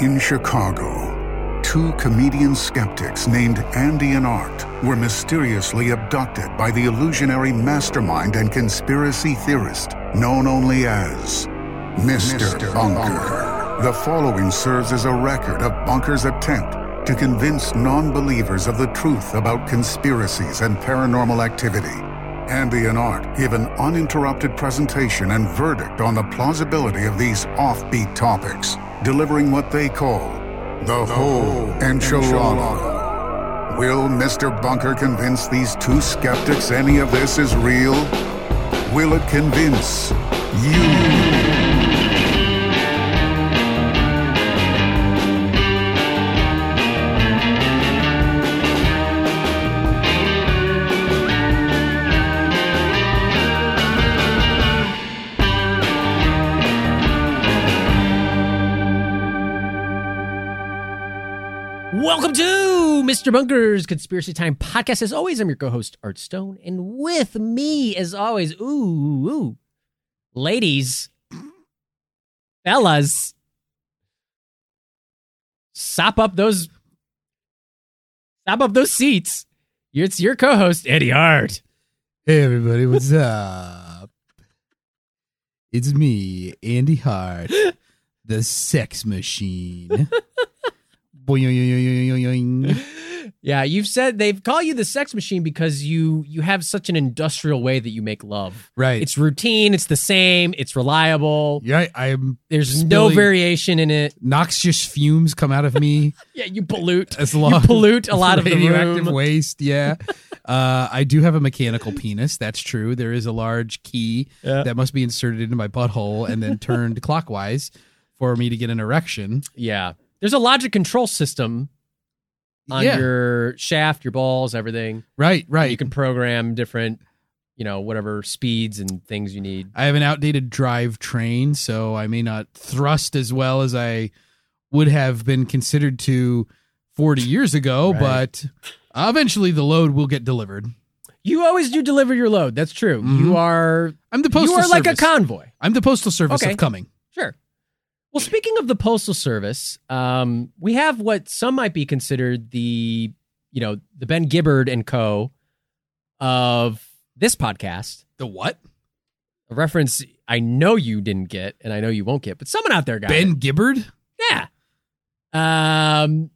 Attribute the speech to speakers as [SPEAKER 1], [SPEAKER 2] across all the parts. [SPEAKER 1] In Chicago, two comedian skeptics named Andy and Art were mysteriously abducted by the illusionary mastermind and conspiracy theorist known only as Mr.
[SPEAKER 2] Mr.
[SPEAKER 1] Bunker. The following serves as a record of Bunker's attempt to convince non believers of the truth about conspiracies and paranormal activity. Andy and Art give an uninterrupted presentation and verdict on the plausibility of these offbeat topics, delivering what they call the, whole enchilada. Will Mr. Bunker convince these two skeptics any of this is real? Will it convince you?
[SPEAKER 3] Welcome to Mr. Bunker's Conspiracy Time podcast. As always, I'm your co-host Art Stone, and with me, as always, ooh, ooh, ooh, ladies, fellas, sop up those, sop up those seats. It's your co-host Eddie Art.
[SPEAKER 4] Hey everybody, what's up? It's me, Andy Hart, the sex machine. Boing.
[SPEAKER 3] Yeah, you've said they call you the sex machine because you you have such an industrial way that you make love.
[SPEAKER 4] right.
[SPEAKER 3] It's routine. It's the same. It's reliable.
[SPEAKER 4] yeah, I- I'm
[SPEAKER 3] There's no
[SPEAKER 4] Spilling-
[SPEAKER 3] variation in it.
[SPEAKER 4] noxious fumes come out of me
[SPEAKER 3] Yeah, you pollute.
[SPEAKER 4] as
[SPEAKER 3] You
[SPEAKER 4] long
[SPEAKER 3] pollute a lot of the
[SPEAKER 4] radioactive
[SPEAKER 3] room.
[SPEAKER 4] waste. Yeah, uh, I do have a mechanical penis. That's true. There is a large key
[SPEAKER 3] Yeah.
[SPEAKER 4] that must be inserted into my butthole and then turned clockwise for me to get an erection.
[SPEAKER 3] Yeah, there's a logic control system on
[SPEAKER 4] yeah,
[SPEAKER 3] your shaft, your balls, everything.
[SPEAKER 4] right, right.
[SPEAKER 3] You can program different, you know, whatever speeds and things you need.
[SPEAKER 4] I have an outdated drive train, so I may not thrust as well as I would have been considered to 40 years ago,
[SPEAKER 3] Right.
[SPEAKER 4] but eventually the load will get delivered.
[SPEAKER 3] You always do deliver your load. That's true.
[SPEAKER 4] Mhm.
[SPEAKER 3] You are
[SPEAKER 4] I'm the postal
[SPEAKER 3] you are
[SPEAKER 4] service.
[SPEAKER 3] like a convoy.
[SPEAKER 4] I'm the postal service
[SPEAKER 3] Okay.
[SPEAKER 4] of coming.
[SPEAKER 3] Sure. Well, speaking of the postal service, um, we have what some might be considered the, you know, the Ben Gibbard and Co. of this podcast.
[SPEAKER 4] The what?
[SPEAKER 3] A reference I know you didn't get, and I know you won't get, but someone out there got
[SPEAKER 4] Ben Gibbard?
[SPEAKER 3] it. Yeah. Um,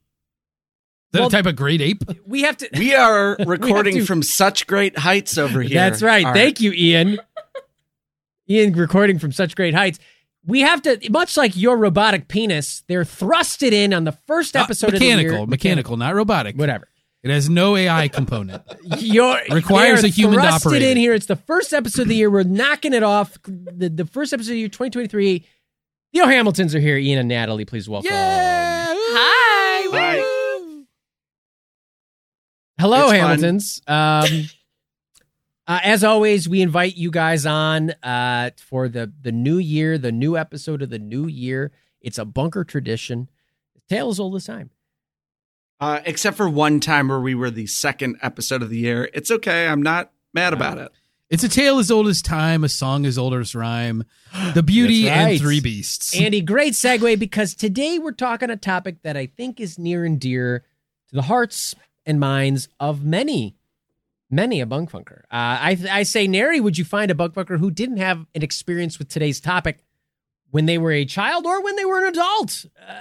[SPEAKER 4] The
[SPEAKER 3] Well-
[SPEAKER 4] type of great ape?
[SPEAKER 3] we have to.
[SPEAKER 2] We are recording
[SPEAKER 3] to-
[SPEAKER 2] from such great heights over here.
[SPEAKER 3] That's right.
[SPEAKER 2] Art.
[SPEAKER 3] Thank you, Ian. Ian, recording from such great heights. We have to, much like your robotic penis, they're thrusted in on the first
[SPEAKER 4] Not-
[SPEAKER 3] episode
[SPEAKER 4] Uh, mechanical,
[SPEAKER 3] of the year-
[SPEAKER 4] mechanical, not robotic.
[SPEAKER 3] whatever.
[SPEAKER 4] It has no AI component.
[SPEAKER 3] Your
[SPEAKER 4] Requires
[SPEAKER 3] they are
[SPEAKER 4] a human to
[SPEAKER 3] thrusted
[SPEAKER 4] operate
[SPEAKER 3] in
[SPEAKER 4] it.
[SPEAKER 3] here. It's the first episode of the year. We're knocking it off. The, the first episode of the year, 2023. Theo Hamiltons are here. Ian and Natalie, please welcome.
[SPEAKER 4] Hi.
[SPEAKER 3] Hello,
[SPEAKER 2] It's fun.
[SPEAKER 3] Hamiltons. Um, uh, as always, we invite you guys on uh, for the the new year, the new episode of the new year. It's a bunker tradition. Tales all the time.
[SPEAKER 2] Uh, except for one time where we were the second episode of the year. It's okay. I'm not mad about it.
[SPEAKER 4] It's a tale as old as time, a song as old as rhyme, the beauty
[SPEAKER 3] That's right.
[SPEAKER 4] and three beasts.
[SPEAKER 3] Andy, great segue because today we're talking a topic that I think is near and dear to the hearts and minds of many, many a bunk bunker. Uh, I, I say, nary would you find a bunk bunker who didn't have an experience with today's topic when they were a child or when they were an adult. Uh,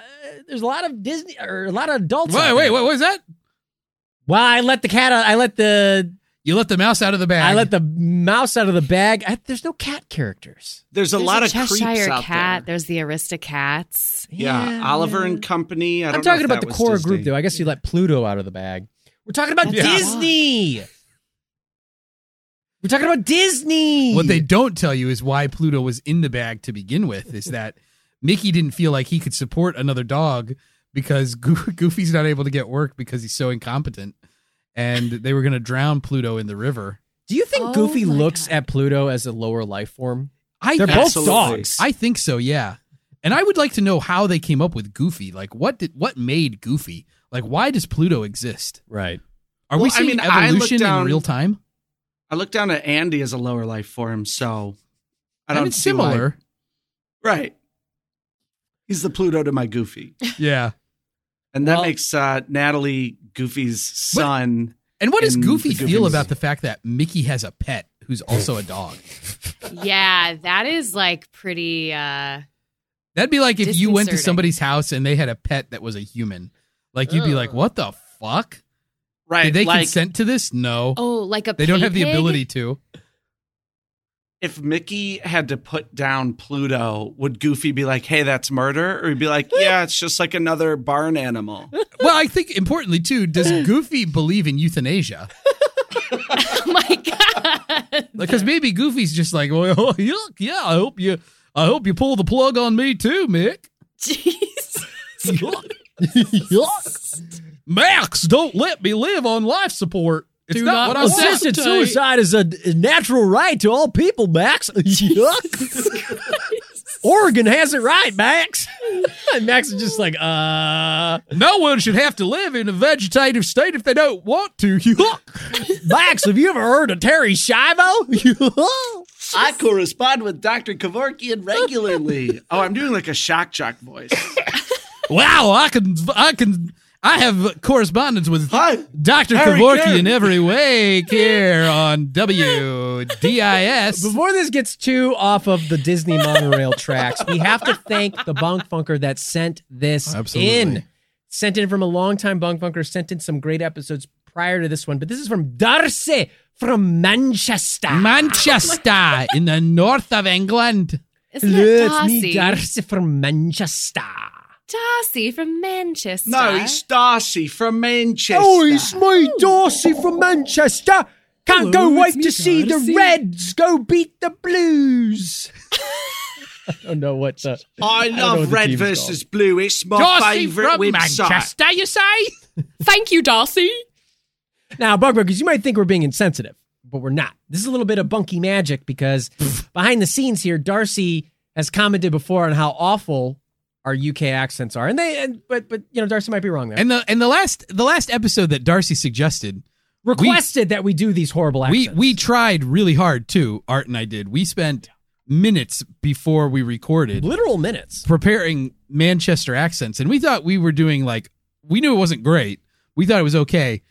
[SPEAKER 3] there's a lot of Disney or a lot of adults.
[SPEAKER 4] Wait,
[SPEAKER 3] out
[SPEAKER 4] wait,
[SPEAKER 3] there.
[SPEAKER 4] what was that?
[SPEAKER 3] Well, I let the cat out. I let the
[SPEAKER 4] You let the mouse out of the bag.
[SPEAKER 3] I let the mouse out of the bag. I, there's no cat characters.
[SPEAKER 2] There's a
[SPEAKER 5] There's
[SPEAKER 2] lot of
[SPEAKER 5] Cheshire
[SPEAKER 2] creeps out
[SPEAKER 5] Cat.
[SPEAKER 2] there.
[SPEAKER 5] There's the Aristocats.
[SPEAKER 2] Yeah, Oliver and Company. I
[SPEAKER 3] I'm
[SPEAKER 2] don't know
[SPEAKER 3] talking
[SPEAKER 2] if
[SPEAKER 3] about
[SPEAKER 2] that
[SPEAKER 3] the
[SPEAKER 2] was
[SPEAKER 3] core
[SPEAKER 2] Disney.
[SPEAKER 3] group, though. I guess you let Pluto out of the bag. We're talking about
[SPEAKER 5] That's
[SPEAKER 4] Yeah.
[SPEAKER 3] Disney. We're talking about Disney.
[SPEAKER 4] what they don't tell you is why Pluto was in the bag to begin with. Is that Mickey didn't feel like he could support another dog because Goo- Goofy's not able to get work because he's so incompetent, and they were going to drown Pluto in the river.
[SPEAKER 3] Do you think
[SPEAKER 5] Oh
[SPEAKER 3] Goofy
[SPEAKER 5] my
[SPEAKER 3] looks
[SPEAKER 5] God.
[SPEAKER 3] at Pluto as a lower life form?
[SPEAKER 4] I
[SPEAKER 3] They're both
[SPEAKER 2] Absolutely.
[SPEAKER 3] dogs.
[SPEAKER 4] I think so. Yeah, and I would like to know how they came up with Goofy. Like, what did what made Goofy? Like, why does Pluto exist?
[SPEAKER 3] right.
[SPEAKER 4] Are
[SPEAKER 2] Well,
[SPEAKER 4] we
[SPEAKER 2] I
[SPEAKER 4] seeing
[SPEAKER 2] mean, I looked
[SPEAKER 4] evolution
[SPEAKER 2] down-
[SPEAKER 4] in real time?
[SPEAKER 2] I look down at Andy as a lower life form, so I
[SPEAKER 4] I
[SPEAKER 2] don't
[SPEAKER 4] mean,
[SPEAKER 2] see why-
[SPEAKER 4] similar.
[SPEAKER 2] Right. He's the Pluto to my Goofy.
[SPEAKER 4] Yeah.
[SPEAKER 2] And that
[SPEAKER 3] Well-
[SPEAKER 2] makes uh, Natalie Goofy's son.
[SPEAKER 4] And what does
[SPEAKER 2] And
[SPEAKER 4] Goofy
[SPEAKER 2] the
[SPEAKER 4] feel
[SPEAKER 2] Goofies.
[SPEAKER 4] about the fact that Mickey has a pet who's also a dog?
[SPEAKER 5] yeah, that is like pretty. uh
[SPEAKER 4] That'd be like if you went to
[SPEAKER 5] Disconcerting.
[SPEAKER 4] somebody's house and they had a pet that was a human. Like you'd be like,
[SPEAKER 5] Ugh.
[SPEAKER 4] "What the fuck?
[SPEAKER 2] Right.
[SPEAKER 4] Did they
[SPEAKER 2] like
[SPEAKER 4] consent to this? No,
[SPEAKER 5] Oh, like a.
[SPEAKER 4] they don't
[SPEAKER 5] pay
[SPEAKER 4] have the
[SPEAKER 5] pig?
[SPEAKER 4] ability to."
[SPEAKER 2] if Mickey had to put down Pluto, would Goofy be like, hey, that's murder? Or he'd be like, yeah, it's just like another barn animal.
[SPEAKER 4] Well, I think importantly too, does Goofy believe in euthanasia?
[SPEAKER 5] oh my god.
[SPEAKER 4] Because maybe Goofy's just like, "Well, yuck, yeah, I hope you, I hope you pull the plug on me too, Mick."
[SPEAKER 5] Jeez.
[SPEAKER 4] Yuck. Yuck. Max, don't let me live on life support. It's
[SPEAKER 3] Do
[SPEAKER 4] not,
[SPEAKER 3] not
[SPEAKER 4] what I want.
[SPEAKER 3] Assisted suicide is a a natural right to all people, Max. Yuck. Oregon has it right, Max. And Max is just like, uh,
[SPEAKER 4] No one should have to live in a vegetative state if they don't want to. Yuck.
[SPEAKER 3] Max, have you ever heard of Terry Shivo? Yuck.
[SPEAKER 2] I correspond with Dr. Kevorkian regularly. oh, I'm doing like a shock jock voice.
[SPEAKER 4] wow, I can, I can, I have correspondence with
[SPEAKER 2] Hi.
[SPEAKER 4] Dr.
[SPEAKER 2] Harry
[SPEAKER 4] Kevorkian
[SPEAKER 2] Kern.
[SPEAKER 4] in every way here on WDIS.
[SPEAKER 3] Before this gets too off of the Disney monorail tracks, we have to thank the bunk funker that sent this
[SPEAKER 4] Absolutely.
[SPEAKER 3] in. Sent in from a longtime bunk funker, sent in some great episodes prior to this one, but this is from Darcy from Manchester.
[SPEAKER 4] Manchester in the north of England.
[SPEAKER 5] Isn't
[SPEAKER 3] Hello,
[SPEAKER 5] it
[SPEAKER 3] it's
[SPEAKER 5] Darcy?
[SPEAKER 3] me, Darcy from Manchester.
[SPEAKER 5] Darcy from Manchester.
[SPEAKER 2] No, he's Darcy from Manchester.
[SPEAKER 3] me, Oh, Darcy from Manchester. Can't
[SPEAKER 4] Hello, it's me, Darcy.
[SPEAKER 3] Reds go beat the Blues. I don't know what the.
[SPEAKER 2] Oh. I
[SPEAKER 3] know what
[SPEAKER 2] love
[SPEAKER 3] the
[SPEAKER 2] Red
[SPEAKER 3] team's
[SPEAKER 2] versus Blue. It's my
[SPEAKER 4] Darcy
[SPEAKER 2] favorite
[SPEAKER 4] from
[SPEAKER 2] website.
[SPEAKER 4] Manchester, you say?
[SPEAKER 5] Thank you, Darcy.
[SPEAKER 3] Now, Bugbuckers, you might think we're being insensitive, but we're not. This is a little bit of bunky magic because behind the scenes here, Darcy has commented before on how awful our UK accents are, and they. And, but but you know, Darcy might be wrong there.
[SPEAKER 4] And the and the last the last episode that Darcy suggested,
[SPEAKER 3] requested that we do these horrible accents.
[SPEAKER 4] we we tried really hard too. Art and I did. We spent minutes before we recorded
[SPEAKER 3] literal minutes.
[SPEAKER 4] preparing Manchester accents, and we thought we were doing like we knew it wasn't great. We thought it was okay,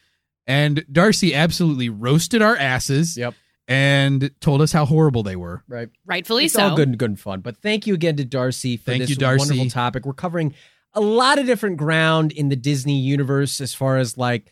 [SPEAKER 4] and Darcy absolutely roasted our asses.
[SPEAKER 3] Yep.
[SPEAKER 4] and told us how horrible they were.
[SPEAKER 3] Right.
[SPEAKER 5] Rightfully
[SPEAKER 3] it's
[SPEAKER 5] so.
[SPEAKER 3] all good and good and fun. But thank you again to Darcy for
[SPEAKER 4] Thank
[SPEAKER 3] this
[SPEAKER 4] you, Darcy.
[SPEAKER 3] wonderful topic. We're covering a lot of different ground in the Disney universe as far as like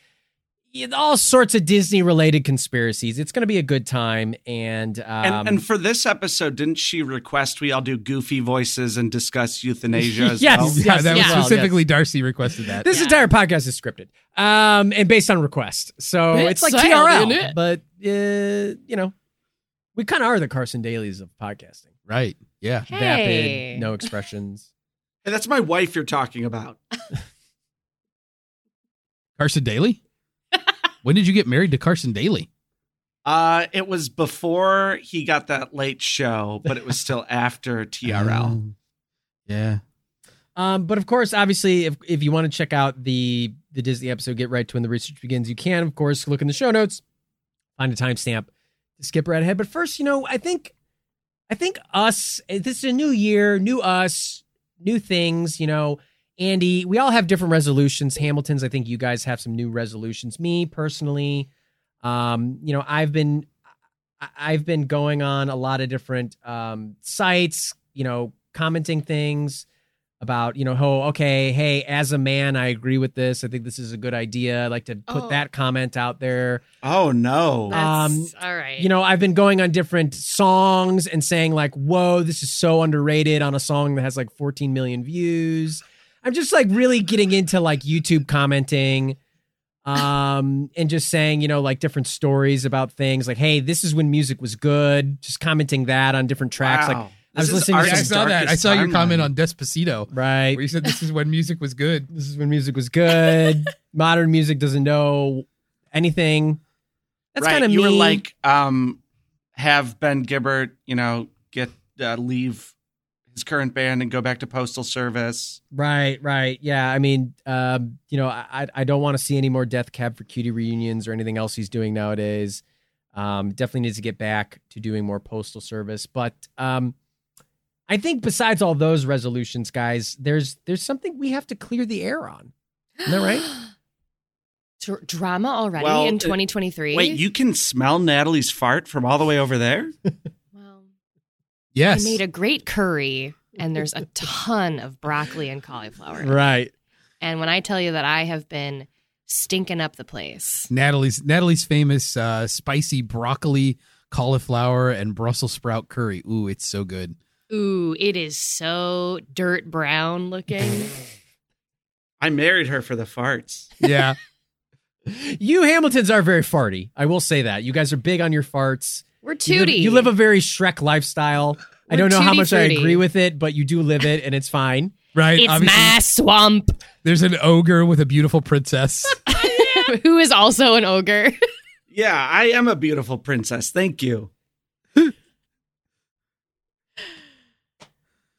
[SPEAKER 3] y- all sorts of Disney related conspiracies. It's going to be a good time. And, um,
[SPEAKER 2] And, and for this episode, didn't she request we all do goofy voices and discuss euthanasia as
[SPEAKER 3] Yes.
[SPEAKER 2] well?
[SPEAKER 4] Yeah, that was
[SPEAKER 5] yes.
[SPEAKER 4] specifically Darcy requested that.
[SPEAKER 3] this
[SPEAKER 5] Yeah.
[SPEAKER 3] entire podcast is scripted um, and based on request. So
[SPEAKER 5] It's
[SPEAKER 3] it's, like
[SPEAKER 5] sad,
[SPEAKER 3] TRL,
[SPEAKER 5] isn't it?
[SPEAKER 3] but, uh, you know, we kind of are the Carson Dailies of podcasting.
[SPEAKER 4] right. Yeah.
[SPEAKER 5] Hey.
[SPEAKER 3] Vapid, no expressions.
[SPEAKER 2] Hey, that's my wife you're talking about.
[SPEAKER 4] Carson Daly? when did you get married to Carson Daly?
[SPEAKER 2] Uh, it was before he got that late show, but it was still after TRL.
[SPEAKER 4] Oh. Yeah.
[SPEAKER 3] Um, but of course, obviously, if if you want to check out the the Disney episode, get right to when the research begins. You can, of course, look in the show notes, find a timestamp to skip right ahead. But first, you know, I think, I think us. eh, This is a new year, new us, new things. You know, Andy, we all have different resolutions. Hamilton's, I think you guys have some new resolutions. Me personally, um, you know, I've been, I- I've been going on a lot of different um, sites. You know, commenting things about you know oh okay hey as a man i agree with this i think this is a good idea i'd like to put
[SPEAKER 5] Oh.
[SPEAKER 3] that comment out there
[SPEAKER 2] Oh no.
[SPEAKER 5] That's
[SPEAKER 3] Um,
[SPEAKER 5] all right.
[SPEAKER 3] you know i've been going on different songs and saying like whoa this is so underrated on a song that has like 14 million views i'm just like really getting into like youtube commenting um and just saying you know like different stories about things like hey this is when music was good just commenting that on different tracks like
[SPEAKER 2] Wow.
[SPEAKER 3] I was
[SPEAKER 2] This is
[SPEAKER 3] listening to
[SPEAKER 2] Art's
[SPEAKER 4] I
[SPEAKER 3] some
[SPEAKER 4] saw that. I
[SPEAKER 2] darkest
[SPEAKER 4] saw your comment
[SPEAKER 2] timeline.
[SPEAKER 4] on Despacito
[SPEAKER 3] right
[SPEAKER 4] where you said this is when music was good.
[SPEAKER 3] this is when music was good. Modern music doesn't know anything. That's
[SPEAKER 2] right.
[SPEAKER 3] kind of
[SPEAKER 2] you
[SPEAKER 3] me.
[SPEAKER 2] were like, um, have Ben Gibbert, you know, get uh, leave his current band and go back to postal service.
[SPEAKER 3] right, right, yeah. I mean, um, you know, I I- I don't want to see any more Death Cab for Cutie reunions or anything else he's doing nowadays. Um, definitely needs to get back to doing more postal service, but um, I think besides all those resolutions, guys, there's there's something we have to clear the air on. Isn't that right?
[SPEAKER 5] Dr- drama already
[SPEAKER 2] Well,
[SPEAKER 5] in
[SPEAKER 2] it-
[SPEAKER 5] 2023.
[SPEAKER 2] Wait, you can smell Natalie's fart from all the way over there?
[SPEAKER 5] Well, I
[SPEAKER 4] Yes.
[SPEAKER 5] made a great curry, and there's a ton of broccoli and cauliflower.
[SPEAKER 3] Right.
[SPEAKER 5] And when I tell you that I have been stinking up the place,
[SPEAKER 4] Natalie's Natalie's famous uh, spicy broccoli, cauliflower, and Brussels sprout curry. Ooh, it's so good.
[SPEAKER 5] ooh, it is so dirt brown looking.
[SPEAKER 2] I married her for the farts.
[SPEAKER 4] Yeah.
[SPEAKER 3] You Hamiltons are very farty. I will say that. You guys are big on your farts.
[SPEAKER 5] We're
[SPEAKER 3] You live-
[SPEAKER 5] tooty.
[SPEAKER 3] You live a very Shrek lifestyle. I
[SPEAKER 5] We're
[SPEAKER 3] don't know how much I
[SPEAKER 5] tutti-frutti.
[SPEAKER 3] agree with it, but you do live it and it's fine.
[SPEAKER 4] right.
[SPEAKER 5] it's
[SPEAKER 4] Obviously,
[SPEAKER 5] my swamp.
[SPEAKER 4] there's an ogre with a beautiful princess.
[SPEAKER 5] Who is also an ogre?
[SPEAKER 2] Yeah, I am a beautiful princess. Thank you.
[SPEAKER 5] Do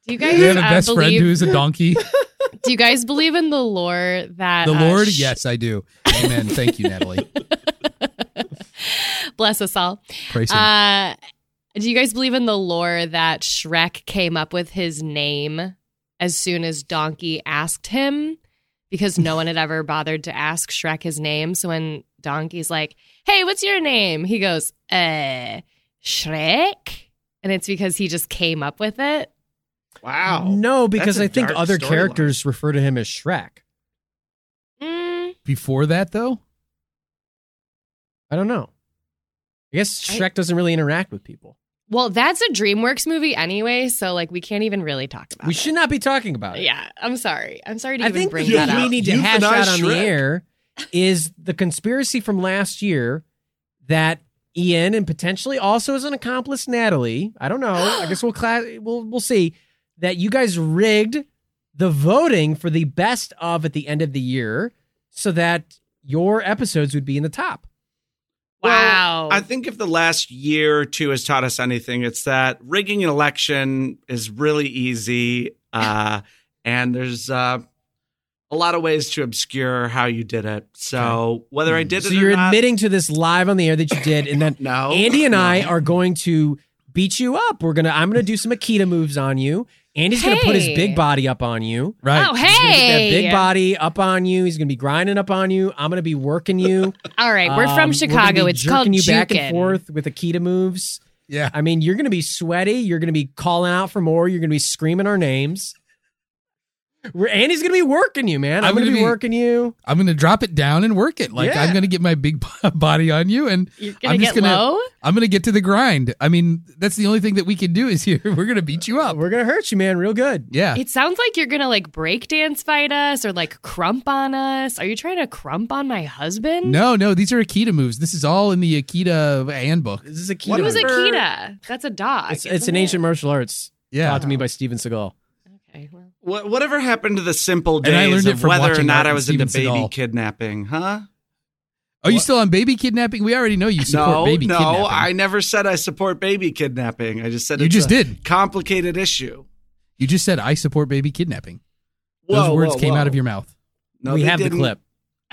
[SPEAKER 5] you guys
[SPEAKER 4] you have a
[SPEAKER 5] uh,
[SPEAKER 4] best friend
[SPEAKER 5] believe?
[SPEAKER 4] who's a donkey.
[SPEAKER 5] do you guys believe in the lore that
[SPEAKER 4] The
[SPEAKER 5] uh,
[SPEAKER 4] Lord?
[SPEAKER 5] sh-
[SPEAKER 4] yes, I do. Amen. Thank you, Natalie.
[SPEAKER 5] Bless us all.
[SPEAKER 4] Praise him.
[SPEAKER 5] Uh, do you guys believe in the lore that Shrek came up with his name as soon as Donkey asked him? Because no one had ever bothered to ask Shrek his name. So when Donkey's like, hey, what's your name? He goes, uh, Shrek. And it's because he just came up with it.
[SPEAKER 2] Wow.
[SPEAKER 3] no, because
[SPEAKER 2] That's a
[SPEAKER 3] I think
[SPEAKER 2] dark
[SPEAKER 3] other
[SPEAKER 2] storyline.
[SPEAKER 3] characters refer to him as Shrek.
[SPEAKER 5] Mm,
[SPEAKER 4] Before that, though,
[SPEAKER 3] I don't know. I guess
[SPEAKER 5] I-
[SPEAKER 3] Shrek doesn't really interact with people.
[SPEAKER 5] well, that's a DreamWorks movie anyway. So, like, we can't even really talk about
[SPEAKER 3] We
[SPEAKER 5] it.
[SPEAKER 3] should not be talking about it.
[SPEAKER 5] Yeah, I'm sorry. I'm sorry to
[SPEAKER 3] I
[SPEAKER 5] even
[SPEAKER 3] think
[SPEAKER 5] bring
[SPEAKER 3] the
[SPEAKER 5] that
[SPEAKER 3] thing we
[SPEAKER 5] up.
[SPEAKER 3] need to
[SPEAKER 2] Euthanize
[SPEAKER 3] hash out on the
[SPEAKER 2] Shrek.
[SPEAKER 3] air is the conspiracy from last year that Ian and potentially also as an accomplice Natalie. I don't know. I guess we'll cla- we'll we'll see that you guys rigged the voting for the best of at the end of the year so that your episodes would be in the top.
[SPEAKER 5] wow.
[SPEAKER 2] I think if the last year or two has taught us anything, it's that rigging an election is really easy. Uh, and there's uh, a lot of ways to obscure how you did it. So whether
[SPEAKER 4] Hmm.
[SPEAKER 2] I did
[SPEAKER 3] Hmm. So
[SPEAKER 2] it
[SPEAKER 3] you're
[SPEAKER 2] or not,
[SPEAKER 3] admitting to this live on the air that you did and then
[SPEAKER 2] no.
[SPEAKER 3] Andy and
[SPEAKER 2] no.
[SPEAKER 3] I are going to beat you up. We're gonna. I'm gonna do some Akita moves on you. Andy's gonna put his
[SPEAKER 5] Hey.
[SPEAKER 3] big body up on you.
[SPEAKER 4] right?
[SPEAKER 5] Oh,
[SPEAKER 3] He's gonna get that
[SPEAKER 5] hey.
[SPEAKER 3] big body up on you. He's gonna be grinding up on you. I'm gonna be working you.
[SPEAKER 5] All right, we're
[SPEAKER 3] Um,
[SPEAKER 5] from
[SPEAKER 3] gonna
[SPEAKER 5] Chicago.
[SPEAKER 3] be
[SPEAKER 5] It's
[SPEAKER 3] jerking
[SPEAKER 5] called
[SPEAKER 3] you back
[SPEAKER 5] Jukin.
[SPEAKER 3] and forth with Akita moves.
[SPEAKER 4] Yeah.
[SPEAKER 3] I mean, you're gonna be sweaty. You're gonna be calling out for more. You're gonna be screaming our names. We're, Andy's gonna be working you, man. I'm,
[SPEAKER 4] I'm
[SPEAKER 3] gonna,
[SPEAKER 4] gonna
[SPEAKER 3] be,
[SPEAKER 4] be-
[SPEAKER 3] working you.
[SPEAKER 4] I'm going to drop it down and work it. Like,
[SPEAKER 3] Yeah.
[SPEAKER 4] I'm going to get my big body on you and
[SPEAKER 5] You're gonna
[SPEAKER 4] I'm just
[SPEAKER 5] get
[SPEAKER 4] gonna-
[SPEAKER 5] low.
[SPEAKER 4] I'm going to get to the grind. I mean, that's the only thing that we can do is here. We're going to beat you up.
[SPEAKER 3] We're gonna hurt you, man, real good.
[SPEAKER 4] Yeah.
[SPEAKER 5] It sounds like you're gonna like breakdance fight us or like crump on us. Are you trying to crump on my husband?
[SPEAKER 4] No, no, these are Akita moves. This is all in the Akita handbook.
[SPEAKER 3] This is Akita.
[SPEAKER 2] What
[SPEAKER 5] Who's
[SPEAKER 2] was
[SPEAKER 3] move.
[SPEAKER 5] Akita? That's a dog.
[SPEAKER 3] It's, it's
[SPEAKER 5] isn't
[SPEAKER 3] an
[SPEAKER 5] it?
[SPEAKER 3] ancient martial arts
[SPEAKER 4] Yeah.
[SPEAKER 3] taught to me by Steven Seagal.
[SPEAKER 5] Okay, well,
[SPEAKER 2] Wha- Whatever happened to the simple
[SPEAKER 4] And I
[SPEAKER 2] days
[SPEAKER 4] learned it
[SPEAKER 2] of
[SPEAKER 4] from
[SPEAKER 2] whether or
[SPEAKER 4] watching
[SPEAKER 2] not
[SPEAKER 4] Art
[SPEAKER 2] I
[SPEAKER 4] and
[SPEAKER 2] was into
[SPEAKER 4] Steven
[SPEAKER 2] baby
[SPEAKER 4] Seagal.
[SPEAKER 2] kidnapping, huh?
[SPEAKER 4] Are you still on baby kidnapping? We already know you support
[SPEAKER 2] no,
[SPEAKER 4] baby
[SPEAKER 2] no,
[SPEAKER 4] kidnapping.
[SPEAKER 2] I never said I support baby kidnapping. I just said
[SPEAKER 4] you
[SPEAKER 2] it's
[SPEAKER 4] just
[SPEAKER 2] a
[SPEAKER 4] did.
[SPEAKER 2] complicated issue.
[SPEAKER 4] You just said I support baby kidnapping. Those
[SPEAKER 2] Whoa,
[SPEAKER 4] words
[SPEAKER 2] whoa,
[SPEAKER 4] came out
[SPEAKER 2] whoa.
[SPEAKER 4] of your mouth.
[SPEAKER 2] No,
[SPEAKER 3] we
[SPEAKER 2] they
[SPEAKER 3] have
[SPEAKER 2] didn't.
[SPEAKER 3] the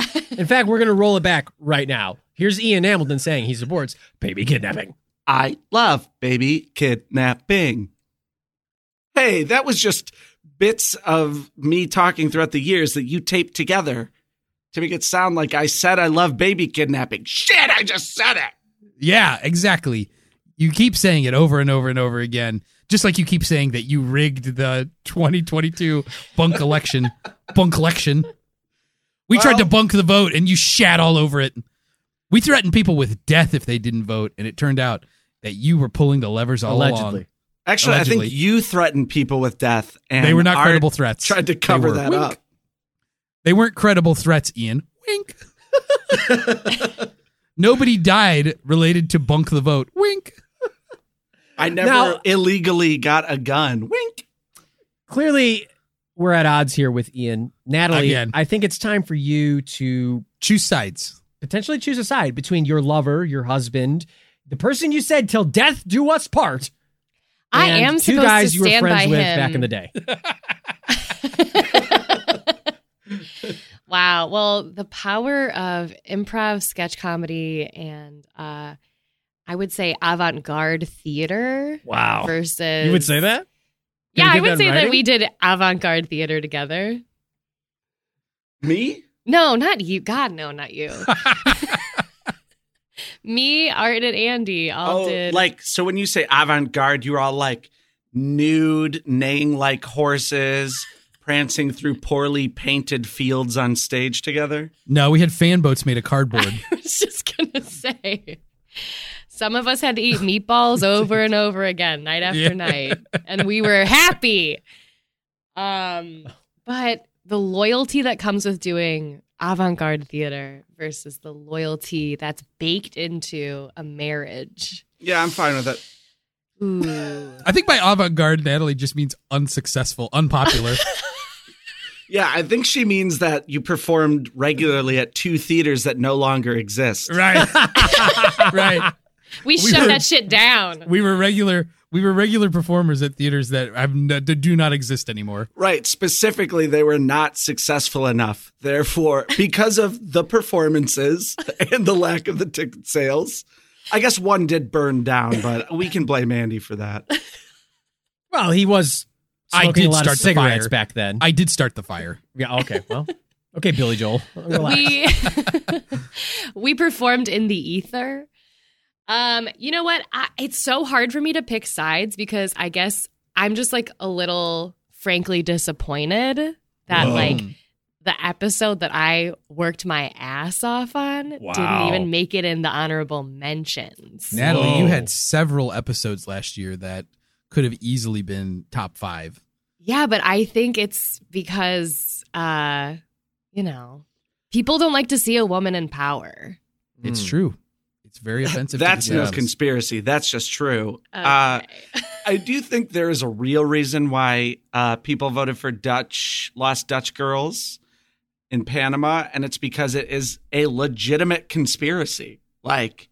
[SPEAKER 3] clip. In fact, we're going to roll it back right now. Here's Ian Hamilton saying he supports baby kidnapping.
[SPEAKER 2] I love baby kidnapping. Hey, that was just bits of me talking throughout the years that you taped together to make it sound like I said I love baby kidnapping. Shit, I just said it.
[SPEAKER 4] Yeah, exactly. You keep saying it over and over and over again, just like you keep saying that you rigged the 2022 bunk election. bunk election. We tried
[SPEAKER 2] Well-
[SPEAKER 4] to bunk the vote, and you shat all over it. We threatened people with death if they didn't vote, and it turned out that you were pulling the levers all along.
[SPEAKER 3] allegedly.
[SPEAKER 2] Actually, I
[SPEAKER 4] Allegedly.
[SPEAKER 2] think you threatened people with death, and
[SPEAKER 4] They were not
[SPEAKER 2] Art
[SPEAKER 4] credible threats.
[SPEAKER 2] Tried to
[SPEAKER 4] They
[SPEAKER 2] cover
[SPEAKER 4] were.
[SPEAKER 2] that
[SPEAKER 4] Wink.
[SPEAKER 2] up.
[SPEAKER 4] They weren't credible threats, Ian. Wink. Nobody died related to bunk the vote. Wink.
[SPEAKER 2] I never
[SPEAKER 3] Now-
[SPEAKER 2] illegally got a gun. Wink.
[SPEAKER 3] Clearly, we're at odds here with Ian. Natalie,
[SPEAKER 4] Again.
[SPEAKER 3] I think it's time for you to
[SPEAKER 4] Choose sides.
[SPEAKER 3] potentially choose a side between your lover, your husband, the person you said till death do us part.
[SPEAKER 5] I
[SPEAKER 3] and
[SPEAKER 5] am
[SPEAKER 3] two
[SPEAKER 5] supposed
[SPEAKER 3] guys
[SPEAKER 5] to
[SPEAKER 3] you were
[SPEAKER 5] stand
[SPEAKER 3] friends
[SPEAKER 5] by
[SPEAKER 3] with
[SPEAKER 5] him.
[SPEAKER 3] back in the day.
[SPEAKER 5] wow. Well, the power of improv, sketch comedy, and uh, I would say avant-garde theater
[SPEAKER 3] Wow.
[SPEAKER 5] versus
[SPEAKER 3] You would say that?
[SPEAKER 5] yeah,
[SPEAKER 3] Can we
[SPEAKER 5] I
[SPEAKER 3] get
[SPEAKER 5] would say that
[SPEAKER 3] writing?
[SPEAKER 5] we did avant garde theater together.
[SPEAKER 2] Me?
[SPEAKER 5] No, not you. God, no, not you. Me, Art, and Andy all did.
[SPEAKER 2] Oh, like so when you say avant-garde, you're all like nude, neighing like horses, prancing through poorly painted fields on stage together.
[SPEAKER 4] No, we had fan boats made of cardboard.
[SPEAKER 5] I was just gonna say. Some of us had to eat meatballs over and over again, night after
[SPEAKER 4] Yeah.
[SPEAKER 5] night, and we were happy. Um, but the loyalty that comes with doing avant-garde theater versus the loyalty that's baked into a marriage.
[SPEAKER 2] Yeah, I'm fine with it.
[SPEAKER 5] Ooh.
[SPEAKER 4] I think by avant garde, Natalie just means unsuccessful, unpopular.
[SPEAKER 2] Yeah, I think she means that you performed regularly at two theaters that no longer exist.
[SPEAKER 4] right. right.
[SPEAKER 5] We,
[SPEAKER 4] We
[SPEAKER 5] shut
[SPEAKER 4] were-
[SPEAKER 5] that shit down.
[SPEAKER 4] We were regular. We were regular performers at theaters that have n- that do not exist anymore.
[SPEAKER 2] Right. Specifically, they were not successful enough. Therefore, because of the performances and the lack of the ticket sales, I guess one did burn down, but we can blame Andy for that.
[SPEAKER 3] Well, he was.
[SPEAKER 4] I
[SPEAKER 3] smoking
[SPEAKER 4] did
[SPEAKER 3] a lot
[SPEAKER 4] start
[SPEAKER 3] of
[SPEAKER 4] the
[SPEAKER 3] cigarettes
[SPEAKER 4] fire.
[SPEAKER 3] back then.
[SPEAKER 4] I did start the fire.
[SPEAKER 3] yeah. Okay. Well. Okay, Billy Joel. Relax.
[SPEAKER 5] we we performed in the ether. Um, you know what? I, it's so hard for me to pick sides because I guess I'm just like a little, frankly, disappointed that
[SPEAKER 4] Whoa.
[SPEAKER 5] like the episode that I worked my ass off on didn't
[SPEAKER 3] Wow.
[SPEAKER 5] even make it in the honorable mentions.
[SPEAKER 4] Natalie, you
[SPEAKER 3] Whoa.
[SPEAKER 4] had several episodes last year that could have easily been top five.
[SPEAKER 5] Yeah, but I think it's because, uh, you know, people don't like to see a woman in power.
[SPEAKER 4] It's
[SPEAKER 2] Mm.
[SPEAKER 4] true. It's very offensive. to
[SPEAKER 2] That's
[SPEAKER 4] the
[SPEAKER 2] no
[SPEAKER 4] jobs.
[SPEAKER 2] conspiracy. That's just true. Uh,
[SPEAKER 5] Okay.
[SPEAKER 2] I do think there is a real reason why uh, people voted for Dutch, lost Dutch girls in Panama, and it's because it is a legitimate conspiracy. Like,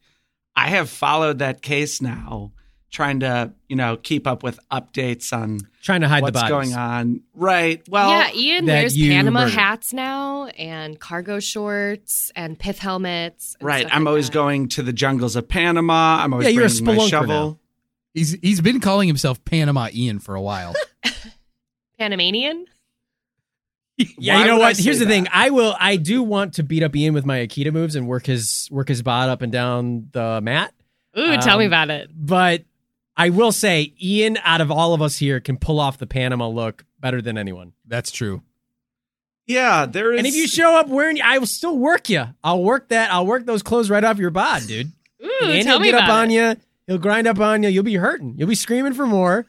[SPEAKER 2] I have followed that case now, trying to, you know, keep up with updates on
[SPEAKER 3] Trying to hide
[SPEAKER 2] what's
[SPEAKER 3] the bodies.
[SPEAKER 2] going on. Right. Well,
[SPEAKER 5] yeah, Ian
[SPEAKER 3] that
[SPEAKER 5] wears
[SPEAKER 3] you
[SPEAKER 5] Panama
[SPEAKER 3] murdered.
[SPEAKER 5] hats now and cargo shorts and pith helmets. and
[SPEAKER 2] right.
[SPEAKER 5] stuff
[SPEAKER 2] I'm
[SPEAKER 5] like
[SPEAKER 2] always
[SPEAKER 5] that.
[SPEAKER 2] going to the jungles of Panama. I'm always
[SPEAKER 3] Yeah, you're a
[SPEAKER 2] bringing my
[SPEAKER 3] spelunker
[SPEAKER 2] shovel.
[SPEAKER 3] now.
[SPEAKER 4] He's he's been calling himself Panama Ian for a while.
[SPEAKER 5] Panamanian.
[SPEAKER 3] Yeah,
[SPEAKER 2] Why
[SPEAKER 3] you know
[SPEAKER 2] would I
[SPEAKER 3] what?
[SPEAKER 2] say
[SPEAKER 3] Here's the
[SPEAKER 2] that?
[SPEAKER 3] thing. I will. I do want to beat up Ian with my Akita moves and work his work his bod up and down the mat.
[SPEAKER 5] Ooh, tell
[SPEAKER 3] Um,
[SPEAKER 5] me about it.
[SPEAKER 3] But I will say, Ian, out of all of us here, can pull off the Panama look better than anyone.
[SPEAKER 4] That's true.
[SPEAKER 2] Yeah, there is.
[SPEAKER 3] And if you show up wearing, I will still work you. I'll work that. I'll work those clothes right off your bod, dude.
[SPEAKER 5] Ooh,
[SPEAKER 3] And Andy
[SPEAKER 5] tell
[SPEAKER 3] will
[SPEAKER 5] me
[SPEAKER 3] get
[SPEAKER 5] about
[SPEAKER 3] up on
[SPEAKER 5] it.
[SPEAKER 3] you. He'll grind up on you. You'll be hurting. You'll be screaming for more,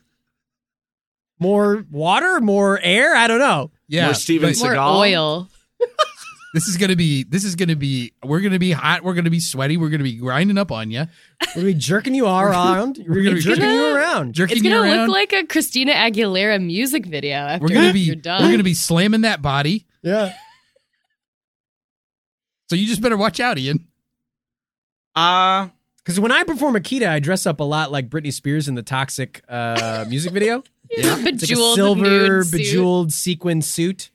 [SPEAKER 3] more water, more air. I don't know.
[SPEAKER 4] Yeah,
[SPEAKER 2] More Steven
[SPEAKER 4] but
[SPEAKER 2] Seagal.
[SPEAKER 5] More
[SPEAKER 2] Seagal?
[SPEAKER 5] oil.
[SPEAKER 4] This is gonna be. This is gonna be. We're gonna be hot. We're gonna be sweaty. We're gonna be grinding up on you,
[SPEAKER 3] We're gonna be jerking you around. We're gonna be jerking you around.
[SPEAKER 4] jerking
[SPEAKER 5] It's gonna
[SPEAKER 4] you around.
[SPEAKER 5] look like a Christina Aguilera music video. After
[SPEAKER 4] we're gonna be.
[SPEAKER 5] You're
[SPEAKER 4] We're
[SPEAKER 5] done.
[SPEAKER 4] gonna be slamming that body.
[SPEAKER 3] Yeah.
[SPEAKER 4] So you just better watch out, Ian.
[SPEAKER 2] Uh,
[SPEAKER 3] Because when I perform Akita, I dress up a lot like Britney Spears in the Toxic uh, music video.
[SPEAKER 5] You're
[SPEAKER 3] It's like
[SPEAKER 5] bejeweled
[SPEAKER 3] a silver
[SPEAKER 5] nude suit.
[SPEAKER 3] bejeweled sequin suit.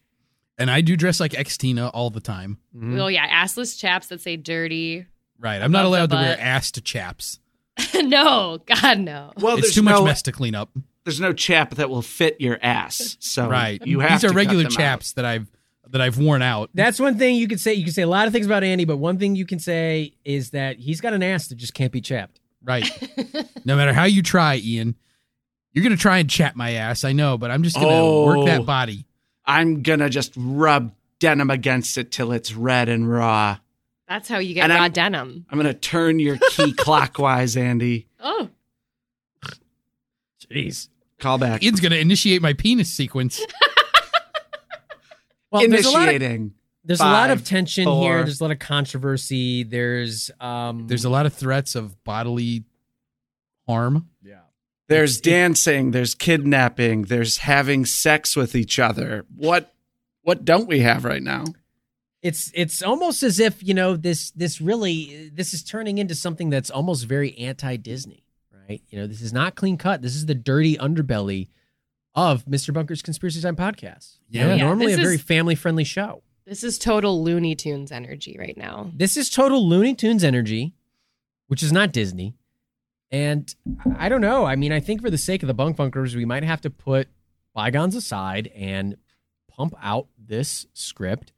[SPEAKER 4] And I do dress like ex Tina all the time.
[SPEAKER 5] Mm-hmm. Well, yeah, assless chaps that say dirty.
[SPEAKER 4] Right. I'm not
[SPEAKER 5] Above the
[SPEAKER 4] allowed to wear
[SPEAKER 5] butt.
[SPEAKER 4] ass to chaps.
[SPEAKER 5] no, God no.
[SPEAKER 2] well,
[SPEAKER 4] it's
[SPEAKER 2] there's
[SPEAKER 4] too much
[SPEAKER 2] no-
[SPEAKER 4] mess to clean up.
[SPEAKER 2] there's no chap that will fit your ass. So
[SPEAKER 4] right.
[SPEAKER 2] you
[SPEAKER 4] These
[SPEAKER 2] have to
[SPEAKER 4] are regular
[SPEAKER 2] cut them
[SPEAKER 4] chaps that I've that I've worn out.
[SPEAKER 3] That's one thing you could say. You could say a lot of things about Andy, but one thing you can say is that he's got an ass that just can't be chapped.
[SPEAKER 4] Right. no matter how you try, Ian, you're gonna try and chap my ass. I know, but I'm just gonna work
[SPEAKER 2] Oh.
[SPEAKER 4] that body.
[SPEAKER 2] Out. I'm gonna just rub denim against it till it's red and raw.
[SPEAKER 5] That's how you get
[SPEAKER 2] And
[SPEAKER 5] raw
[SPEAKER 2] I'm-
[SPEAKER 5] denim.
[SPEAKER 2] I'm gonna turn your key clockwise, Andy.
[SPEAKER 5] Oh,
[SPEAKER 3] Jeez.
[SPEAKER 2] Call back.
[SPEAKER 4] Ian's gonna initiate my penis sequence.
[SPEAKER 3] Well, there's a lot of,
[SPEAKER 2] Initiating.
[SPEAKER 3] there's a lot of
[SPEAKER 2] Five,
[SPEAKER 3] tension
[SPEAKER 2] four.
[SPEAKER 3] here. There's a lot of controversy. There's um
[SPEAKER 4] There's a lot of threats of bodily harm.
[SPEAKER 2] There's dancing. There's kidnapping. There's having sex with each other. What? What don't we have right now?
[SPEAKER 3] it's it's almost as if you know this this really this is turning into something that's almost very anti Disney, right? You know, this is not clean cut. This is the dirty underbelly of Mr. Bunker's Conspiracy Time podcast. You know,
[SPEAKER 4] Yeah.
[SPEAKER 5] Yeah,
[SPEAKER 3] normally a
[SPEAKER 5] this
[SPEAKER 3] very
[SPEAKER 5] is-
[SPEAKER 3] family friendly show.
[SPEAKER 5] this is total Looney Tunes energy right now.
[SPEAKER 3] This is total Looney Tunes energy, which is not Disney. And I don't know. I mean, I think for the sake of the bunk funkers, we might have to put bygones aside and pump out this script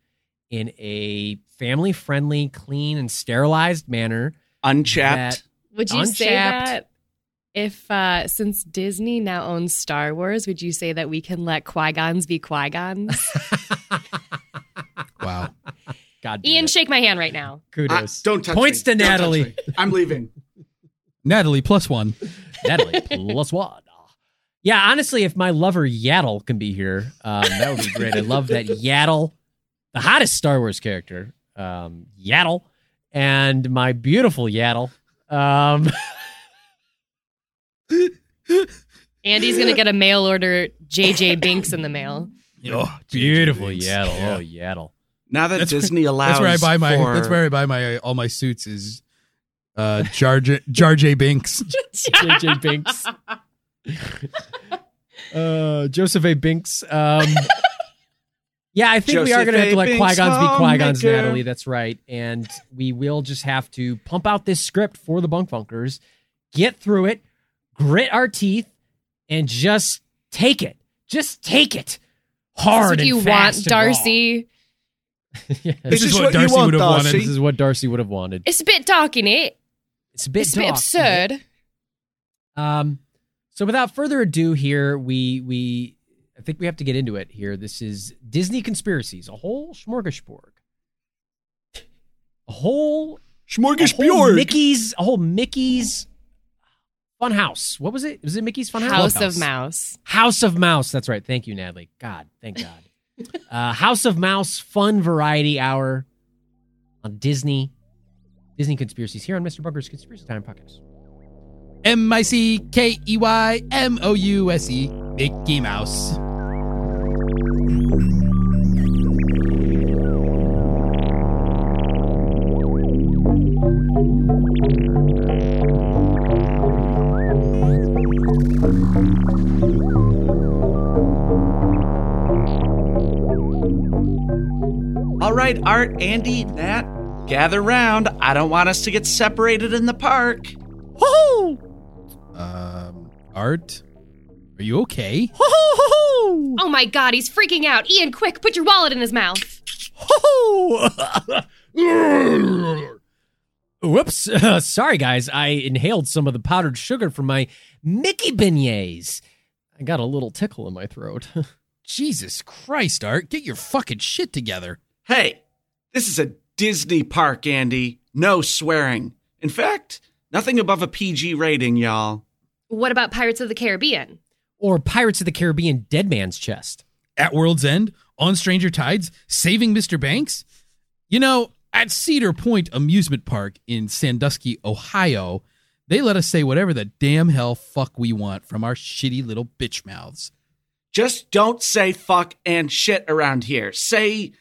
[SPEAKER 3] in a family friendly, clean, and sterilized manner.
[SPEAKER 2] Unchapped.
[SPEAKER 5] Would you say
[SPEAKER 3] Unchapped.
[SPEAKER 5] that if uh since Disney now owns Star Wars, would you say that we can let Qui-Gons be Qui-Gons?
[SPEAKER 4] Wow.
[SPEAKER 3] God damn
[SPEAKER 5] Ian,
[SPEAKER 3] it.
[SPEAKER 5] shake my hand right now.
[SPEAKER 2] I-
[SPEAKER 3] kudos.
[SPEAKER 2] don't touch
[SPEAKER 3] Points
[SPEAKER 2] me.
[SPEAKER 3] to
[SPEAKER 2] Don't touch
[SPEAKER 3] Natalie.
[SPEAKER 2] me. I'm leaving.
[SPEAKER 4] Natalie plus one.
[SPEAKER 3] Natalie plus one. Yeah, honestly, if my lover Yaddle can be here, um, that would be great. I love that Yaddle, the hottest Star Wars character, um, Yaddle, and my beautiful Yaddle. Um,
[SPEAKER 5] Andy's gonna get a mail order JJ Binks in the mail.
[SPEAKER 4] Oh,
[SPEAKER 3] beautiful Yaddle. Oh, Yaddle.
[SPEAKER 2] Now that
[SPEAKER 4] That's where-
[SPEAKER 2] Disney allows
[SPEAKER 4] That's where I buy my.
[SPEAKER 2] for-
[SPEAKER 4] That's where I buy my all my suits is. Uh, Jar J- Jar J Binks.
[SPEAKER 3] JJ Binks. uh, Joseph A. Binks. Um, yeah, I think we
[SPEAKER 2] Joseph
[SPEAKER 3] are going to have
[SPEAKER 2] A.
[SPEAKER 3] to let
[SPEAKER 2] Binks,
[SPEAKER 3] Qui Gon's be Qui Gon's,
[SPEAKER 2] homemaker.
[SPEAKER 3] Natalie. That's right. And we will just have to pump out this script for the bunk bunkers, get through it, grit our teeth, and just take it. Just take it hard.
[SPEAKER 5] Do you
[SPEAKER 3] and
[SPEAKER 5] want,
[SPEAKER 3] fast and raw.
[SPEAKER 5] Darcy?
[SPEAKER 3] Yes.
[SPEAKER 2] This is what you
[SPEAKER 4] Darcy
[SPEAKER 2] want,
[SPEAKER 4] would have wanted.
[SPEAKER 2] Darcy.
[SPEAKER 3] This is what Darcy would have wanted.
[SPEAKER 5] It's a bit dark in it.
[SPEAKER 3] It's a bit,
[SPEAKER 5] it's a bit
[SPEAKER 3] dark, isn't it?
[SPEAKER 5] absurd.
[SPEAKER 3] Um, so without further ado, here we we I think we have to get into it. Here, this is Disney conspiracies, a whole smorgasbord, a whole, a whole
[SPEAKER 2] Smorgasbord.
[SPEAKER 3] Mickey's, a whole Mickey's fun house. What was it? Was it Mickey's fun house?
[SPEAKER 5] House of Mouse.
[SPEAKER 3] House of Mouse. That's right. Thank you, Natalie. God, thank God. uh, House of Mouse Fun Variety Hour on Disney. Disney conspiracies here on Mr. Bunker's Conspiracy Time podcast.
[SPEAKER 4] M I C K E Y M O U S E. Mickey Mouse.
[SPEAKER 2] All right, Art, Andy, Nat, gather round. I don't want us to get separated in the park.
[SPEAKER 4] Um, Art, are you okay?
[SPEAKER 5] Oh my god, he's freaking out. Ian, quick, put your wallet in his mouth.
[SPEAKER 3] Whoops. sorry, guys. I inhaled some of the powdered sugar from my Mickey beignets. I got a little tickle in my throat.
[SPEAKER 4] Jesus Christ, Art, get your fucking shit together.
[SPEAKER 2] Hey, this is a Disney park, Andy. No swearing. In fact, nothing above a PG rating, y'all.
[SPEAKER 5] What about Pirates of the Caribbean?
[SPEAKER 3] or Pirates of the Caribbean Dead Man's Chest.
[SPEAKER 4] At World's End, on Stranger Tides, saving Mr. Banks? You know, at Cedar Point Amusement Park in Sandusky, Ohio, they let us say whatever the damn hell fuck we want from our shitty little bitch mouths.
[SPEAKER 2] Just don't say fuck and shit around here. Say,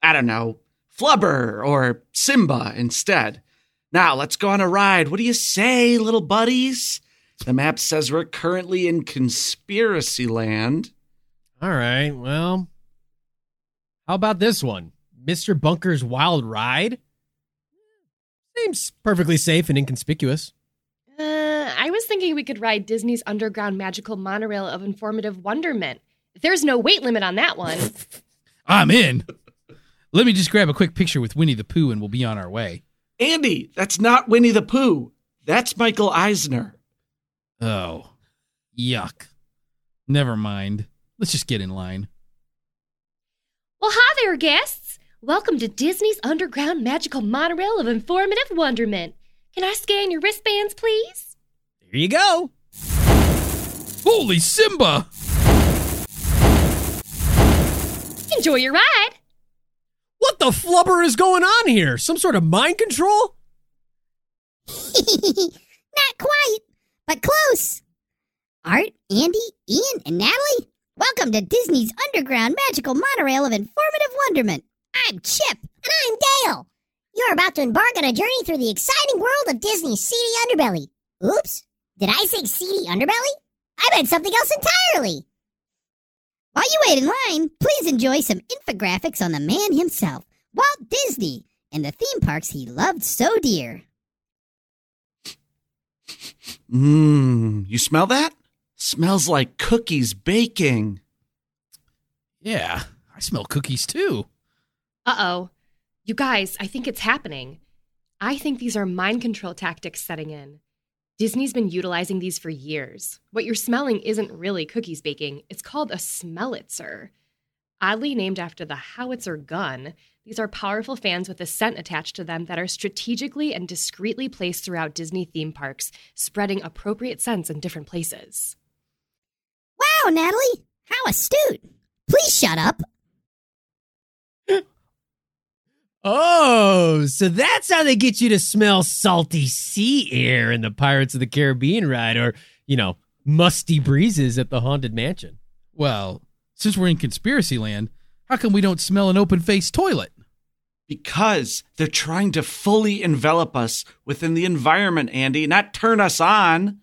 [SPEAKER 2] I don't know, Flubber or Simba instead. Now, let's go on a ride. What do you say, little buddies? The map says we're currently in conspiracy land.
[SPEAKER 3] All right. Well, how about this one? Mr. Bunker's Wild Ride? Seems perfectly safe and inconspicuous.
[SPEAKER 5] Uh, I was thinking we could ride Disney's underground magical monorail of informative wonderment. There's no weight limit on that one.
[SPEAKER 4] I'm in. Let me just grab a quick picture with Winnie the Pooh and we'll be on our way.
[SPEAKER 2] Andy, that's not Winnie the Pooh. That's Michael Eisner.
[SPEAKER 4] Oh, yuck. Never mind. Let's just get in line.
[SPEAKER 5] well, hi there, guests. Welcome to Disney's underground magical monorail of informative wonderment. Can I scan your wristbands, please?
[SPEAKER 3] There you go.
[SPEAKER 4] Holy Simba!
[SPEAKER 5] Enjoy your ride.
[SPEAKER 3] What the flubber is going on here? Some sort of mind control?
[SPEAKER 6] Not quite, but close. Art, Andy, Ian, and Natalie, welcome to Disney's underground magical monorail of informative wonderment. I'm Chip. And I'm Dale. You're about to embark on a journey through the exciting world of Disney's seedy underbelly. Oops, did I say seedy underbelly? I meant something else entirely. While you wait in line, please enjoy some infographics on the man himself, Walt Disney, and the theme parks he loved so dear.
[SPEAKER 2] Mmm, you smell that? Smells like cookies baking.
[SPEAKER 4] Yeah, I smell cookies too.
[SPEAKER 5] Uh oh. You guys, I think it's happening. I think these are mind control tactics setting in. Disney's been utilizing these for years. What you're smelling isn't really cookies baking, it's called a smellitzer. Oddly named after the howitzer gun, these are powerful fans with a scent attached to them that are strategically and discreetly placed throughout Disney theme parks, spreading appropriate scents in different places.
[SPEAKER 6] Wow, Natalie, how astute. Please shut up.
[SPEAKER 3] Oh, so that's how they get you to smell salty sea air in the Pirates of the Caribbean ride or, you know, musty breezes at the Haunted Mansion.
[SPEAKER 4] Well, since we're in conspiracy land, how come we don't smell an open faced toilet?
[SPEAKER 2] Because they're trying to fully envelop us within the environment, Andy, not turn us on.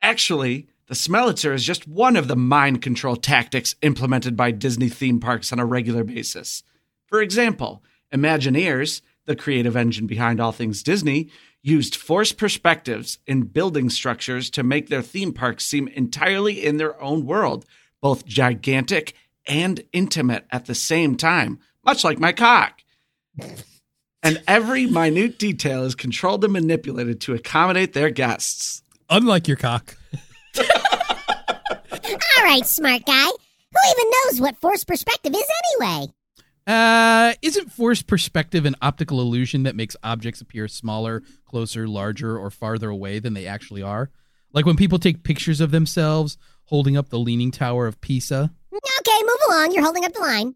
[SPEAKER 2] Actually, the Smellitzer is just one of the mind control tactics implemented by Disney theme parks on a regular basis. For example, Imagineers, the creative engine behind all things Disney, used forced perspectives in building structures to make their theme parks seem entirely in their own world, both gigantic and intimate at the same time, much like my cock. And every minute detail is controlled and manipulated to accommodate their guests.
[SPEAKER 4] Unlike your cock.
[SPEAKER 6] All right, smart guy. Who even knows what forced perspective is anyway?
[SPEAKER 4] Uh, isn't forced perspective an optical illusion that makes objects appear smaller, closer, larger, or farther away than they actually are? Like when people take pictures of themselves holding up the Leaning Tower of Pisa?
[SPEAKER 6] Okay, move along. You're holding up the line.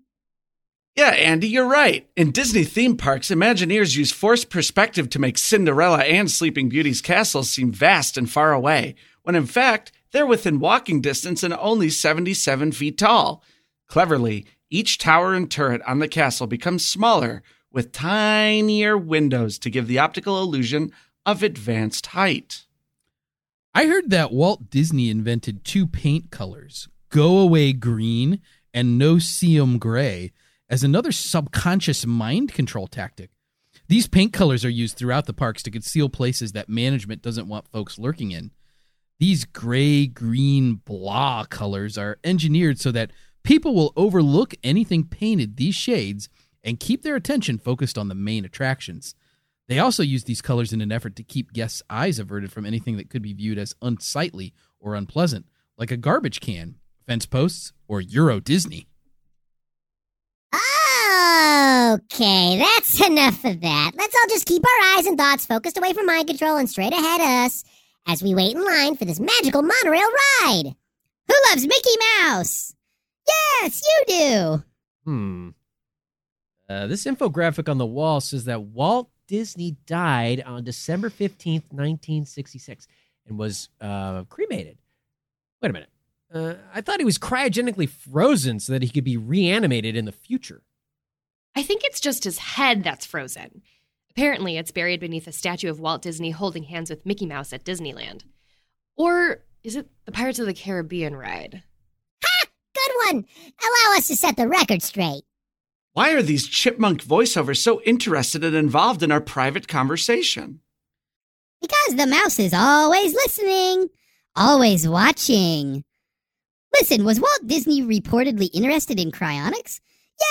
[SPEAKER 2] Yeah, Andy, you're right. In Disney theme parks, Imagineers use forced perspective to make Cinderella and Sleeping Beauty's castles seem vast and far away, when in fact, they're within walking distance and only 77 feet tall. Cleverly, each tower and turret on the castle becomes smaller, with tinier windows to give the optical illusion of advanced height.
[SPEAKER 4] I heard that Walt Disney invented two paint colors, go away green and no seum gray, as another subconscious mind control tactic. These paint colors are used throughout the parks to conceal places that management doesn't want folks lurking in. These gray, green, blah colors are engineered so that people will overlook anything painted these shades and keep their attention focused on the main attractions. They also use these colors in an effort to keep guests' eyes averted from anything that could be viewed as unsightly or unpleasant, like a garbage can, fence posts, or Euro Disney.
[SPEAKER 6] Okay, that's enough of that. Let's all just keep our eyes and thoughts focused away from mind control and straight ahead us as we wait in line for this magical monorail ride. Who loves Mickey Mouse? Yes, you do.
[SPEAKER 3] Hmm. Uh, this infographic on the wall says that Walt Disney died on December 15th, 1966, and was uh, cremated. Wait a minute. Uh, I thought he was cryogenically frozen so that he could be reanimated in the future.
[SPEAKER 5] I think it's just his head that's frozen. Apparently, it's buried beneath a statue of Walt Disney holding hands with Mickey Mouse at Disneyland. Or is it the Pirates of the Caribbean ride?
[SPEAKER 6] Good one. Allow us to set the record straight.
[SPEAKER 2] Why are these chipmunk voiceovers so interested and involved in our private conversation?
[SPEAKER 6] Because the mouse is always listening, always watching. Listen, was Walt Disney reportedly interested in cryonics?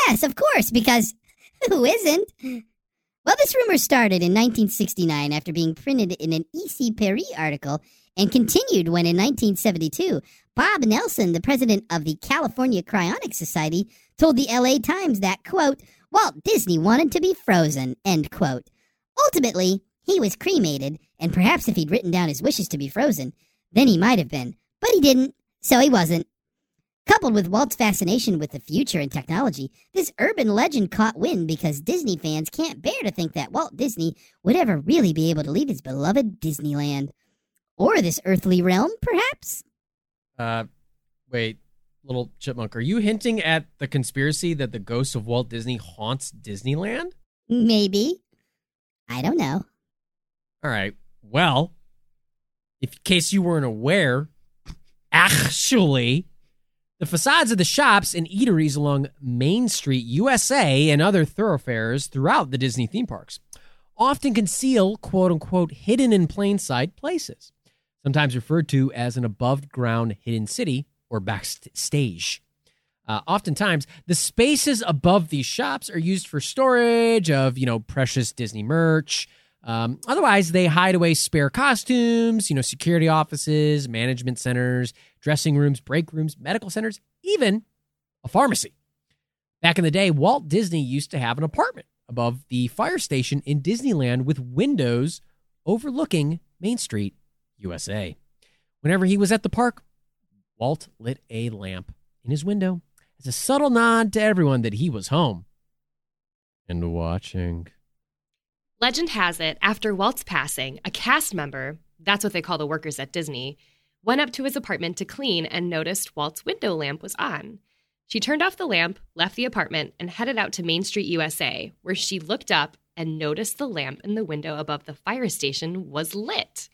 [SPEAKER 6] Yes, of course, because who isn't? Well, this rumor started in 1969 after being printed in an EC Paris article and continued when in 1972, Bob Nelson, the president of the California Cryonics Society, told the LA Times that, quote, Walt Disney wanted to be frozen, end quote. Ultimately, he was cremated, and perhaps if he'd written down his wishes to be frozen, then he might have been. But he didn't, so he wasn't. Coupled with Walt's fascination with the future and technology, this urban legend caught wind because Disney fans can't bear to think that Walt Disney would ever really be able to leave his beloved Disneyland. Or this earthly realm, perhaps?
[SPEAKER 3] Uh, wait, little chipmunk, are you hinting at the conspiracy that the ghost of Walt Disney haunts Disneyland?
[SPEAKER 6] Maybe. I don't know.
[SPEAKER 3] All right. Well, if in case you weren't aware, actually, the facades of the shops and eateries along Main Street, USA, and other thoroughfares throughout the Disney theme parks often conceal quote unquote hidden in plain sight places sometimes referred to as an above ground hidden city or backstage. Uh, oftentimes, the spaces above these shops are used for storage of, you know, precious Disney merch. Um, otherwise, they hide away spare costumes, you know, security offices, management centers, dressing rooms, break rooms, medical centers, even a pharmacy. Back in the day, Walt Disney used to have an apartment above the fire station in Disneyland with windows overlooking Main Street, USA. Whenever he was at the park, Walt lit a lamp in his window as a subtle nod to everyone that he was home and watching.
[SPEAKER 5] Legend has it, after Walt's passing, a cast member, that's what they call the workers at Disney, went up to his apartment to clean and noticed Walt's window lamp was on. She turned off the lamp, left the apartment, and headed out to Main Street, USA, where she looked up and noticed the lamp in the window above the fire station was lit.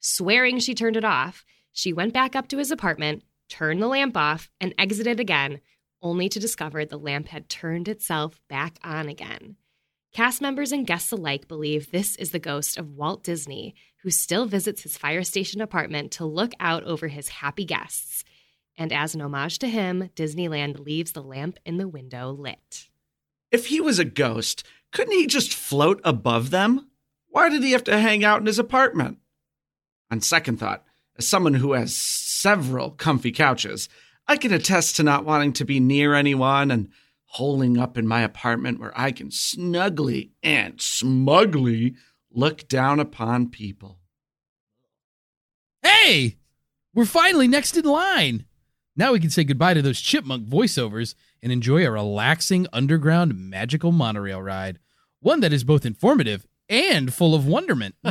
[SPEAKER 5] Swearing she turned it off, she went back up to his apartment, turned the lamp off, and exited again, only to discover the lamp had turned itself back on again. Cast members and guests alike believe this is the ghost of Walt Disney, who still visits his fire station apartment to look out over his happy guests. And as an homage to him, Disneyland leaves the lamp in the window lit.
[SPEAKER 2] If he was a ghost, couldn't he just float above them? Why did he have to hang out in his apartment? On second thought, as someone who has several comfy couches, I can attest to not wanting to be near anyone and holing up in my apartment where I can snugly and smugly look down upon people.
[SPEAKER 4] Hey, we're finally next in line. Now we can say goodbye to those chipmunk voiceovers and enjoy a relaxing underground magical monorail ride. One that is both informative and full of wonderment.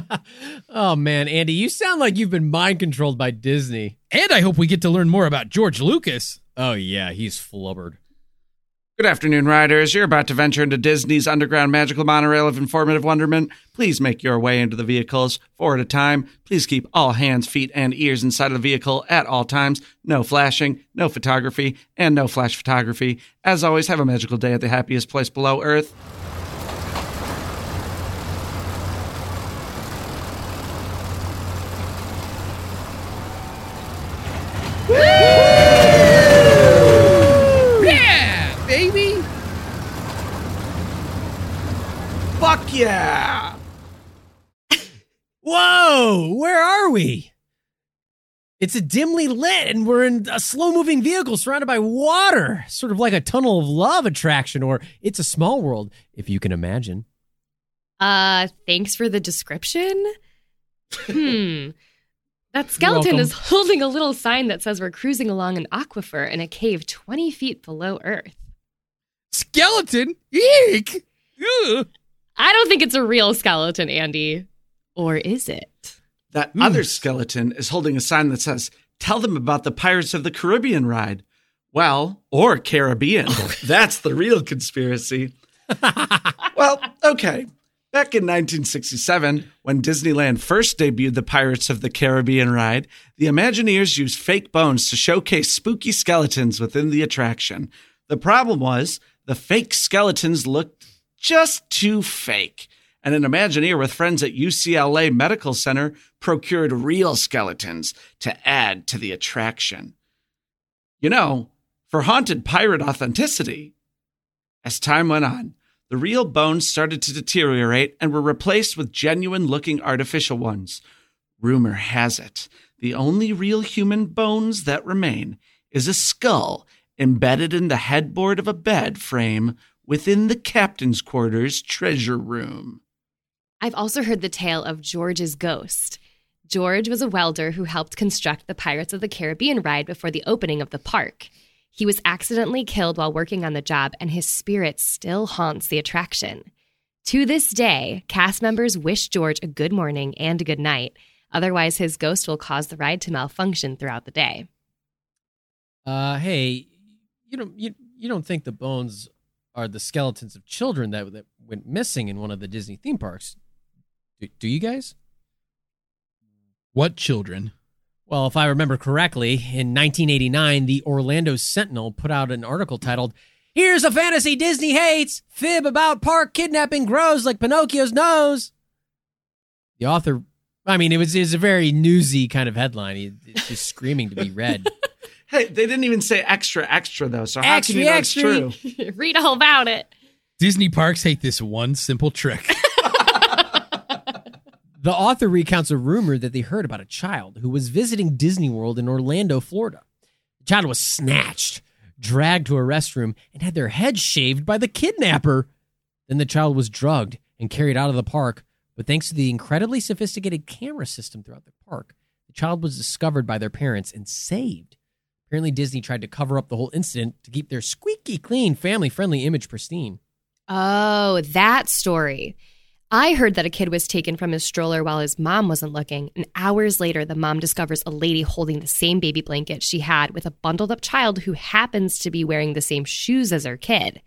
[SPEAKER 3] Oh man, Andy, you sound like you've been mind controlled by Disney.
[SPEAKER 4] and I hope we get to learn more about George Lucas.
[SPEAKER 3] Oh yeah, he's flubbered.
[SPEAKER 2] Good afternoon, riders. You're about to venture into Disney's underground magical monorail of informative wonderment. Please make your way into the vehicles four at a time. Please keep all hands, feet, and ears inside of the vehicle at all times. No flashing, no photography, and no flash photography. As always, have a magical day at the happiest place below Earth.
[SPEAKER 4] Yeah, baby.
[SPEAKER 2] Fuck yeah!
[SPEAKER 3] Whoa, where are we? It's a dimly lit, and we're in a slow moving vehicle surrounded by water, sort of like a tunnel of love attraction, or it's a small world, if you can imagine.
[SPEAKER 5] Uh, thanks for the description. Hmm. That skeleton
[SPEAKER 3] welcome.
[SPEAKER 5] is holding a little sign that says we're cruising along an aquifer in a cave 20 feet below Earth.
[SPEAKER 4] Skeleton. Eek. Ugh.
[SPEAKER 5] I don't think it's a real skeleton, Andy. Or is it?
[SPEAKER 2] That other skeleton is holding a sign that says, Tell them about the Pirates of the Caribbean ride. Well, or Caribbean. That's the real conspiracy. well, okay. Back in 1967, when Disneyland first debuted the Pirates of the Caribbean ride, the Imagineers used fake bones to showcase spooky skeletons within the attraction. The problem was the fake skeletons looked just too fake. And an Imagineer with friends at UCLA Medical Center procured real skeletons to add to the attraction. You know, for haunted pirate authenticity, as time went on, the real bones started to deteriorate and were replaced with genuine looking artificial ones. Rumor has it the only real human bones that remain is a skull embedded in the headboard of a bed frame within the captain's quarters treasure room.
[SPEAKER 5] I've also heard the tale of George's ghost. George was a welder who helped construct the Pirates of the Caribbean ride before the opening of the park. He was accidentally killed while working on the job, and his spirit still haunts the attraction. To this day, cast members wish George a good morning and a good night. Otherwise, his ghost will cause the ride to malfunction throughout the day.
[SPEAKER 3] Uh, hey, you don't you, you don't think the bones are the skeletons of children that that went missing in one of the Disney theme parks? Do, do you guys?
[SPEAKER 4] What children?
[SPEAKER 3] Well, if I remember correctly, in 1989, the Orlando Sentinel put out an article titled "Here's a fantasy Disney hates: Fib about park kidnapping grows like Pinocchio's nose." The author I mean, it was, it was a very newsy kind of headline. He- It's just screaming to be read.
[SPEAKER 2] Hey, they didn't even say extra, extra though. So how can
[SPEAKER 3] Extra,
[SPEAKER 2] you know it's
[SPEAKER 3] extra.
[SPEAKER 2] true?
[SPEAKER 5] Read all about it.
[SPEAKER 4] Disney parks hate this one simple trick.
[SPEAKER 3] The author recounts a rumor that they heard about a child who was visiting Disney World in Orlando, Florida. The child was snatched, dragged to a restroom, and had their head shaved by the kidnapper. Then the child was drugged and carried out of the park, but thanks to the incredibly sophisticated camera system throughout the park, the child was discovered by their parents and saved. Apparently, Disney tried to cover up the whole incident to keep their squeaky clean, family friendly image pristine.
[SPEAKER 5] Oh, that story. I heard that a kid was taken from his stroller while his mom wasn't looking, and hours later, the mom discovers a lady holding the same baby blanket she had with a bundled up child who happens to be wearing the same shoes as her kid.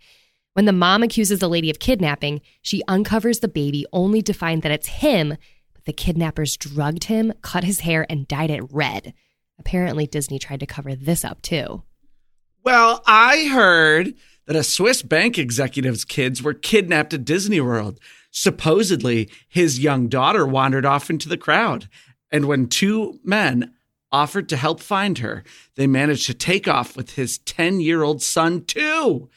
[SPEAKER 5] When the mom accuses the lady of kidnapping, she uncovers the baby only to find that it's him, but the kidnappers drugged him, cut his hair, and dyed it red. Apparently, Disney tried to cover this up too.
[SPEAKER 2] Well, I heard that a Swiss bank executive's kids were kidnapped at Disney World. Supposedly, his young daughter wandered off into the crowd. And when two men offered to help find her, they managed to take off with his 10 year old son, too.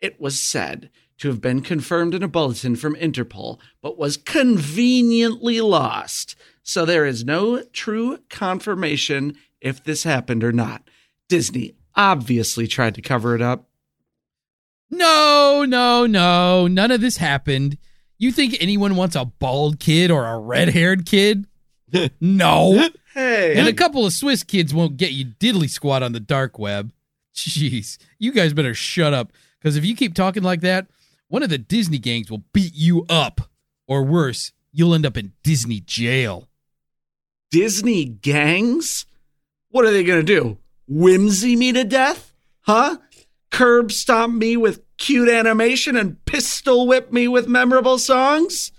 [SPEAKER 2] It was said to have been confirmed in a bulletin from Interpol, but was conveniently lost. So there is no true confirmation if this happened or not. Disney obviously tried to cover it up.
[SPEAKER 4] no, no, no. None of this happened. You think anyone wants a bald kid or a red haired kid? no. And a
[SPEAKER 2] Hey,
[SPEAKER 4] couple of Swiss kids won't get you diddly squat on the dark web. Jeez, you guys better shut up. Because if you keep talking like that, one of the Disney gangs will beat you up. Or worse, you'll end up in Disney jail.
[SPEAKER 2] Disney gangs? What are they going to do? Whimsy me to death? Huh? Curb stomp me with cute animation and pistol whip me with memorable songs?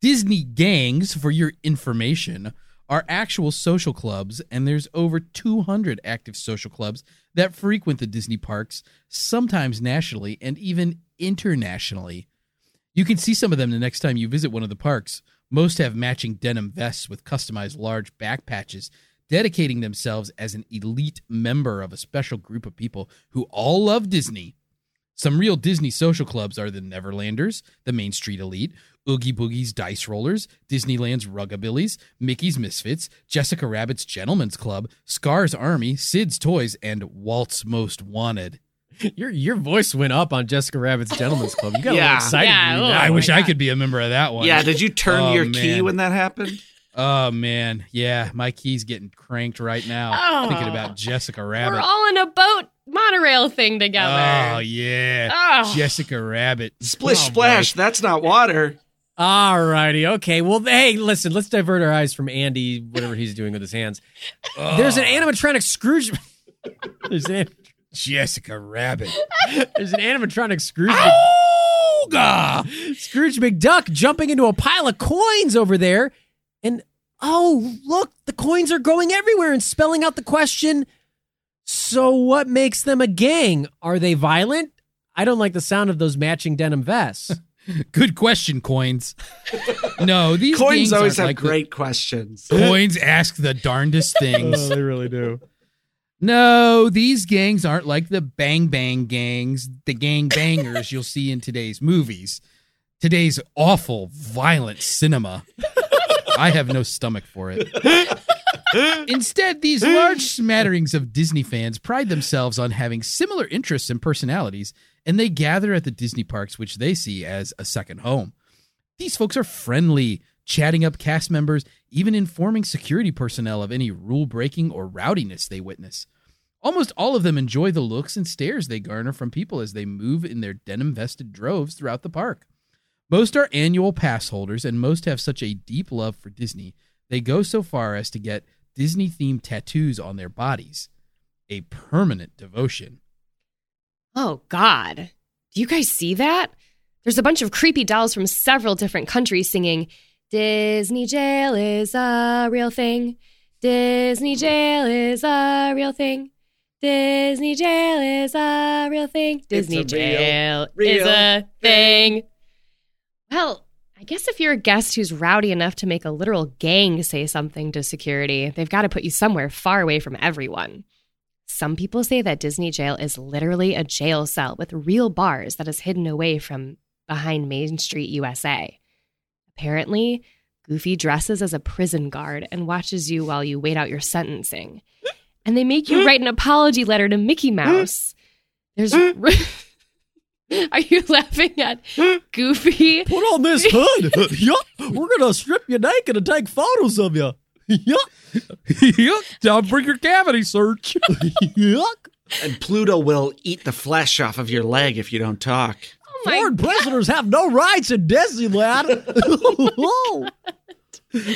[SPEAKER 4] Disney gangs, for your information, are actual social clubs, and there's over 200 active social clubs that frequent the Disney parks, sometimes nationally and even internationally. You can see some of them the next time you visit one of the parks. Most have matching denim vests with customized large back patches, dedicating themselves as an elite member of a special group of people who all love Disney. Some real Disney social clubs are the Neverlanders, the Main Street Elite, Oogie Boogie's Dice Rollers, Disneyland's Rugabillies, Mickey's Misfits, Jessica Rabbit's Gentlemen's Club, Scar's Army, Sid's Toys, and Walt's Most Wanted.
[SPEAKER 3] Your your voice went up on Jessica Rabbit's Gentleman's Club. You got a
[SPEAKER 2] Yeah.
[SPEAKER 3] little excited.
[SPEAKER 5] Yeah,
[SPEAKER 3] reading
[SPEAKER 5] oh.
[SPEAKER 3] that.
[SPEAKER 4] I wish
[SPEAKER 5] my
[SPEAKER 4] I
[SPEAKER 5] God.
[SPEAKER 4] could be a member of that one.
[SPEAKER 2] Yeah, did you turn
[SPEAKER 4] Oh,
[SPEAKER 2] your key
[SPEAKER 4] man.
[SPEAKER 2] when that happened?
[SPEAKER 4] Oh man, yeah, my key's getting cranked right now
[SPEAKER 5] Oh.
[SPEAKER 4] thinking about Jessica
[SPEAKER 5] We're
[SPEAKER 4] Rabbit.
[SPEAKER 5] all in a boat monorail thing
[SPEAKER 4] oh
[SPEAKER 5] together.
[SPEAKER 4] yeah,
[SPEAKER 5] Oh.
[SPEAKER 4] Jessica Rabbit.
[SPEAKER 2] Splish
[SPEAKER 4] Oh, boy.
[SPEAKER 2] splash, that's not water.
[SPEAKER 3] All righty. Okay. Well, hey, listen, let's divert our eyes from Andy, whatever he's doing with his hands.
[SPEAKER 4] Oh,
[SPEAKER 3] There's an animatronic Scrooge. there's, an,
[SPEAKER 4] Jessica Rabbit.
[SPEAKER 3] there's an animatronic Scrooge.
[SPEAKER 4] Ooga!
[SPEAKER 3] Scrooge McDuck jumping into a pile of coins over there. And oh, look, the coins are going everywhere and spelling out the question. So, what makes them a gang? Are they violent? I don't like the sound of those matching denim vests.
[SPEAKER 4] Good question, coins. No, these
[SPEAKER 2] Coins
[SPEAKER 4] games
[SPEAKER 2] always have
[SPEAKER 4] aren't like the-
[SPEAKER 2] great questions. Oh,
[SPEAKER 4] coins ask the darndest things.
[SPEAKER 3] Oh, they really do.
[SPEAKER 4] No, these gangs aren't like the bang bang gangs, the gang bangers you'll see in today's movies. Today's awful, violent cinema. I have no stomach for it. Instead, these large smatterings of Disney fans pride themselves on having similar interests and personalities, and they gather at the Disney parks, which they see as a second home. These folks are friendly, chatting up cast members, even informing security personnel of any rule breaking or rowdiness they witness. Almost all of them enjoy the looks and stares they garner from people as they move in their denim vested droves throughout the park. Most are annual pass holders, and most have such a deep love for Disney, they go so far as to get Disney themed tattoos on their bodies. A permanent devotion.
[SPEAKER 5] Oh, God. Do you guys see that? There's a bunch of creepy dolls from several different countries singing, Disney jail is a real thing. Disney jail is a real thing. Disney jail is a real thing. Disney
[SPEAKER 2] a real-
[SPEAKER 5] jail
[SPEAKER 2] real
[SPEAKER 5] is a thing. Well, I guess if you're a guest who's rowdy enough to make a literal gang say something to security, they've got to put you somewhere far away from everyone. Some people say that Disney jail is literally a jail cell with real bars that is hidden away from behind Main Street, USA. Apparently, Goofy dresses as a prison guard and watches you while you wait out your sentencing. And they make you write an apology letter to Mickey Mouse. There's. Are you laughing at Goofy?
[SPEAKER 7] Put on this hood. yup. We're gonna strip you naked and take photos of you. Yup.
[SPEAKER 4] Yup. Don't bring your cavity search.
[SPEAKER 7] Yuck.
[SPEAKER 2] And Pluto will eat the flesh off of your leg if you don't talk.
[SPEAKER 5] Oh my
[SPEAKER 7] Foreign prisoners have no rights in Disneyland.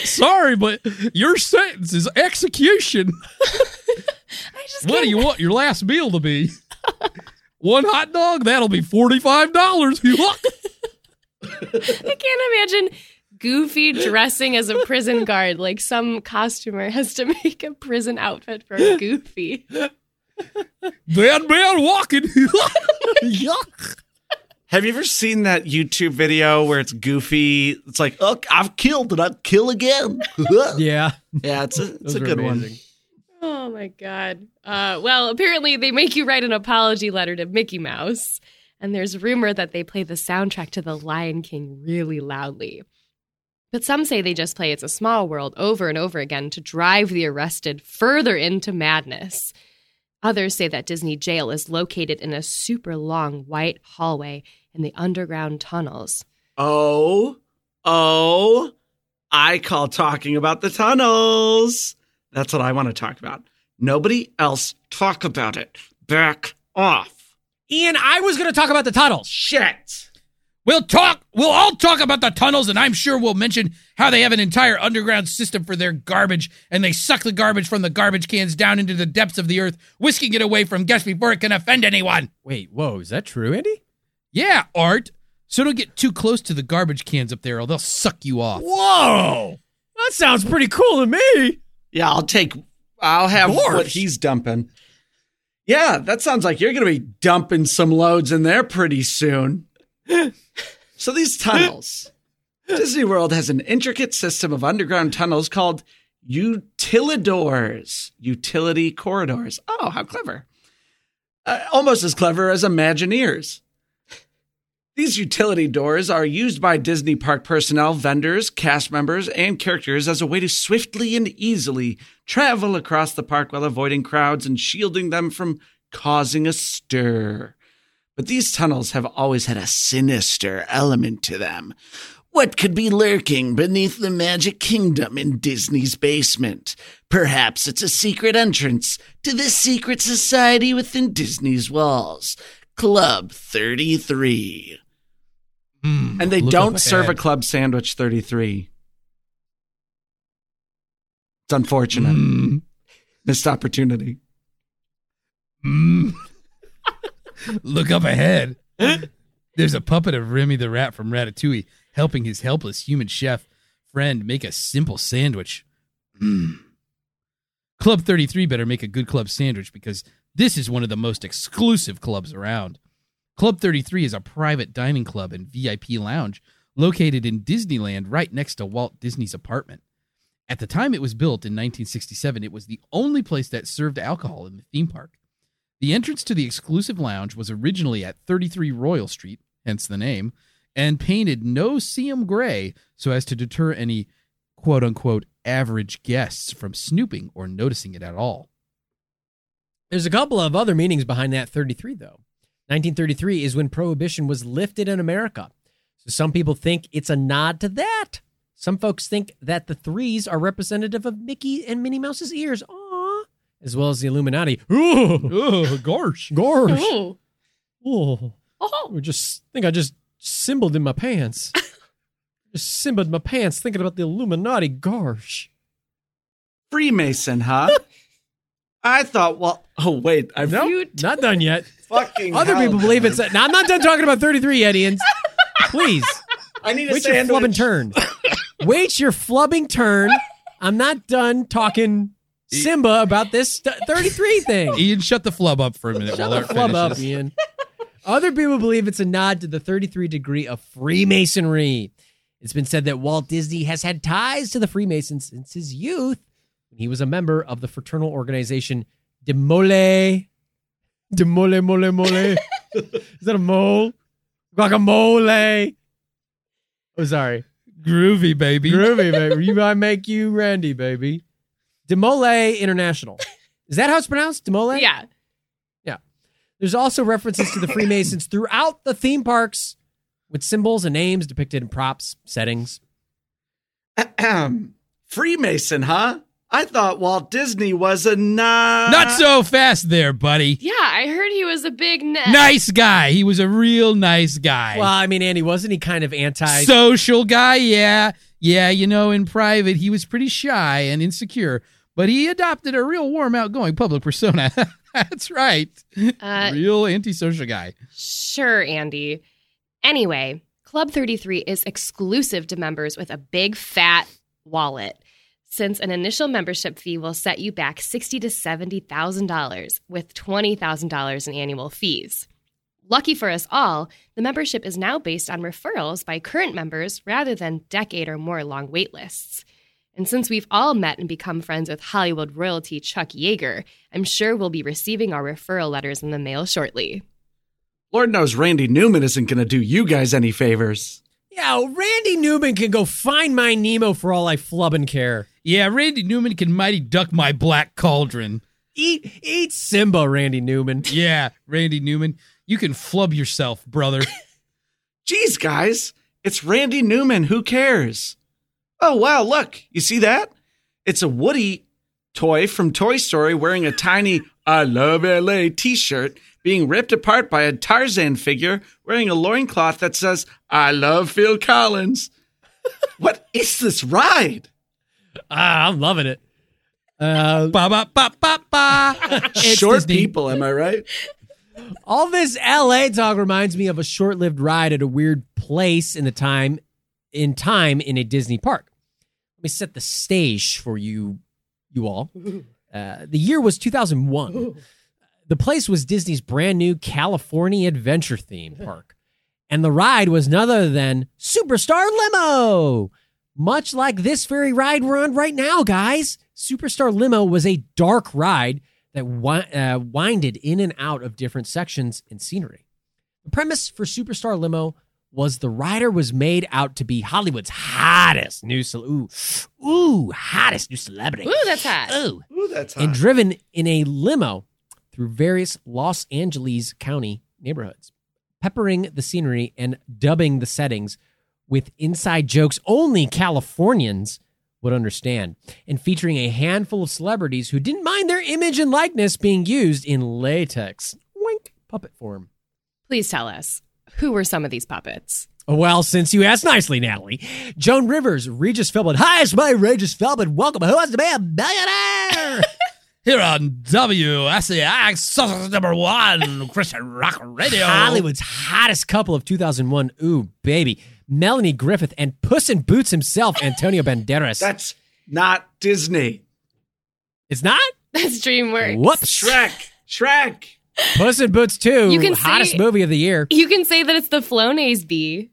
[SPEAKER 4] Sorry, but your sentence is execution.
[SPEAKER 5] I just
[SPEAKER 4] What do
[SPEAKER 5] can't-
[SPEAKER 4] you want your last meal to be? One hot dog? That'll be $45.
[SPEAKER 5] I can't imagine Goofy dressing as a prison guard. Like some costumer has to make a prison outfit for Goofy.
[SPEAKER 4] Dead man walking.
[SPEAKER 7] Yuck.
[SPEAKER 2] Have you ever seen that YouTube video where it's Goofy? It's like, look, I've killed and I'll kill again.
[SPEAKER 7] Yeah.
[SPEAKER 2] yeah, it's a, it's
[SPEAKER 4] Those
[SPEAKER 2] a
[SPEAKER 4] are
[SPEAKER 2] good
[SPEAKER 4] amazing.
[SPEAKER 5] Oh my god. Uh, well, apparently they make you write an apology letter to Mickey Mouse, and there's rumor that they play the soundtrack to The Lion King really loudly. But some say they just play It's a Small World over and over again to drive the arrested further into madness. Others say that Disney jail is located in a super long white hallway in the underground tunnels.
[SPEAKER 2] one. Oh, oh, I call talking about the tunnels. That's what I want to talk about. Nobody else talk about it. Back off.
[SPEAKER 3] Ian, I was going to talk about the tunnels.
[SPEAKER 2] Shit.
[SPEAKER 4] We'll talk. We'll all talk about the tunnels, and I'm sure we'll mention how they have an entire underground system for their garbage, and they suck the garbage from the garbage cans down into the depths of the earth, whisking it away from guests before it can offend anyone.
[SPEAKER 7] Wait, whoa, is that true, Andy?
[SPEAKER 4] Yeah, Art. So don't get too close to the garbage cans up there, or they'll suck you off.
[SPEAKER 7] Whoa. That sounds pretty cool to me.
[SPEAKER 2] Yeah, I'll take. I'll have what
[SPEAKER 7] Dwarfs.
[SPEAKER 2] he's dumping. Yeah, that sounds like you're going to be dumping some loads in there pretty soon. so these tunnels, Disney World has an intricate system of underground tunnels called utilidors, utility corridors. Oh, how clever! Uh, almost as clever as Imagineers. These utility doors are used by Disney park personnel, vendors, cast members, and characters as a way to swiftly and easily travel across the park while avoiding crowds and shielding them from causing a stir. But these tunnels have always had a sinister element to them. What could be lurking beneath the Magic Kingdom in Disney's basement? Perhaps it's a secret entrance to the secret society within Disney's walls. Club 33.
[SPEAKER 4] Mm,
[SPEAKER 2] And they
[SPEAKER 4] look
[SPEAKER 2] don't
[SPEAKER 4] up
[SPEAKER 2] serve a
[SPEAKER 4] ahead.
[SPEAKER 2] club sandwich 33. It's unfortunate.
[SPEAKER 4] Mm,
[SPEAKER 2] Missed opportunity.
[SPEAKER 4] mm. look up ahead. There's a puppet of Remy the Rat from Ratatouille helping his helpless human chef friend make a simple sandwich. Mm. Club 33 better make a good club sandwich because this is one of the most exclusive clubs around. Club 33 is a private dining club and VIP lounge located in Disneyland right next to Walt Disney's apartment. At the time it was built in 1967, it was the only place that served alcohol in the theme park. The entrance to the exclusive lounge was originally at 33 Royal Street, hence the name, and painted no seam gray so as to deter any quote unquote average guests from snooping or noticing it at all.
[SPEAKER 3] There's a couple of other meanings behind that 33, though. 1933 is when prohibition was lifted in America. So some people think it's a nod to that. Some folks think that the threes are representative of Mickey and Minnie Mouse's ears. Aww. As well as the Illuminati. Ooh,
[SPEAKER 4] Oh, gosh.
[SPEAKER 3] gorge.
[SPEAKER 5] Ooh.
[SPEAKER 3] Ooh.
[SPEAKER 5] Oh.
[SPEAKER 3] I just think I just symboled in my pants. just symboled my pants thinking about the Illuminati. Gosh.
[SPEAKER 2] Freemason, huh? I thought, well, oh, wait. I've
[SPEAKER 5] You
[SPEAKER 3] Not done yet.
[SPEAKER 2] fucking.
[SPEAKER 3] Other people believe it's. Now, I'm not done talking about 33 yet, Ian. Please.
[SPEAKER 2] I need
[SPEAKER 3] Wait your flubbing turn. Wait your flubbing turn. I'm not done talking Simba about this st- 33 thing.
[SPEAKER 4] Ian, shut the flub up for a minute
[SPEAKER 3] Shut
[SPEAKER 4] while
[SPEAKER 3] the
[SPEAKER 4] Art
[SPEAKER 3] flub up,
[SPEAKER 4] finishes.
[SPEAKER 3] Ian. Other people believe it's a nod to the 33 degree of Freemasonry. It's been said that Walt Disney has had ties to the Freemasons since his youth when he was a member of the fraternal organization De Mole. De Mole, Mole, Mole. Is that a mole? Guacamole. Oh, sorry.
[SPEAKER 4] Groovy, baby.
[SPEAKER 3] Groovy, baby. You, I make you Randy, baby. Demole International. Is that how it's pronounced? Demole?
[SPEAKER 5] Yeah.
[SPEAKER 3] There's also references to the Freemasons throughout the theme parks with symbols and names depicted in props, settings.
[SPEAKER 2] Ahem. Freemason, huh? I thought Walt Disney was a nah.
[SPEAKER 4] Not so fast there, buddy.
[SPEAKER 5] Yeah, I heard he was a big net.
[SPEAKER 4] Nice guy. He was a real nice guy.
[SPEAKER 3] Well, I mean, Andy, wasn't he kind of anti?
[SPEAKER 4] Social guy, yeah. Yeah, you know, in private, he was pretty shy and insecure, but he adopted a real warm, outgoing public persona. That's right.
[SPEAKER 5] Uh,
[SPEAKER 4] real antisocial guy.
[SPEAKER 5] Sure, Andy. Anyway, Club 33 is exclusive to members with a big fat wallet. Since an initial membership fee will set you back sixty to seventy thousand dollars, with twenty thousand dollars in annual fees. Lucky for us all, the membership is now based on referrals by current members rather than decade or more long waitlists. And since we've all met and become friends with Hollywood royalty Chuck Yeager, I'm sure we'll be receiving our referral letters in the mail shortly.
[SPEAKER 2] Lord knows Randy Newman isn't going to do you guys any favors.
[SPEAKER 3] Yeah, Randy Newman can go find my Nemo for all I flub and care.
[SPEAKER 4] Yeah, Randy Newman can mighty duck my black cauldron.
[SPEAKER 3] Eat, eat Simba, Randy Newman.
[SPEAKER 4] Yeah, Randy Newman, you can flub yourself, brother.
[SPEAKER 2] Geez, guys, it's Randy Newman. Who cares? Oh, wow, look. You see that? It's a Woody toy from Toy Story wearing a tiny I Love LA t shirt being ripped apart by a Tarzan figure wearing a loincloth that says I Love Phil Collins. what is this ride?
[SPEAKER 3] Ah, I'm loving it. Uh,
[SPEAKER 4] ba ba ba ba ba. It's
[SPEAKER 2] Short
[SPEAKER 4] Disney.
[SPEAKER 2] people, am I right?
[SPEAKER 3] all this LA talk reminds me of a short-lived ride at a weird place in the time in time in a Disney park. Let me set the stage for you you all. Uh, the year was 2001. The place was Disney's brand new California Adventure theme park. And the ride was none other than Superstar Limo. Much like this very ride we're on right now, guys. Superstar Limo was a dark ride that wi- uh, winded in and out of different sections and scenery. The premise for Superstar Limo was the rider was made out to be Hollywood's hottest new cel- ooh, ooh, hottest new celebrity.
[SPEAKER 5] Ooh, that's hot.
[SPEAKER 3] Ooh.
[SPEAKER 2] Ooh, that's
[SPEAKER 3] And driven in a limo through various Los Angeles County neighborhoods, peppering the scenery and dubbing the settings with inside jokes only Californians would understand, and featuring a handful of celebrities who didn't mind their image and likeness being used in latex, wink, puppet form.
[SPEAKER 5] Please tell us who were some of these puppets?
[SPEAKER 3] Oh, Well, since you asked nicely, Natalie, Joan Rivers, Regis Philbin. Hi, it's my Regis Philbin. Welcome. Who wants to be a millionaire?
[SPEAKER 4] Here on WSEX, source number one, Christian Rock Radio.
[SPEAKER 3] Hollywood's hottest couple of 2001. Ooh, baby. Melanie Griffith and Puss in Boots himself, Antonio Banderas.
[SPEAKER 2] That's not Disney.
[SPEAKER 3] it's not?
[SPEAKER 5] That's DreamWorks.
[SPEAKER 3] Whoops.
[SPEAKER 2] Shrek, Shrek.
[SPEAKER 3] Puss in Boots 2,
[SPEAKER 5] You can
[SPEAKER 3] hottest
[SPEAKER 5] say-
[SPEAKER 3] movie of the year.
[SPEAKER 5] You can say that it's the Flonase bee.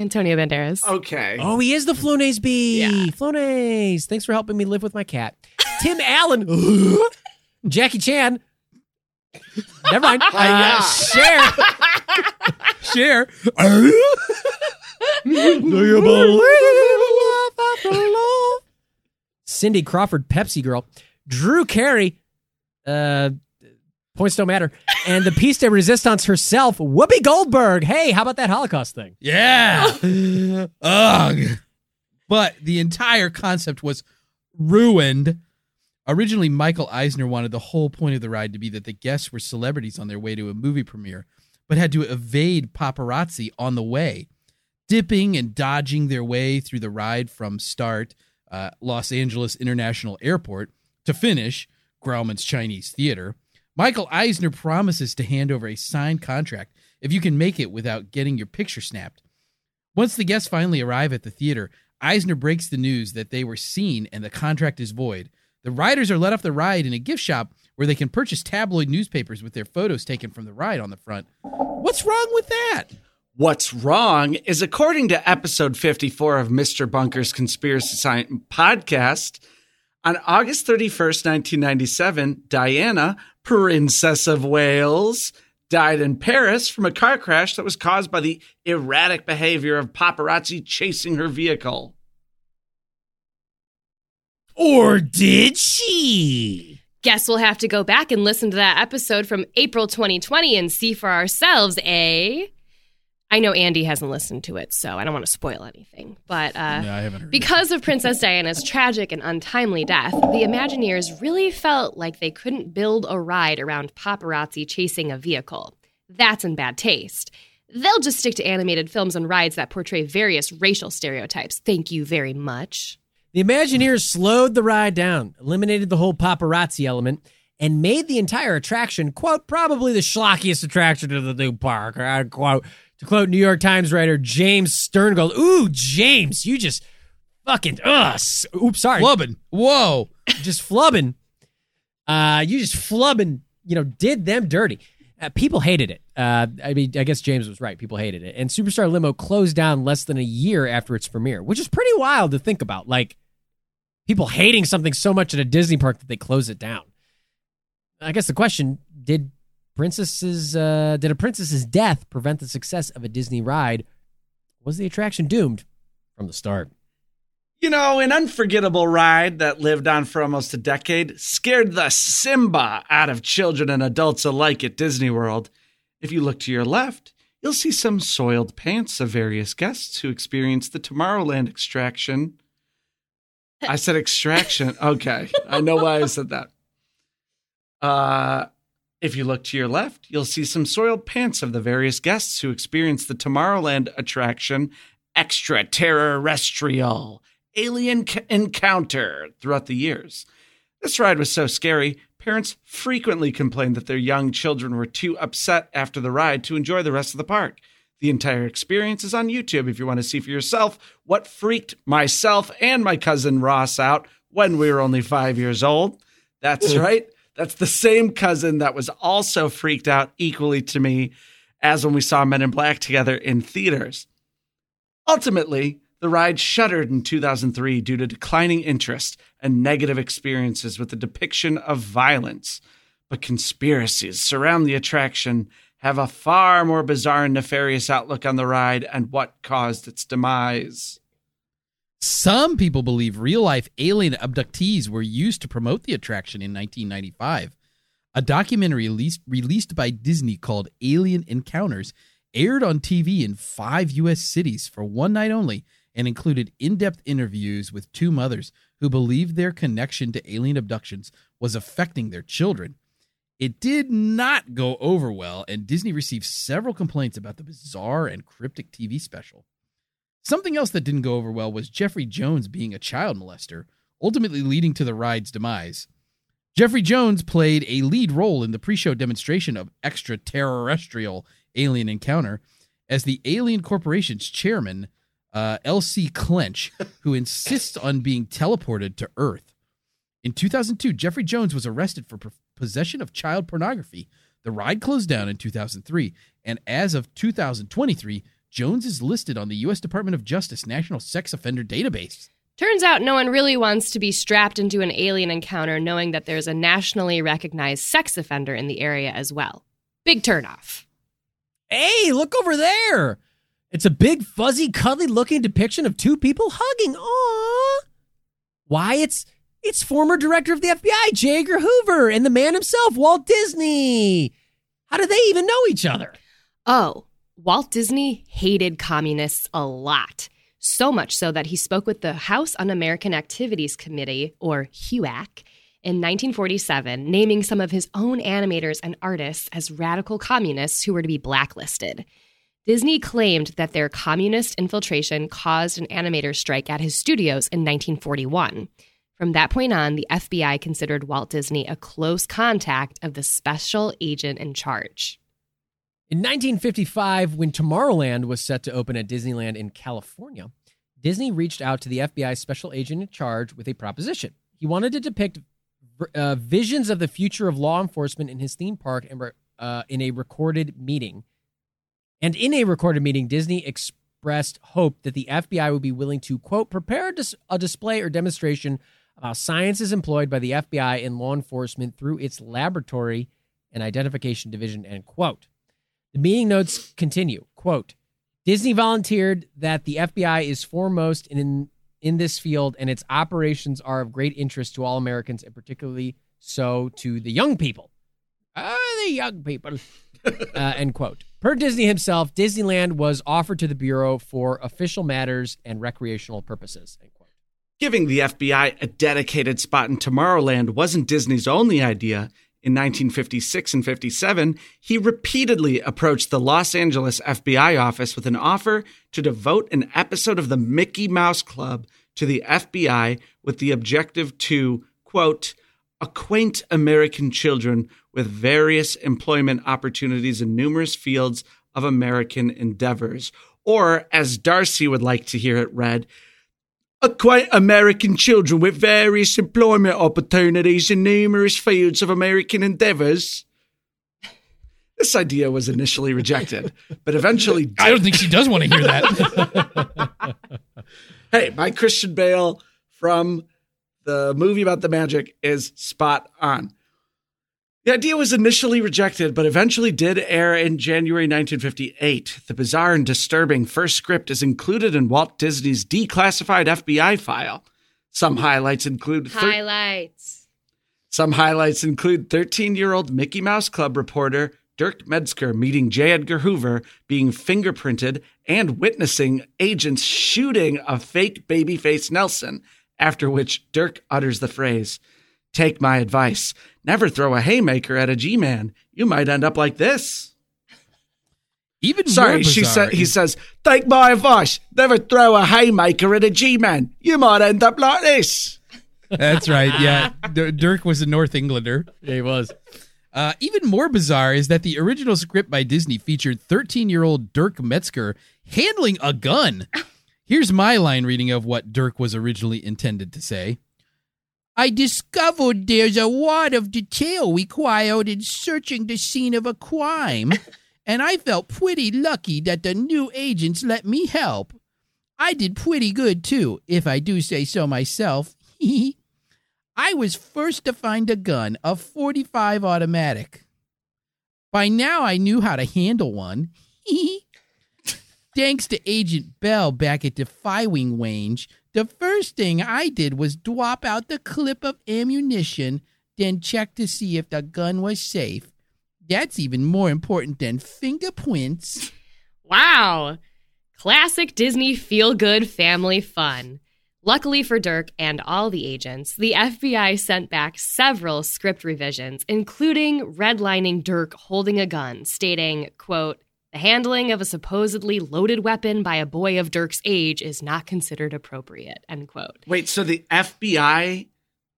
[SPEAKER 5] Antonio Banderas.
[SPEAKER 2] Okay.
[SPEAKER 3] Oh, he is the Flonase Bee.
[SPEAKER 5] Yeah.
[SPEAKER 3] Flonase. Thanks for helping me live with my cat. Tim Allen. Jackie Chan. Never mind.
[SPEAKER 2] yeah.
[SPEAKER 3] Cher. Cher. Cindy Crawford, Pepsi Girl. Drew Carey. Uh, points don't matter. And the piece de resistance herself, Whoopi Goldberg. Hey, how about that Holocaust thing?
[SPEAKER 4] Yeah. Ugh. But the entire concept was ruined. Originally, Michael Eisner wanted the whole point of the ride to be that the guests were celebrities on their way to a movie premiere, but had to evade paparazzi on the way, dipping and dodging their way through the ride from start, uh, Los Angeles International Airport, to finish, Grauman's Chinese Theater. Michael Eisner promises to hand over a signed contract if you can make it without getting your picture snapped. Once the guests finally arrive at the theater, Eisner breaks the news that they were seen and the contract is void. The riders are let off the ride in a gift shop where they can purchase tabloid newspapers with their photos taken from the ride on the front. What's wrong with that?
[SPEAKER 2] What's wrong is according to episode 54 of Mr. Bunker's Conspiracy Science podcast, on August 31st, 1997, Diana, Princess of Wales, died in Paris from a car crash that was caused by the erratic behavior of paparazzi chasing her vehicle.
[SPEAKER 7] Or did she?
[SPEAKER 5] Guess we'll have to go back and listen to that episode from April 2020 and see for ourselves, eh? I know Andy hasn't listened to it, so I don't want to spoil anything. But uh,
[SPEAKER 4] Yeah, I haven't heard. it.
[SPEAKER 5] because of Princess Diana's tragic and untimely death, the Imagineers really felt like they couldn't build a ride around paparazzi chasing a vehicle. That's in bad taste. They'll just stick to animated films and rides that portray various racial stereotypes. Thank you very much.
[SPEAKER 3] The Imagineers slowed the ride down, eliminated the whole paparazzi element, and made the entire attraction, quote, probably the schlockiest attraction of the new park, or unquote. To quote New York Times writer James Sterngold, ooh, James, you just fucking, ugh, s- oops, sorry,
[SPEAKER 4] Flubbing. Whoa.
[SPEAKER 3] just flubbing. Uh, you just flubbing, you know, did them dirty. Uh, people hated it. Uh, I mean, I guess James was right. People hated it. And Superstar Limo closed down less than a year after its premiere, which is pretty wild to think about. Like, people hating something so much at a Disney park that they close it down. I guess the question did princesses uh, did a princess's death prevent the success of a Disney ride? Was the attraction doomed from the start?
[SPEAKER 2] You know, an unforgettable ride that lived on for almost a decade scared the Simba out of children and adults alike at Disney World. If you look to your left, you'll see some soiled pants of various guests who experienced the Tomorrowland extraction. I said extraction. Okay. I know why I said that. Uh, if you look to your left, you'll see some soiled pants of the various guests who experienced the Tomorrowland attraction extraterrestrial alien c- encounter throughout the years. This ride was so scary, parents frequently complained that their young children were too upset after the ride to enjoy the rest of the park. The entire experience is on YouTube if you want to see for yourself what freaked myself and my cousin Ross out when we were only five years old. That's right. That's the same cousin that was also freaked out equally to me as when we saw Men in Black together in theaters. Ultimately, the ride shuttered in 2003 due to declining interest and negative experiences with the depiction of violence. But conspiracies surround the attraction have a far more bizarre and nefarious outlook on the ride and what caused its demise.
[SPEAKER 4] Some people believe real life alien abductees were used to promote the attraction in 1995. A documentary released, released by Disney called Alien Encounters aired on TV in five U.S. cities for one night only and included in depth interviews with two mothers who believed their connection to alien abductions was affecting their children. It did not go over well, and Disney received several complaints about the bizarre and cryptic TV special. Something else that didn't go over well was Jeffrey Jones being a child molester, ultimately leading to the ride's demise. Jeffrey Jones played a lead role in the pre show demonstration of extraterrestrial alien encounter as the Alien Corporation's chairman, uh, L.C. Clench, who insists on being teleported to Earth. In 2002, Jeffrey Jones was arrested for p- possession of child pornography. The ride closed down in 2003, and as of 2023, Jones is listed on the U.S. Department of Justice National Sex Offender Database.
[SPEAKER 5] Turns out no one really wants to be strapped into an alien encounter knowing that there's a nationally recognized sex offender in the area as well. Big turnoff.
[SPEAKER 3] Hey, look over there. It's a big, fuzzy, cuddly looking depiction of two people hugging. Aww. Why, it's it's former director of the FBI, J. Edgar Hoover, and the man himself, Walt Disney. How do they even know each other?
[SPEAKER 5] Oh, Walt Disney hated communists a lot. So much so that he spoke with the House Un American Activities Committee, or HUAC, in 1947, naming some of his own animators and artists as radical communists who were to be blacklisted. Disney claimed that their communist infiltration caused an animator strike at his studios in 1941. From that point on, the FBI considered Walt Disney a close contact of the special agent in charge.
[SPEAKER 3] In 1955, when Tomorrowland was set to open at Disneyland in California, Disney reached out to the FBI special agent in charge with a proposition. He wanted to depict uh, visions of the future of law enforcement in his theme park and, uh, in a recorded meeting. And in a recorded meeting, Disney expressed hope that the FBI would be willing to, quote, prepare a, dis- a display or demonstration of how science is employed by the FBI in law enforcement through its laboratory and identification division, end quote. The meeting notes continue, quote, Disney volunteered that the FBI is foremost in, in this field and its operations are of great interest to all Americans and particularly so to the young people. Oh, the young people. uh, end quote. Per Disney himself, Disneyland was offered to the Bureau for official matters and recreational purposes. End quote.
[SPEAKER 2] Giving the FBI a dedicated spot in Tomorrowland wasn't Disney's only idea. In 1956 and 57, he repeatedly approached the Los Angeles FBI office with an offer to devote an episode of the Mickey Mouse Club to the FBI with the objective to, quote, acquaint American children with various employment opportunities in numerous fields of American endeavors. Or, as Darcy would like to hear it read, acquaint American children with various employment opportunities in numerous fields of American endeavors. This idea was initially rejected, but eventually,
[SPEAKER 4] I don't think she does want to hear that.
[SPEAKER 2] hey, my Christian Bale from the movie about the magic is spot on. The idea was initially rejected, but eventually did air in January 1958. The bizarre and disturbing first script is included in Walt Disney's declassified FBI file. Some highlights include thir-
[SPEAKER 5] Highlights.
[SPEAKER 2] some highlights include 13 year old Mickey Mouse Club reporter Dirk Metzger meeting J. Edgar Hoover, being fingerprinted, and witnessing agents shooting a fake babyface Nelson. After which Dirk utters the phrase, Take my advice. Never throw a haymaker at a G man. You might end up like this.
[SPEAKER 4] Even more
[SPEAKER 2] Sorry, she
[SPEAKER 4] bizarre
[SPEAKER 2] said he says, Take my advice. Never throw a haymaker at a G man. You might end up like this.
[SPEAKER 4] That's right. Yeah, D- Dirk was a North Englander.
[SPEAKER 3] Yeah, he was.
[SPEAKER 4] Uh, even more bizarre is that the original script by Disney featured 13-year-old Dirk Metzger handling a gun. Here's my line reading of what Dirk was originally intended to say. I discovered there's a lot of detail required in searching the scene of a crime, and I felt pretty lucky that the new agents let me help. I did pretty good too, if I do say so myself. I was first to find a gun, a 45 automatic. By now I knew how to handle one. Thanks to Agent Bell back at the firing range, the first thing I did was drop out the clip of ammunition, then check to see if the gun was safe. That's even more important than fingerprints.
[SPEAKER 5] Wow. Classic Disney feel good family fun. Luckily for Dirk and all the agents, the FBI sent back several script revisions, including redlining Dirk holding a gun, stating, quote, the handling of a supposedly loaded weapon by a boy of Dirk's age is not considered appropriate, end quote.
[SPEAKER 2] Wait, so the FBI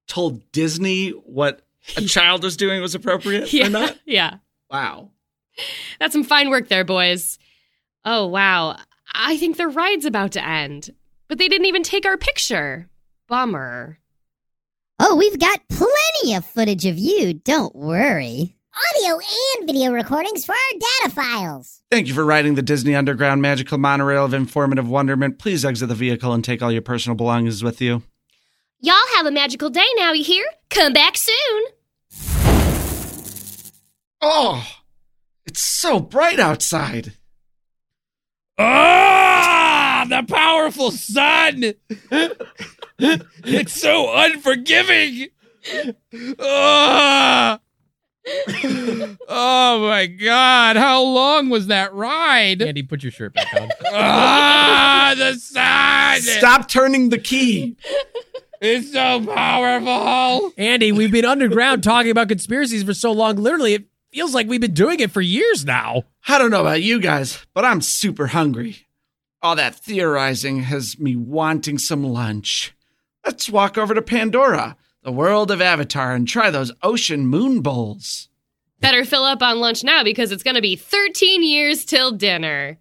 [SPEAKER 2] told Disney what a child was doing was appropriate or not?
[SPEAKER 5] yeah.
[SPEAKER 2] Wow.
[SPEAKER 5] That's some fine work there, boys. Oh, wow. I think their ride's about to end, but they didn't even take our picture. Bummer.
[SPEAKER 6] Oh, we've got plenty of footage of you. Don't worry. Audio and video recordings for our data files.
[SPEAKER 2] Thank you for riding the Disney Underground Magical Monorail of Informative Wonderment. Please exit the vehicle and take all your personal belongings with you.
[SPEAKER 5] Y'all have a magical day now, you hear? Come back soon.
[SPEAKER 2] Oh, it's so bright outside.
[SPEAKER 4] Ah, the powerful sun. it's so unforgiving. Ah. oh my god, how long was that ride?
[SPEAKER 3] Andy, put your shirt back on.
[SPEAKER 4] Ah, the sun.
[SPEAKER 2] Stop turning the key.
[SPEAKER 4] It's so powerful.
[SPEAKER 3] Andy, we've been underground talking about conspiracies for so long. Literally, it feels like we've been doing it for years now.
[SPEAKER 2] I don't know about you guys, but I'm super hungry. All that theorizing has me wanting some lunch. Let's walk over to Pandora, the world of Avatar, and try those ocean moon bowls.
[SPEAKER 5] Better fill up on lunch now because it's going to be 13 years till dinner.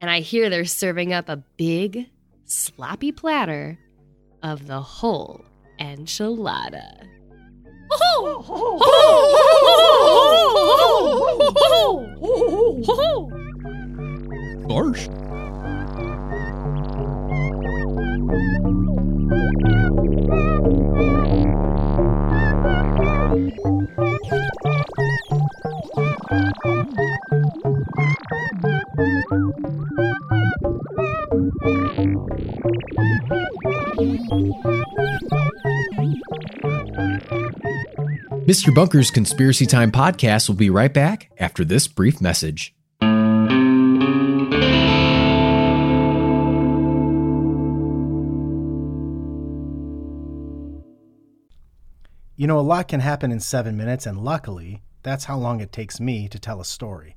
[SPEAKER 5] And I hear they're serving up a big, sloppy platter of the whole enchilada.
[SPEAKER 4] Marsh.
[SPEAKER 3] Mr. Bunker's Conspiracy Time podcast will be right back after this brief message.
[SPEAKER 8] You know, a lot can happen in seven minutes, and luckily, that's how long it takes me to tell a story.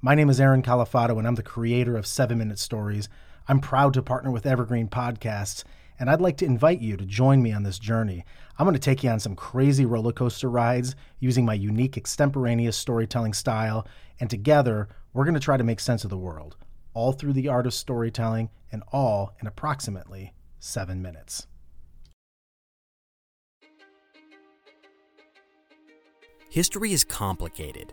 [SPEAKER 8] My name is Aaron Califato, and I'm the creator of Seven Minute Stories. I'm proud to partner with Evergreen Podcasts, and I'd like to invite you to join me on this journey. I'm going to take you on some crazy roller coaster rides using my unique extemporaneous storytelling style, and together, we're going to try to make sense of the world, all through the art of storytelling, and all in approximately seven minutes.
[SPEAKER 9] History is complicated.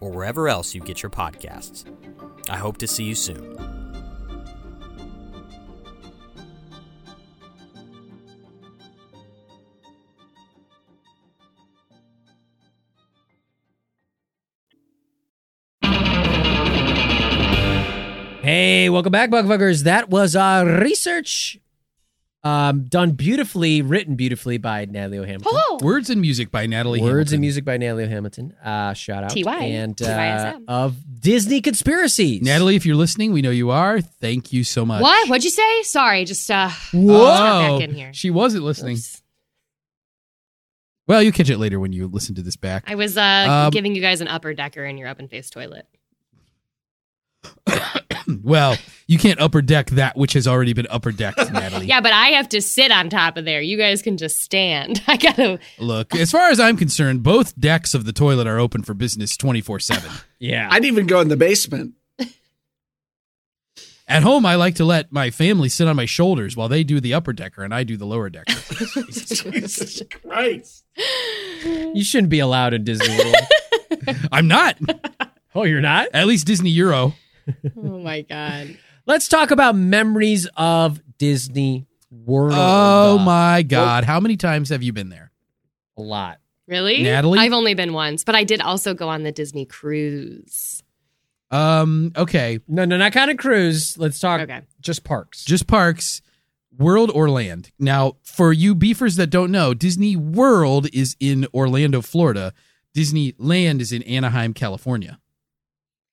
[SPEAKER 9] or wherever else you get your podcasts. I hope to see you soon.
[SPEAKER 3] Hey, welcome back, Bugfuckers. That was uh, research um, done beautifully, written beautifully by Natalie O'Hamilton.
[SPEAKER 5] Oh,
[SPEAKER 4] Words and music by Natalie.
[SPEAKER 3] Words
[SPEAKER 4] Hamilton.
[SPEAKER 3] and music by Natalie O'Hamilton. Uh, shout out.
[SPEAKER 5] TY.
[SPEAKER 3] And uh,
[SPEAKER 5] TYSM.
[SPEAKER 3] of Disney Conspiracies.
[SPEAKER 4] Natalie, if you're listening, we know you are. Thank you so much.
[SPEAKER 5] what? What'd you say? Sorry, just uh,
[SPEAKER 4] Whoa.
[SPEAKER 5] back in here.
[SPEAKER 4] She wasn't listening.
[SPEAKER 5] Oops.
[SPEAKER 4] Well, you catch it later when you listen to this back.
[SPEAKER 5] I was uh,
[SPEAKER 4] Um,
[SPEAKER 5] giving you guys an upper decker in your open face toilet.
[SPEAKER 4] well, you can't upper deck that which has already been upper decked, Natalie.
[SPEAKER 5] Yeah, but I have to sit on top of there. You guys can just stand. I gotta.
[SPEAKER 4] Look, as far as I'm concerned, both decks of the toilet are open for business 24 7.
[SPEAKER 3] Yeah.
[SPEAKER 2] I'd even go in the basement.
[SPEAKER 4] At home, I like to let my family sit on my shoulders while they do the upper decker and I do the lower decker.
[SPEAKER 2] Jesus Christ.
[SPEAKER 3] you shouldn't be allowed in Disney World.
[SPEAKER 4] I'm not,
[SPEAKER 3] oh, you're not?
[SPEAKER 4] at least Disney Euro.
[SPEAKER 5] Oh my god.
[SPEAKER 3] Let's talk about memories of Disney World.
[SPEAKER 4] Oh my God. How many times have you been there?
[SPEAKER 3] A lot.
[SPEAKER 5] Really?
[SPEAKER 4] Natalie?
[SPEAKER 5] I've only been once, but I did also go on the Disney cruise.
[SPEAKER 4] Um, okay,
[SPEAKER 3] No, no, not kind of cruise. Let's talk
[SPEAKER 5] Okay.
[SPEAKER 3] just parks.
[SPEAKER 4] just parks, World or Land. Now, for you beefers that don't know, Disney World is in Orlando, Florida. Disneyland is in Anaheim, California.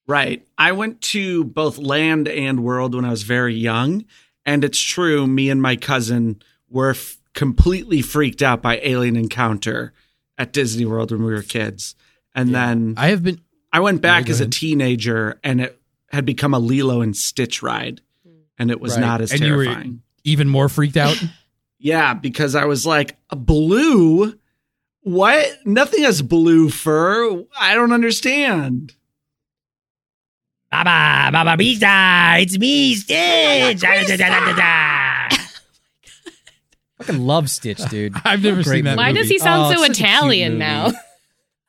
[SPEAKER 2] Right. I went to both Land and World when I was very young. And it's true, me and my cousin were f- completely freaked out by Alien Encounter at Disney World when we were kids. And then
[SPEAKER 4] I have been
[SPEAKER 2] I went back
[SPEAKER 4] Yeah, go
[SPEAKER 2] as a
[SPEAKER 4] ahead.
[SPEAKER 2] teenager and it had become a Lilo and Stitch ride. And it was
[SPEAKER 3] Right.
[SPEAKER 2] not as
[SPEAKER 4] And you were-
[SPEAKER 2] terrifying.
[SPEAKER 4] even more freaked out.
[SPEAKER 2] Yeah, because I was like, a blue? What? Nothing has blue fur. I don't understand.
[SPEAKER 3] Baba, Baba Pizza, it's me, Stitch. Da, da, da, da, da, da. Fucking love Stitch, dude.
[SPEAKER 4] I've never
[SPEAKER 3] Great
[SPEAKER 4] seen that.
[SPEAKER 5] Why
[SPEAKER 4] movie.
[SPEAKER 5] does he sound
[SPEAKER 3] Oh,
[SPEAKER 5] so
[SPEAKER 3] it's such a cute
[SPEAKER 5] Italian
[SPEAKER 3] movie.
[SPEAKER 5] now?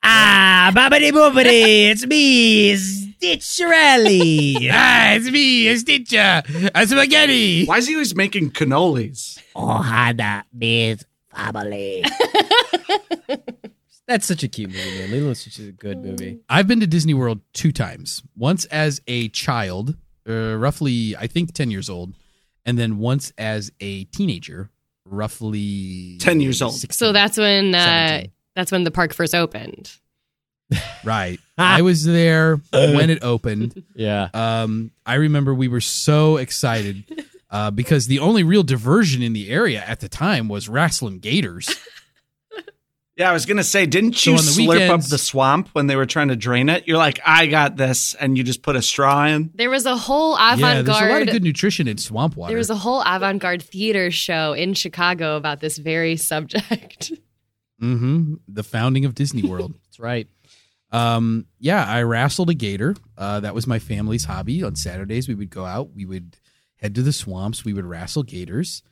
[SPEAKER 3] ah, babadi boobity, it's me, Stitcherelli.
[SPEAKER 4] Ah, it's me, a Stitcher, a spaghetti.
[SPEAKER 2] Why is he always making cannolis?
[SPEAKER 3] Ohana with Oh, family. That's such a cute movie, man. Lilo and Stitch is a good movie.
[SPEAKER 4] I've been to Disney World two times. Once as a child, uh, roughly I think ten years old, and then once as a teenager, roughly
[SPEAKER 2] 10 years old.
[SPEAKER 4] 16.
[SPEAKER 5] So that's when uh,
[SPEAKER 4] 17.
[SPEAKER 5] that's when the park first opened.
[SPEAKER 4] right. I was there when it opened.
[SPEAKER 3] Yeah.
[SPEAKER 4] Um, I remember we were so excited uh, because the only real diversion in the area at the time was wrestling gators.
[SPEAKER 2] Yeah, I was gonna say, didn't
[SPEAKER 4] So
[SPEAKER 2] you
[SPEAKER 4] on the
[SPEAKER 2] slurp
[SPEAKER 4] weekends-
[SPEAKER 2] up the swamp when they were trying to drain it? You're like, I got this, and you just put a straw in.
[SPEAKER 5] There was a whole
[SPEAKER 4] yeah, there's a lot
[SPEAKER 5] avant-garde
[SPEAKER 4] of good nutrition in swamp water.
[SPEAKER 5] There was a whole avant-garde theater show in Chicago about this very subject.
[SPEAKER 4] hmm The founding of Disney World.
[SPEAKER 3] That's right.
[SPEAKER 4] Um, yeah, I wrestled a gator. Uh, that was my family's hobby. On Saturdays, we would go out. We would head to the swamps. We would wrestle gators.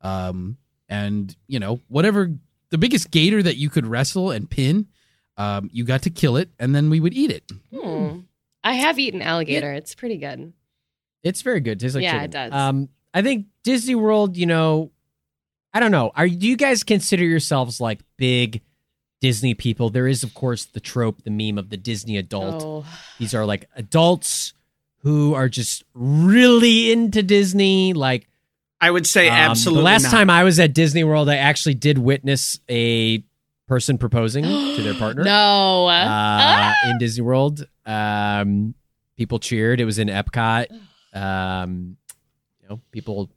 [SPEAKER 4] Um, and you know, whatever the biggest gator that you could wrestle and pin, um, you got to kill it, and then we would eat it.
[SPEAKER 5] Hmm. I have eaten alligator. It's pretty good.
[SPEAKER 3] It's very good. Tastes like
[SPEAKER 5] Yeah,
[SPEAKER 3] chicken.
[SPEAKER 5] it does.
[SPEAKER 3] Um, I think Disney World. You know, I don't know. Are do you guys consider yourselves like big Disney people? There is, of course, the trope, the meme of the Disney adult.
[SPEAKER 5] Oh.
[SPEAKER 3] These are like adults who are just really into Disney. Like
[SPEAKER 2] I would say
[SPEAKER 3] um,
[SPEAKER 2] absolutely.
[SPEAKER 3] The last
[SPEAKER 2] not.
[SPEAKER 3] time I was at Disney World, I actually did witness a person proposing to their partner
[SPEAKER 5] No.
[SPEAKER 3] uh, in Disney World. Um, people cheered. It was in Epcot. Um, you know, people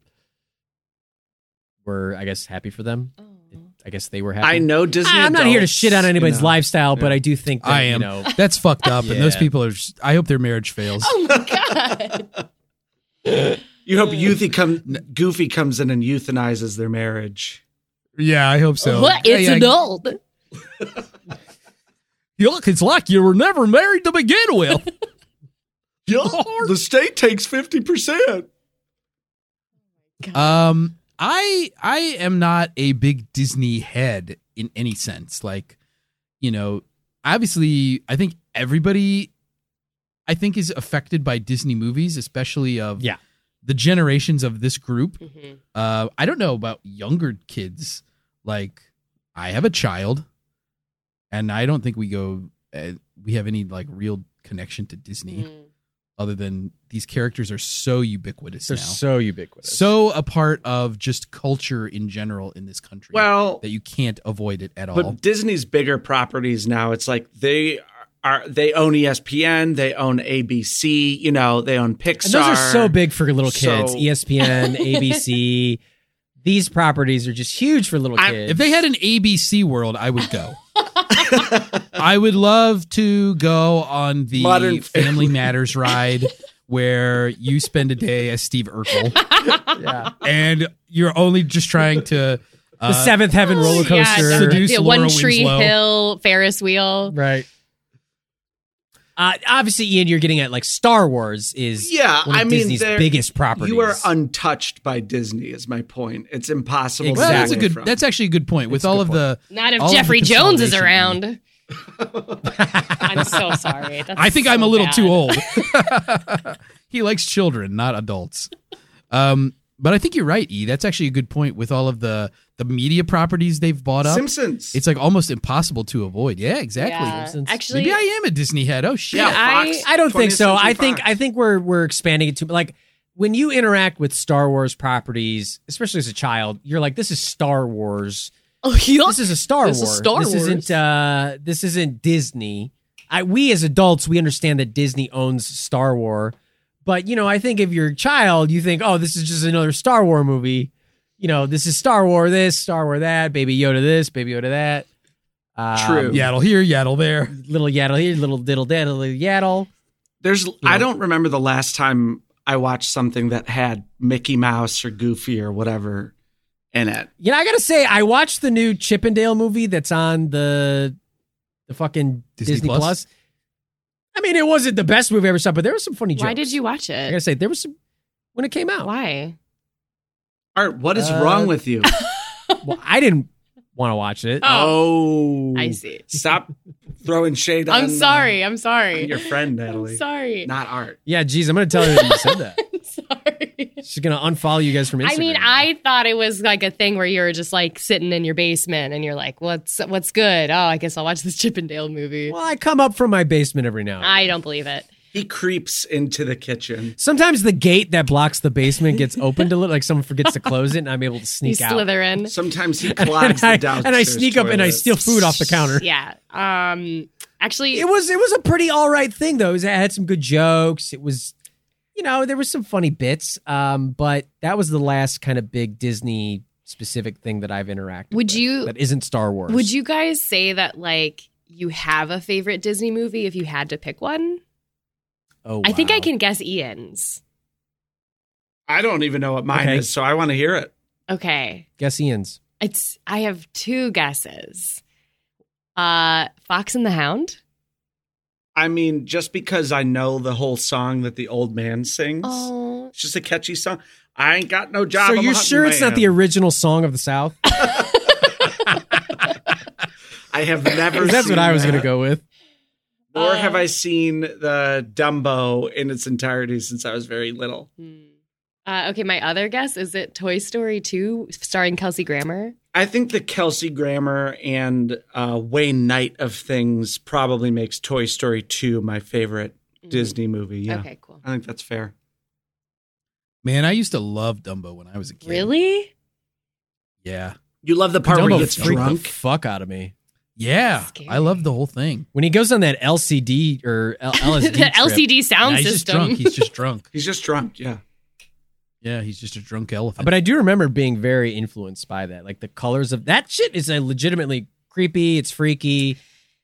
[SPEAKER 3] were, I guess, happy for them. I guess they were happy.
[SPEAKER 2] I know Disney.
[SPEAKER 3] Oh. I'm not here to
[SPEAKER 2] adults,
[SPEAKER 3] shit on anybody's
[SPEAKER 2] you know.
[SPEAKER 3] lifestyle, but I do think that,
[SPEAKER 4] I am.
[SPEAKER 3] you know,
[SPEAKER 4] That's fucked up. And those
[SPEAKER 3] Yeah.
[SPEAKER 4] people are. Just, I hope their marriage fails.
[SPEAKER 5] Oh my god.
[SPEAKER 2] You hope Youthy come, Goofy comes in and euthanizes their marriage.
[SPEAKER 4] Yeah, I hope so.
[SPEAKER 5] what? It's
[SPEAKER 4] Yeah, yeah.
[SPEAKER 5] adult.
[SPEAKER 4] You look, it's like you were never married to begin with.
[SPEAKER 2] the state takes fifty percent.
[SPEAKER 4] Um, I I am not a big Disney head in any sense. Like, you know, obviously, I think everybody, I think, is affected by Disney movies, especially of
[SPEAKER 3] Yeah.
[SPEAKER 4] the generations of this group.
[SPEAKER 5] Mhm.
[SPEAKER 4] Uh, I don't know about younger kids. Like, I have a child, and I don't think we go. Uh, we have any like real connection to Disney
[SPEAKER 5] Mm.
[SPEAKER 4] other than these characters are so ubiquitous
[SPEAKER 3] they're
[SPEAKER 4] now
[SPEAKER 3] so ubiquitous.
[SPEAKER 4] so a part of just culture in general in this country
[SPEAKER 2] Well,
[SPEAKER 4] that you can't avoid it at all.
[SPEAKER 2] but Disney's bigger properties now. It's like they are they own E ESPN, they own ABC, you know, they own Pixar.
[SPEAKER 3] And those are so big for little kids. E
[SPEAKER 2] So-
[SPEAKER 3] ESPN, ABC. These properties are just huge for little
[SPEAKER 2] I-
[SPEAKER 3] kids.
[SPEAKER 4] If they had an ABC world, I would go. I would love to go on the
[SPEAKER 2] Modern
[SPEAKER 4] Family Matters ride where you spend a day as Steve Urkel
[SPEAKER 3] yeah.
[SPEAKER 4] and you're only just trying to
[SPEAKER 3] the
[SPEAKER 4] uh,
[SPEAKER 3] Seventh Heaven roller
[SPEAKER 5] Oh, yeah,
[SPEAKER 3] coaster.
[SPEAKER 5] the-
[SPEAKER 4] Seduce
[SPEAKER 5] the
[SPEAKER 4] Laura
[SPEAKER 5] One Tree
[SPEAKER 4] Winslow.
[SPEAKER 5] Hill Ferris wheel.
[SPEAKER 3] Right. Uh, obviously, Ian, you're getting at like Star Wars is
[SPEAKER 2] Yeah,
[SPEAKER 3] one of
[SPEAKER 2] I mean,
[SPEAKER 3] Disney's
[SPEAKER 2] they're-
[SPEAKER 3] biggest properties.
[SPEAKER 2] You are untouched by Disney, is my point. It's impossible.
[SPEAKER 4] Well, that's a
[SPEAKER 2] To get away
[SPEAKER 4] good.
[SPEAKER 2] From.
[SPEAKER 4] That's actually a good point. With
[SPEAKER 3] It's a
[SPEAKER 4] all
[SPEAKER 3] good
[SPEAKER 4] of
[SPEAKER 3] point.
[SPEAKER 4] the,
[SPEAKER 5] Not if
[SPEAKER 4] All of the
[SPEAKER 5] Jeffrey Jones is
[SPEAKER 4] consolidation.
[SPEAKER 5] around. I'm so sorry. That's
[SPEAKER 4] I think
[SPEAKER 5] so
[SPEAKER 4] I'm a little
[SPEAKER 5] bad.
[SPEAKER 4] too old. he likes children, not adults. Um, but I think you're right, E. That's actually a good point with all of the the media properties they've bought up.
[SPEAKER 2] Simpsons.
[SPEAKER 4] It's like almost impossible to avoid. Yeah, exactly.
[SPEAKER 5] Yeah.
[SPEAKER 3] Simpsons.
[SPEAKER 5] Actually,
[SPEAKER 4] Maybe I am a Disney head. Oh shit.
[SPEAKER 2] yeah,
[SPEAKER 5] I-
[SPEAKER 2] Fox,
[SPEAKER 3] I don't think
[SPEAKER 2] 20th
[SPEAKER 3] so.
[SPEAKER 2] Century
[SPEAKER 3] I think
[SPEAKER 2] Fox.
[SPEAKER 3] I think we're we're expanding it to like when you interact with Star Wars properties, especially as a child, you're like, this is Star Wars.
[SPEAKER 5] Oh, yeah.
[SPEAKER 3] This is a Star
[SPEAKER 5] This is
[SPEAKER 3] Wars.
[SPEAKER 5] Star
[SPEAKER 3] this
[SPEAKER 5] Wars.
[SPEAKER 3] isn't uh, this isn't Disney. I, we as adults, we understand that Disney owns Star Wars, but you know, I think if you're a child, you think, oh, this is just another Star Wars movie. You know, this is Star Wars this, Star Wars that, Baby Yoda this, Baby Yoda that. Um,
[SPEAKER 2] True.
[SPEAKER 4] Yaddle here, yaddle there.
[SPEAKER 3] Little yaddle here, little diddle daddle yaddle.
[SPEAKER 2] There's I don't remember the last time I watched something that had Mickey Mouse or Goofy or whatever in it.
[SPEAKER 3] You know, I gotta say, I watched the new Chippendale movie that's on the the fucking
[SPEAKER 4] Disney
[SPEAKER 3] Disney,
[SPEAKER 4] Plus?
[SPEAKER 3] Plus. I mean, it wasn't the best movie I ever saw, but there was some funny jokes.
[SPEAKER 5] Why did you watch
[SPEAKER 3] I gotta
[SPEAKER 5] it?
[SPEAKER 3] say, there was some when it came out.
[SPEAKER 5] Why?
[SPEAKER 2] Art, what is
[SPEAKER 3] Uh,
[SPEAKER 2] wrong with you?
[SPEAKER 3] Well, I didn't want to watch it.
[SPEAKER 2] Oh,
[SPEAKER 5] I see.
[SPEAKER 2] Stop throwing shade.
[SPEAKER 5] I'm
[SPEAKER 2] on, uh,
[SPEAKER 5] sorry. I'm
[SPEAKER 2] on
[SPEAKER 5] sorry.
[SPEAKER 2] your friend Natalie,
[SPEAKER 5] I'm sorry.
[SPEAKER 2] not Art.
[SPEAKER 3] Yeah, geez, I'm gonna tell her that you said that.
[SPEAKER 5] I'm sorry.
[SPEAKER 3] She's gonna unfollow you guys from Instagram.
[SPEAKER 5] I mean, I thought it was like a thing where you were just like sitting in your basement and you're like, "What's what's good? Oh, I guess I'll watch this Chippendale movie." Oh.
[SPEAKER 3] well, I come up from my basement every now. And
[SPEAKER 5] I don't believe it.
[SPEAKER 2] He creeps into the kitchen.
[SPEAKER 3] Sometimes the gate that blocks the basement gets opened a little, like someone forgets to close it, and I'm able to
[SPEAKER 5] You
[SPEAKER 3] sneak out.
[SPEAKER 5] slither in.
[SPEAKER 2] Sometimes he
[SPEAKER 3] And
[SPEAKER 2] clogs
[SPEAKER 3] I,
[SPEAKER 2] the downstairs
[SPEAKER 3] and I sneak up and I
[SPEAKER 2] toilet.
[SPEAKER 3] steal food off the counter.
[SPEAKER 5] Yeah. Um. Actually,
[SPEAKER 3] It was it was a pretty all right thing though. It, was, it had some good jokes. It was, you know, there was some funny bits. Um, but that was the last kind of big Disney specific thing that I've interacted.
[SPEAKER 5] Would
[SPEAKER 3] with
[SPEAKER 5] you-
[SPEAKER 3] That isn't Star Wars.
[SPEAKER 5] would you guys say that like you have a favorite Disney movie if you had to pick one?
[SPEAKER 3] Oh,
[SPEAKER 5] I think I
[SPEAKER 3] wow.
[SPEAKER 5] can guess Ian's.
[SPEAKER 2] I don't even know what mine
[SPEAKER 3] Okay.
[SPEAKER 2] is, so I want to hear it.
[SPEAKER 5] Okay.
[SPEAKER 3] guess Ian's.
[SPEAKER 5] It's I have two guesses. Uh Fox and the Hound.
[SPEAKER 2] I mean, just because I know the whole song that the old man sings,
[SPEAKER 5] Oh.
[SPEAKER 2] it's just a catchy song. I ain't got no job.
[SPEAKER 3] so
[SPEAKER 2] I'm a
[SPEAKER 3] you're
[SPEAKER 2] hunting
[SPEAKER 3] sure it's not
[SPEAKER 2] man.
[SPEAKER 3] the original song of the South?
[SPEAKER 2] I have never.
[SPEAKER 3] That's
[SPEAKER 2] seen
[SPEAKER 3] what I was gonna
[SPEAKER 2] that.
[SPEAKER 3] go with.
[SPEAKER 2] Nor
[SPEAKER 5] Uh,
[SPEAKER 2] have I seen the Dumbo in its entirety since I was very little.
[SPEAKER 5] Hmm. Uh, okay, my other guess is it Toy Story 2 starring Kelsey Grammer?
[SPEAKER 2] I think the Kelsey Grammer and uh, Wayne Knight of things probably makes Toy Story 2 my favorite Disney movie. Yeah.
[SPEAKER 5] Hmm. Okay, cool.
[SPEAKER 2] I think that's fair.
[SPEAKER 4] Man, I used to love Dumbo when I was a kid.
[SPEAKER 5] Really?
[SPEAKER 4] Yeah.
[SPEAKER 2] You love the part where
[SPEAKER 3] Dumbo
[SPEAKER 2] he gets
[SPEAKER 3] freaked
[SPEAKER 2] drunk.
[SPEAKER 3] the fuck out of me
[SPEAKER 4] Yeah.
[SPEAKER 5] Scary.
[SPEAKER 4] I love the whole thing.
[SPEAKER 3] when he goes on that LCD or L- LSD.
[SPEAKER 5] the
[SPEAKER 3] trip.
[SPEAKER 5] LCD sound
[SPEAKER 4] Yeah, he's just
[SPEAKER 5] system.
[SPEAKER 4] drunk. He's just drunk.
[SPEAKER 2] He's just drunk. Yeah.
[SPEAKER 4] Yeah, he's just a drunk elephant.
[SPEAKER 3] But I do remember being very influenced by that. Like the colors of that shit is a legitimately creepy. It's freaky.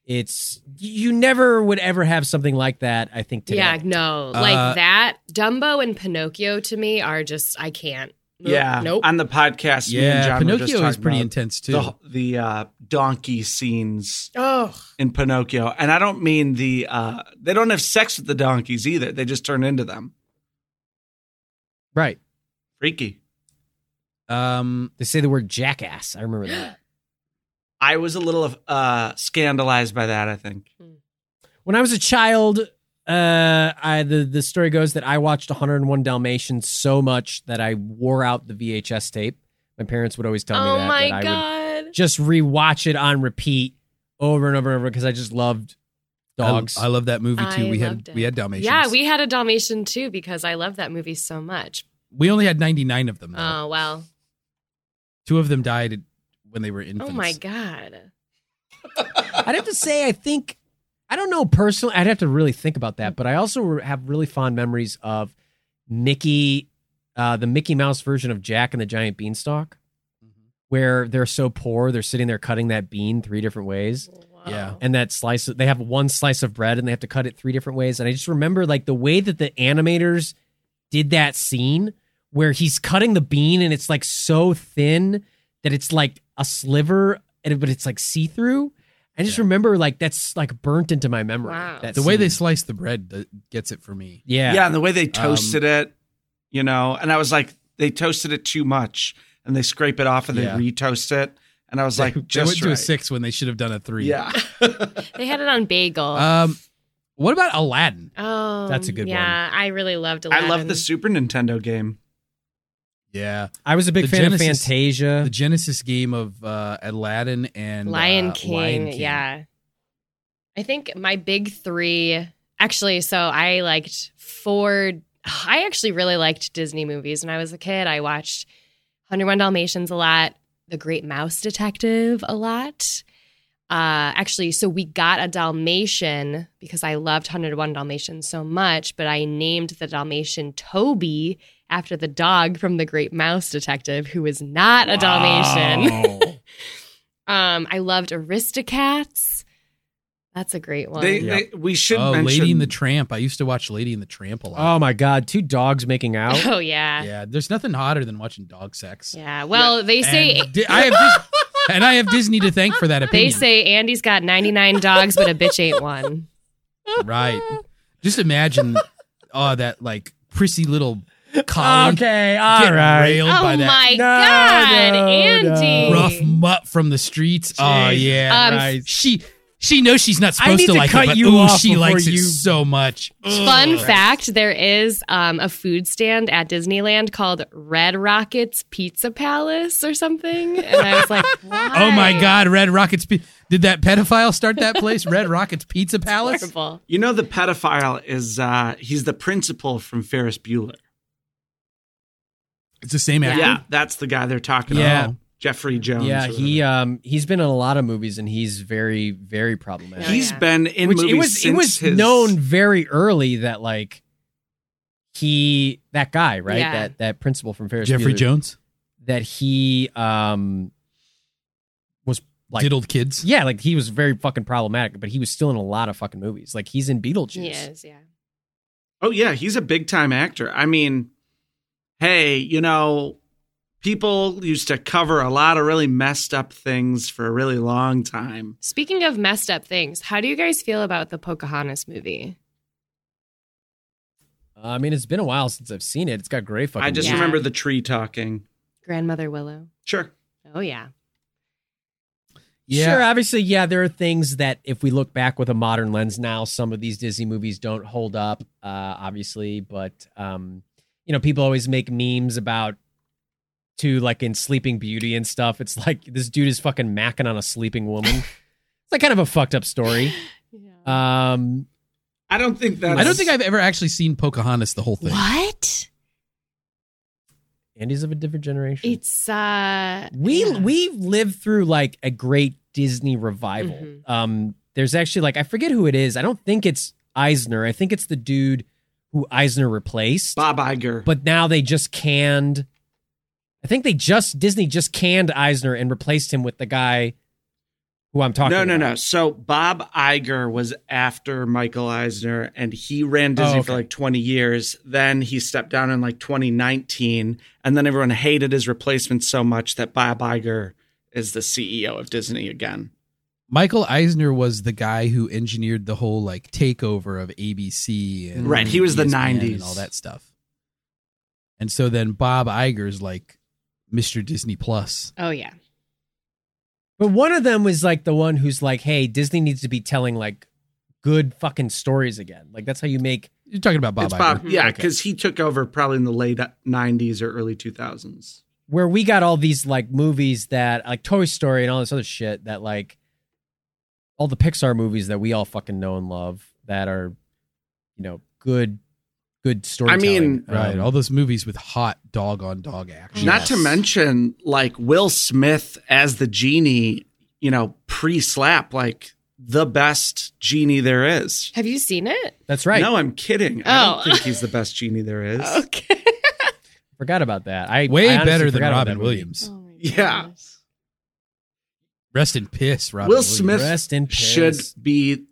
[SPEAKER 3] It's you never would ever have something like that. I think today.
[SPEAKER 5] yeah, no.
[SPEAKER 4] Uh,
[SPEAKER 5] like that Dumbo and Pinocchio to me are just I can't. Nope.
[SPEAKER 2] Yeah.
[SPEAKER 5] Nope.
[SPEAKER 2] On the podcast, me and
[SPEAKER 4] yeah,
[SPEAKER 2] John were just
[SPEAKER 4] Pinocchio is
[SPEAKER 2] talking
[SPEAKER 4] pretty
[SPEAKER 2] about
[SPEAKER 4] intense too.
[SPEAKER 2] The, the uh, donkey scenes
[SPEAKER 5] oh.
[SPEAKER 2] in Pinocchio. And I don't mean the, uh, they don't have sex with the donkeys either. They just turn into them.
[SPEAKER 3] right.
[SPEAKER 2] Freaky.
[SPEAKER 4] um,
[SPEAKER 3] They say the word jackass. I remember that.
[SPEAKER 2] I was a little uh, scandalized by that, I think.
[SPEAKER 3] When I was a child, uh, I, the the story goes that I watched 101 Dalmatians so much that I wore out the VHS tape. My parents would always tell me
[SPEAKER 5] oh
[SPEAKER 3] that.
[SPEAKER 5] my
[SPEAKER 3] that I would
[SPEAKER 5] god.
[SPEAKER 3] just rewatch it on repeat over and over and over because I just loved dogs.
[SPEAKER 4] I, I love that movie too.
[SPEAKER 5] I
[SPEAKER 4] we had
[SPEAKER 5] loved it.
[SPEAKER 4] we had Dalmatians.
[SPEAKER 5] Yeah, we had a Dalmatian too because I love that movie so much.
[SPEAKER 4] we only had 99 of them. Though.
[SPEAKER 3] Uh,
[SPEAKER 5] Oh well.
[SPEAKER 4] Two of them died when they were
[SPEAKER 5] Oh
[SPEAKER 4] infants.
[SPEAKER 5] my god.
[SPEAKER 3] I'd have to say, I think, I don't know personally. I'd have to really think about that. But I also re- have really fond memories of Mickey, uh, the Mickey Mouse version of Jack and the Giant Beanstalk, where they're so poor, they're sitting there cutting that bean three different ways.
[SPEAKER 4] Yeah.
[SPEAKER 3] And that slice, they have one slice of bread and they have to cut it three different ways. And I just remember like the way that the animators did that scene where he's cutting the bean and it's like so thin that it's like a sliver, and but it's like see through. I just remember like that's like burnt into my memory.
[SPEAKER 5] Wow.
[SPEAKER 3] that
[SPEAKER 4] The way they
[SPEAKER 3] scene.
[SPEAKER 4] slice the bread that gets it for me. Um,
[SPEAKER 3] yeah,
[SPEAKER 2] Yeah. and the way they toasted it, you know, and I was like, they toasted it too much, and they scrape it off and
[SPEAKER 4] Yeah.
[SPEAKER 2] they re-toast it, and I was
[SPEAKER 4] they,
[SPEAKER 2] like,
[SPEAKER 4] they
[SPEAKER 2] just
[SPEAKER 4] went to a
[SPEAKER 2] right.
[SPEAKER 4] six when they should have done a three.
[SPEAKER 2] Yeah,
[SPEAKER 5] They had it on bagel.
[SPEAKER 4] Um, what about Aladdin?
[SPEAKER 5] oh.
[SPEAKER 3] that's a good
[SPEAKER 5] yeah, Yeah, I really loved
[SPEAKER 2] I
[SPEAKER 5] Aladdin.
[SPEAKER 2] love the Super Nintendo game.
[SPEAKER 4] Yeah,
[SPEAKER 3] I was a big
[SPEAKER 4] The
[SPEAKER 3] fan of
[SPEAKER 4] Genesis-
[SPEAKER 3] Fantasia.
[SPEAKER 4] the Genesis game of uh, Aladdin and
[SPEAKER 5] Lion,
[SPEAKER 4] uh,
[SPEAKER 5] King,
[SPEAKER 4] Lion King.
[SPEAKER 5] Yeah. I think my big three, actually, so I liked four. I actually really liked Disney movies when I was a kid. I watched 101 Dalmatians a lot, The Great Mouse Detective a lot. Uh, actually, so we got a Dalmatian because I loved 101 Dalmatians so much, but I named the Dalmatian Toby after the dog from The Great Mouse Detective, who is not a Dalmatian. Um, I loved Aristocats. That's a great one.
[SPEAKER 2] They,
[SPEAKER 4] Yeah.
[SPEAKER 2] they, we should
[SPEAKER 4] Oh,
[SPEAKER 2] mention
[SPEAKER 4] Lady and the Tramp. I used to watch Lady and the Tramp a lot.
[SPEAKER 3] oh my god, two dogs making out.
[SPEAKER 5] oh yeah. yeah,
[SPEAKER 4] yeah. There's nothing hotter than watching dog sex.
[SPEAKER 5] Well, they say
[SPEAKER 4] and Di- I have Dis- and I have Disney to thank for that
[SPEAKER 5] they
[SPEAKER 4] opinion.
[SPEAKER 5] say Andy's got ninety nine dogs, but a bitch ain't one.
[SPEAKER 4] right. Just imagine, oh, that like prissy little collie
[SPEAKER 3] okay, all
[SPEAKER 4] getting
[SPEAKER 3] right.
[SPEAKER 4] railed
[SPEAKER 5] Oh
[SPEAKER 4] by that
[SPEAKER 5] my god,
[SPEAKER 3] no,
[SPEAKER 5] Andy!
[SPEAKER 3] no.
[SPEAKER 4] rough mutt from the streets. Oh yeah,
[SPEAKER 5] Um,
[SPEAKER 4] right. She She knows she's not
[SPEAKER 3] I
[SPEAKER 4] supposed
[SPEAKER 3] need
[SPEAKER 4] to
[SPEAKER 3] to
[SPEAKER 4] like
[SPEAKER 3] cut
[SPEAKER 4] it, but
[SPEAKER 3] you
[SPEAKER 4] ooh,
[SPEAKER 3] off
[SPEAKER 4] she
[SPEAKER 3] before
[SPEAKER 4] likes it
[SPEAKER 3] you-
[SPEAKER 4] so much.
[SPEAKER 2] Mm.
[SPEAKER 5] Fun fact there is um, a food stand at Disneyland called Red Rockets Pizza Palace or something. And I was like,
[SPEAKER 4] Oh my
[SPEAKER 5] why?
[SPEAKER 4] God, Red Rockets. Pi- Did that pedophile start that place? Red Rockets Pizza Palace?
[SPEAKER 5] Horrible.
[SPEAKER 2] You know the pedophile is uh he's the principal from Ferris Bueller.
[SPEAKER 4] It's the same actor.
[SPEAKER 2] Yeah, that's the guy they're talking
[SPEAKER 4] Yeah.
[SPEAKER 2] about. Jeffrey Jones.
[SPEAKER 3] Yeah,
[SPEAKER 2] or
[SPEAKER 3] he um he's been in a lot of movies and he's very very problematic.
[SPEAKER 5] Yeah.
[SPEAKER 2] whatever. He's been in
[SPEAKER 3] Which
[SPEAKER 2] movies
[SPEAKER 3] it was
[SPEAKER 2] since
[SPEAKER 3] it was
[SPEAKER 2] his,
[SPEAKER 3] known very early that like he that guy right
[SPEAKER 5] Yeah.
[SPEAKER 3] that that principal from Ferris
[SPEAKER 4] Jeffrey
[SPEAKER 3] Bueller,
[SPEAKER 4] Jones
[SPEAKER 3] that he um was like
[SPEAKER 4] diddled kids.
[SPEAKER 3] yeah like he was very fucking problematic but he was still in a lot of fucking movies like he's in Beetlejuice
[SPEAKER 5] Yes, yeah.
[SPEAKER 2] Oh yeah, he's a big time actor. I mean, hey, you know, people used to cover a lot of really messed up things for a really long time.
[SPEAKER 5] Speaking of messed up things, how do you guys feel about the Pocahontas movie?
[SPEAKER 3] Uh, I mean it's been a while since I've seen it it's got great fucking
[SPEAKER 2] I just
[SPEAKER 5] Yeah.
[SPEAKER 2] remember the tree talking.
[SPEAKER 5] Grandmother Willow.
[SPEAKER 2] Sure.
[SPEAKER 5] Oh, yeah.
[SPEAKER 4] Yeah.
[SPEAKER 3] Sure, obviously, yeah, there are things that if we look back with a modern lens now, some of these Disney movies don't hold up, uh, obviously. But um, you know, people always make memes about to like in Sleeping Beauty and stuff. It's like this dude is fucking macking on a sleeping woman. it's like kind of a fucked up story. Um,
[SPEAKER 2] I don't think that.
[SPEAKER 4] I don't think I've ever actually seen Pocahontas, the whole thing.
[SPEAKER 5] What?
[SPEAKER 3] Andy's of a different generation.
[SPEAKER 5] It's uh
[SPEAKER 3] we
[SPEAKER 5] yeah.
[SPEAKER 3] we lived through like a great Disney revival.
[SPEAKER 5] Mhm.
[SPEAKER 3] Um, there's actually like I forget who it is. I don't think it's Eisner. I think it's the dude who Eisner replaced.
[SPEAKER 2] Bob Iger.
[SPEAKER 3] But now they just canned. I think they just Disney just canned Eisner and replaced him with the guy who I'm talking.
[SPEAKER 2] no, no,
[SPEAKER 3] about.
[SPEAKER 2] no. So Bob Iger was after Michael Eisner, and he ran Disney
[SPEAKER 3] Oh, okay.
[SPEAKER 2] for like 20 years. Then he stepped down in like 2019, and then everyone hated his replacement so much that Bob Iger is the CEO of Disney again.
[SPEAKER 4] Michael Eisner was the guy who engineered the whole like takeover of ABC. And E
[SPEAKER 2] Right, he was the
[SPEAKER 4] ESPN
[SPEAKER 2] 90s.
[SPEAKER 4] and all that stuff. And so then Bob Iger's like Mr. Disney Plus.
[SPEAKER 5] Oh yeah.
[SPEAKER 3] But one of them was like the one who's like, "Hey, Disney needs to be telling like good fucking stories again. Like that's how you make."
[SPEAKER 4] You're talking about Bob
[SPEAKER 2] it's
[SPEAKER 4] Iger.
[SPEAKER 2] Bob, yeah,
[SPEAKER 3] Okay.
[SPEAKER 2] because he took over probably in the late 90s or early 2000s.
[SPEAKER 3] Where we got all these like movies that like Toy Story and all this other shit that like all the Pixar movies that we all fucking know and love that are, you know, good, good storytelling.
[SPEAKER 4] Right.
[SPEAKER 3] Um,
[SPEAKER 4] all those movies with hot dog on dog action.
[SPEAKER 2] Not to mention, like Will Smith as the genie, you know, pre-slap, like the best genie there is.
[SPEAKER 5] Have you seen it?
[SPEAKER 3] that's right.
[SPEAKER 2] No, I'm kidding. I
[SPEAKER 5] Oh.
[SPEAKER 2] don't think he's the best genie there is.
[SPEAKER 5] Okay.
[SPEAKER 3] Forgot about that. I
[SPEAKER 4] Way
[SPEAKER 3] I honestly
[SPEAKER 4] better than
[SPEAKER 3] forgot about
[SPEAKER 4] Robin
[SPEAKER 3] that movie.
[SPEAKER 4] Williams.
[SPEAKER 5] Oh.
[SPEAKER 2] Yeah.
[SPEAKER 4] Rest in piss, Robin
[SPEAKER 2] Will
[SPEAKER 4] Williams.
[SPEAKER 2] Smith
[SPEAKER 3] Rest in peace.
[SPEAKER 2] should be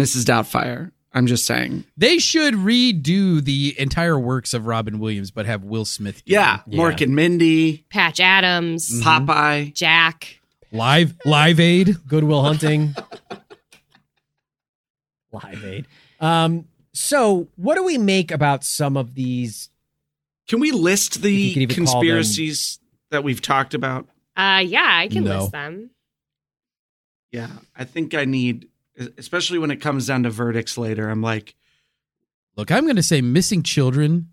[SPEAKER 2] Mrs. Doubtfire. I'm just saying.
[SPEAKER 4] They should redo the entire works of Robin Williams, but have Will Smith. do
[SPEAKER 2] Yeah,
[SPEAKER 3] Yeah.
[SPEAKER 2] Mork and Mindy,
[SPEAKER 5] Patch Adams,
[SPEAKER 2] Mm-hmm. Popeye.
[SPEAKER 5] Jack.
[SPEAKER 4] it. live Live Aid.
[SPEAKER 3] Goodwill Hunting, Live Aid. Um, so what do we make about some of these?
[SPEAKER 2] Can we list
[SPEAKER 3] you could
[SPEAKER 2] the
[SPEAKER 3] even call them-
[SPEAKER 2] conspiracies that we've talked about?
[SPEAKER 5] Uh yeah, I can
[SPEAKER 4] No.
[SPEAKER 5] list them.
[SPEAKER 2] Yeah, I think I need, especially when it comes down to verdicts later. I'm like,
[SPEAKER 4] Look, I'm going to say missing children.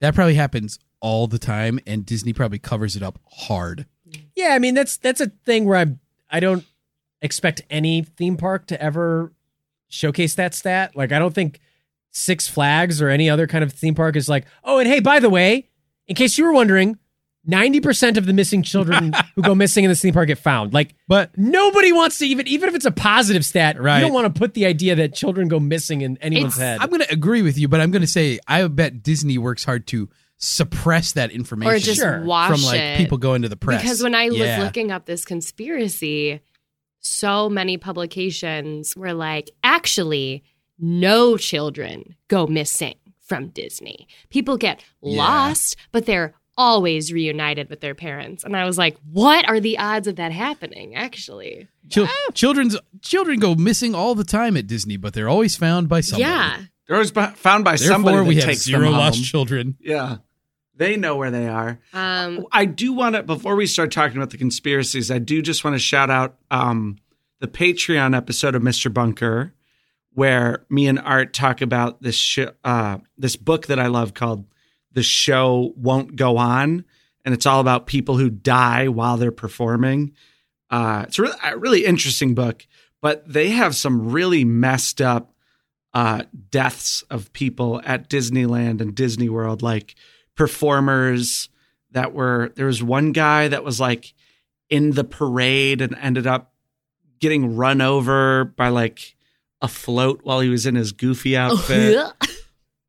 [SPEAKER 4] That probably happens all the time, and Disney probably covers it up hard.
[SPEAKER 3] Yeah, I mean that's that's a thing where I I don't expect any theme park to ever showcase that stat. Like I don't think Six Flags or any other kind of theme park is like, oh, and hey, by the way, in case you were wondering. 90% of the missing children who go missing in this theme park get found. Like,
[SPEAKER 4] But
[SPEAKER 3] nobody wants to even, even if it's a positive stat,
[SPEAKER 4] Right.
[SPEAKER 3] you don't want to put the idea that children go missing in anyone's
[SPEAKER 5] It's-
[SPEAKER 3] head.
[SPEAKER 4] I'm going to agree with you, but I'm going to say I bet Disney works hard to suppress that information
[SPEAKER 5] Or just
[SPEAKER 3] Sure.
[SPEAKER 5] wash
[SPEAKER 4] from like
[SPEAKER 5] it.
[SPEAKER 4] people going to the press.
[SPEAKER 5] Because when I
[SPEAKER 4] Yeah.
[SPEAKER 5] was looking up this conspiracy, so many publications were like, actually, no children go missing from Disney. People get
[SPEAKER 4] Yeah.
[SPEAKER 5] lost, but they're always reunited with their parents. And I was like, what are the odds of that happening, actually?
[SPEAKER 4] Chil-
[SPEAKER 5] Ah.
[SPEAKER 4] children's children go missing all the time at Disney, but they're always found by someone.
[SPEAKER 5] Yeah.
[SPEAKER 2] they're always bu- found by
[SPEAKER 4] Therefore,
[SPEAKER 2] somebody that
[SPEAKER 4] we have
[SPEAKER 2] takes
[SPEAKER 4] zero
[SPEAKER 2] them home.
[SPEAKER 4] lost children.
[SPEAKER 2] Yeah, they know where they are.
[SPEAKER 5] Um,
[SPEAKER 2] I do want to before we start talking about the conspiracies. I do just want to shout out um, the Patreon episode of Mr. Bunker, where me and Art talk about this sh- uh, this book that I love called "The Show Won't Go On," and it's all about people who die while they're performing. Uh, it's a really, a really interesting book, but they have some really messed up uh, deaths of people at Disneyland and Disney World, like performers that were. There was one guy that was like in the parade and ended up getting run over by like a float while he was in his goofy outfit.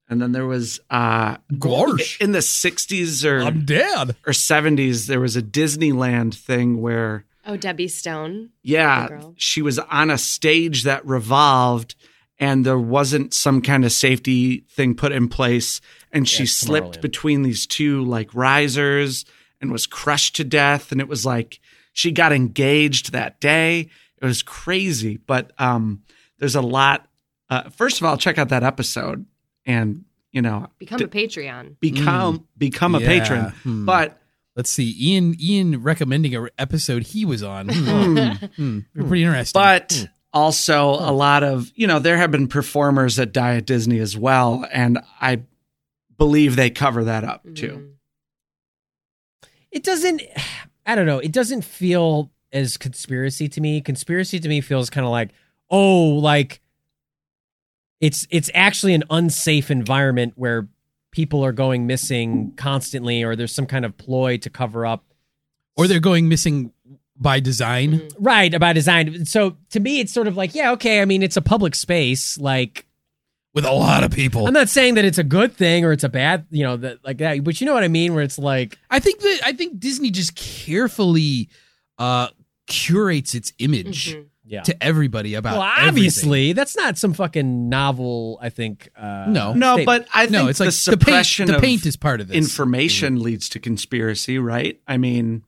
[SPEAKER 2] And then there was uh
[SPEAKER 4] Gosh.
[SPEAKER 2] in the 60s or
[SPEAKER 4] I'm dead.
[SPEAKER 2] or 70s there was a Disneyland thing where
[SPEAKER 5] Oh, Debbie Stone.
[SPEAKER 2] yeah,
[SPEAKER 5] girl.
[SPEAKER 2] she was on a stage that revolved and there wasn't some kind of safety thing put in place and she
[SPEAKER 3] Yeah,
[SPEAKER 2] slipped
[SPEAKER 3] Tomorrowland.
[SPEAKER 2] between these two like risers and was crushed to death and it was like she got engaged that day. It was crazy, but um there's a lot uh, first of all, check out that episode and you know,
[SPEAKER 5] Become
[SPEAKER 2] d-
[SPEAKER 5] a Patreon.
[SPEAKER 7] Mm.
[SPEAKER 2] become become a
[SPEAKER 4] Yeah.
[SPEAKER 2] patron.
[SPEAKER 4] Hmm.
[SPEAKER 2] But
[SPEAKER 4] Let's see. Ian Ian recommending a re- episode he was on. Hmm. Hmm. Pretty interesting. Hmm.
[SPEAKER 2] but also a lot of you know there have been performers that die at disney as well and i believe they cover that up too
[SPEAKER 7] It doesn't. I don't know. It doesn't feel as conspiracy to me. Conspiracy to me feels kind of like oh, like it's it's actually an unsafe environment where people are going missing constantly, or there's some kind of ploy to cover up
[SPEAKER 4] or they're going missing by design.
[SPEAKER 5] Mhm.
[SPEAKER 7] Right, about design. So to me, it's sort of like, yeah, okay. I mean, it's a public space. Like,
[SPEAKER 4] with a lot of people.
[SPEAKER 7] I'm not saying that it's a good thing or it's a bad, you know, that like that. But you know what I mean? Where it's like,
[SPEAKER 4] I think that I think Disney just carefully uh curates its image
[SPEAKER 2] Mm-hmm.
[SPEAKER 5] Mhm.
[SPEAKER 7] yeah.
[SPEAKER 4] to everybody about
[SPEAKER 7] Well, obviously, that's not some fucking novel. I think. Uh,
[SPEAKER 3] Mm.
[SPEAKER 4] No.
[SPEAKER 2] no
[SPEAKER 7] statement.
[SPEAKER 2] but i
[SPEAKER 4] everything.
[SPEAKER 2] think
[SPEAKER 4] no, it's like
[SPEAKER 2] the
[SPEAKER 4] the paint.
[SPEAKER 2] suppression
[SPEAKER 4] The paint
[SPEAKER 2] of
[SPEAKER 4] is part of this. Hmm.
[SPEAKER 2] information leads to conspiracy right i mean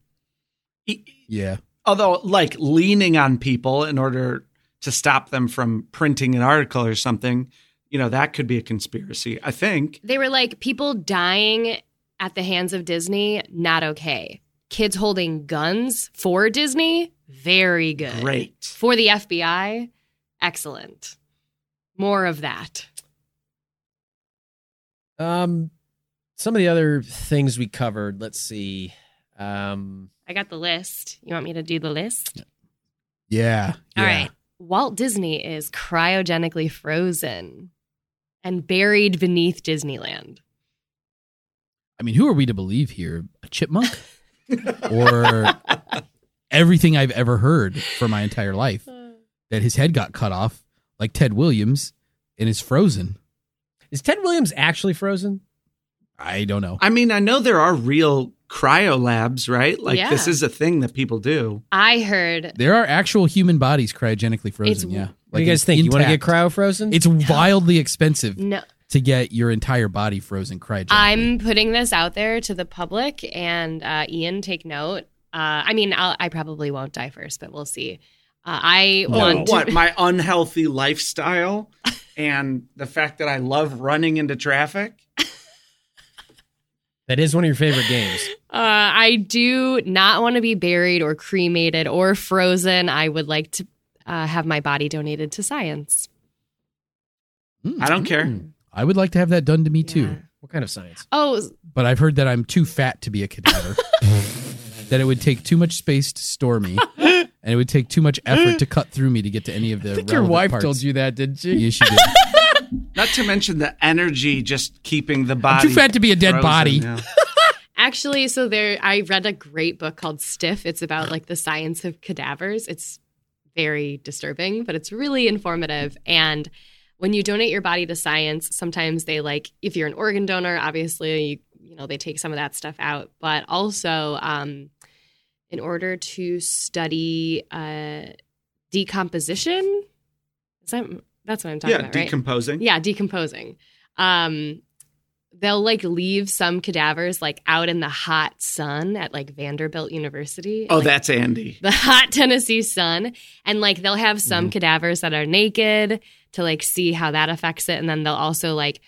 [SPEAKER 2] e-
[SPEAKER 4] yeah,
[SPEAKER 2] although like leaning on people in order to stop them from printing an article or something you know that could be a conspiracy i think
[SPEAKER 5] They were like, people dying at the hands of Disney, not okay. Kids holding guns for Disney, very good.
[SPEAKER 2] great
[SPEAKER 5] For the FBI, excellent. More of that.
[SPEAKER 7] um, some of the other things we covered. Let's see. Um,
[SPEAKER 5] I got the list. You want me to do the list?
[SPEAKER 4] yeah.
[SPEAKER 5] All
[SPEAKER 4] yeah.
[SPEAKER 5] right. Walt Disney is cryogenically frozen and buried beneath Disneyland.
[SPEAKER 4] I mean, who are we to believe here? A chipmunk or everything I've ever heard for my entire life that his head got cut off like Ted Williams and is frozen.
[SPEAKER 7] is Ted Williams actually frozen?
[SPEAKER 4] I don't know.
[SPEAKER 2] i mean i know there are real cryo labs right like
[SPEAKER 5] Yeah.
[SPEAKER 2] this is a thing that people do
[SPEAKER 5] I heard
[SPEAKER 4] There are actual human bodies cryogenically frozen. yeah.
[SPEAKER 7] What do you guys think? You want to get
[SPEAKER 4] intact.
[SPEAKER 7] cryo frozen?
[SPEAKER 4] It's wildly expensive
[SPEAKER 5] no.
[SPEAKER 4] to get your entire body frozen cryogenically.
[SPEAKER 5] I'm putting this out there to the public, and uh, Ian, take note. Uh, I mean, I'll, I probably won't die first, but we'll see. Uh, I
[SPEAKER 2] on
[SPEAKER 5] want to-
[SPEAKER 2] Oh, what my unhealthy lifestyle and the fact that I love running into traffic.
[SPEAKER 7] that is one of your favorite games.
[SPEAKER 5] Uh, I do not want to be buried or cremated or frozen. I would like to uh, have my body donated to science.
[SPEAKER 4] Mm.
[SPEAKER 2] I don't care.
[SPEAKER 4] I would like to have that done to me
[SPEAKER 5] Yeah.
[SPEAKER 4] too,
[SPEAKER 7] What kind of science?
[SPEAKER 5] Oh,
[SPEAKER 4] but I've heard that I'm too fat to be a cadaver. that it would take too much space to store me, and it would take too much effort to cut through me to get to any of the. relevant parts.
[SPEAKER 7] you that, didn't she?
[SPEAKER 4] Yeah, she did.
[SPEAKER 2] Not to mention the energy just keeping the
[SPEAKER 4] I'm
[SPEAKER 2] body.
[SPEAKER 4] too fat to be a dead
[SPEAKER 2] frozen,
[SPEAKER 4] body.
[SPEAKER 2] yeah.
[SPEAKER 5] Actually, so there, I read a great book called Stiff. It's about like the science of cadavers. It's very disturbing, but it's really informative. And when you donate your body to science, sometimes they like, if you're an organ donor, obviously, you, you know, they take some of that stuff out. But also, um, in order to study uh, decomposition, is that, that's what I'm talking
[SPEAKER 2] Yeah,
[SPEAKER 5] about, right?
[SPEAKER 2] decomposing.
[SPEAKER 5] Yeah, decomposing. Um, they'll like leave some cadavers like out in the hot sun at like Vanderbilt University.
[SPEAKER 2] Oh,
[SPEAKER 5] like,
[SPEAKER 2] that's Andy.
[SPEAKER 5] the hot Tennessee sun, and like they'll have some cadavers that are naked to like see how that affects it, and then they'll also like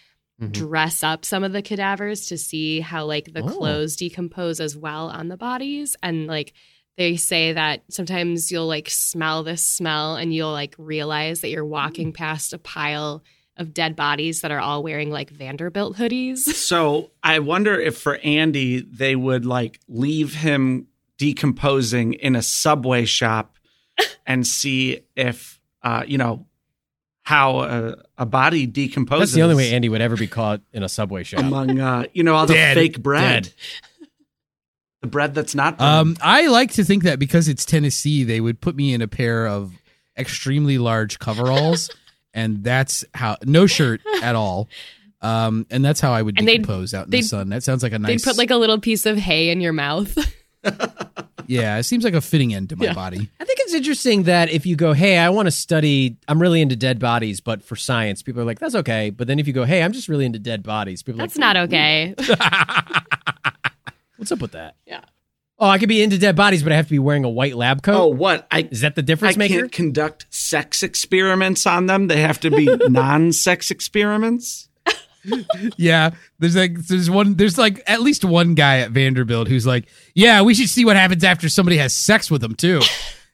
[SPEAKER 5] Mm-hmm.
[SPEAKER 10] Mm-hmm.
[SPEAKER 5] dress up some of the cadavers to see how like the
[SPEAKER 7] Oh.
[SPEAKER 5] clothes decompose as well on the bodies, and like. they say that sometimes you'll like smell this smell and you'll like realize that you're walking past a pile of dead bodies that are all wearing like Vanderbilt hoodies.
[SPEAKER 2] So I wonder if for Andy, they would like leave him decomposing in a subway shop and see if, uh, you know, how a, a body decomposes.
[SPEAKER 3] That's the only way Andy would ever be caught in a subway shop.
[SPEAKER 2] among, uh, you know, all the
[SPEAKER 4] Dead.
[SPEAKER 2] fake bread,
[SPEAKER 4] Dead.
[SPEAKER 2] the bread that's not.
[SPEAKER 4] Um, I like to think that because it's Tennessee, they would put me in a pair of extremely large coveralls, and that's how no shirt at all. Um, and that's how I would
[SPEAKER 5] And they'd-
[SPEAKER 4] decompose out in the
[SPEAKER 5] they'd-
[SPEAKER 4] sun. That sounds like a nice.
[SPEAKER 5] They'd put like a little piece of hay in your mouth.
[SPEAKER 4] yeah, it seems like a fitting end to my
[SPEAKER 5] Yeah.
[SPEAKER 4] body.
[SPEAKER 3] I think it's interesting that if you go, hey, I want to study, I'm really into dead bodies, but for science, people are like, that's okay. But then if you go, hey, I'm just really into dead bodies, people are
[SPEAKER 5] That's
[SPEAKER 3] like,
[SPEAKER 5] not okay.
[SPEAKER 3] what's up with that?
[SPEAKER 5] Yeah.
[SPEAKER 3] Oh, I could be into dead bodies, but I have to be wearing a white lab
[SPEAKER 2] oh,
[SPEAKER 3] coat.
[SPEAKER 2] what? I,
[SPEAKER 3] Is that the
[SPEAKER 2] I
[SPEAKER 3] difference maker?
[SPEAKER 2] can't conduct sex experiments on them. They have to be non sex experiments.
[SPEAKER 4] Yeah, there's like there's one there's like at least one guy at Vanderbilt who's like, yeah, we should see what happens after somebody has sex with them too.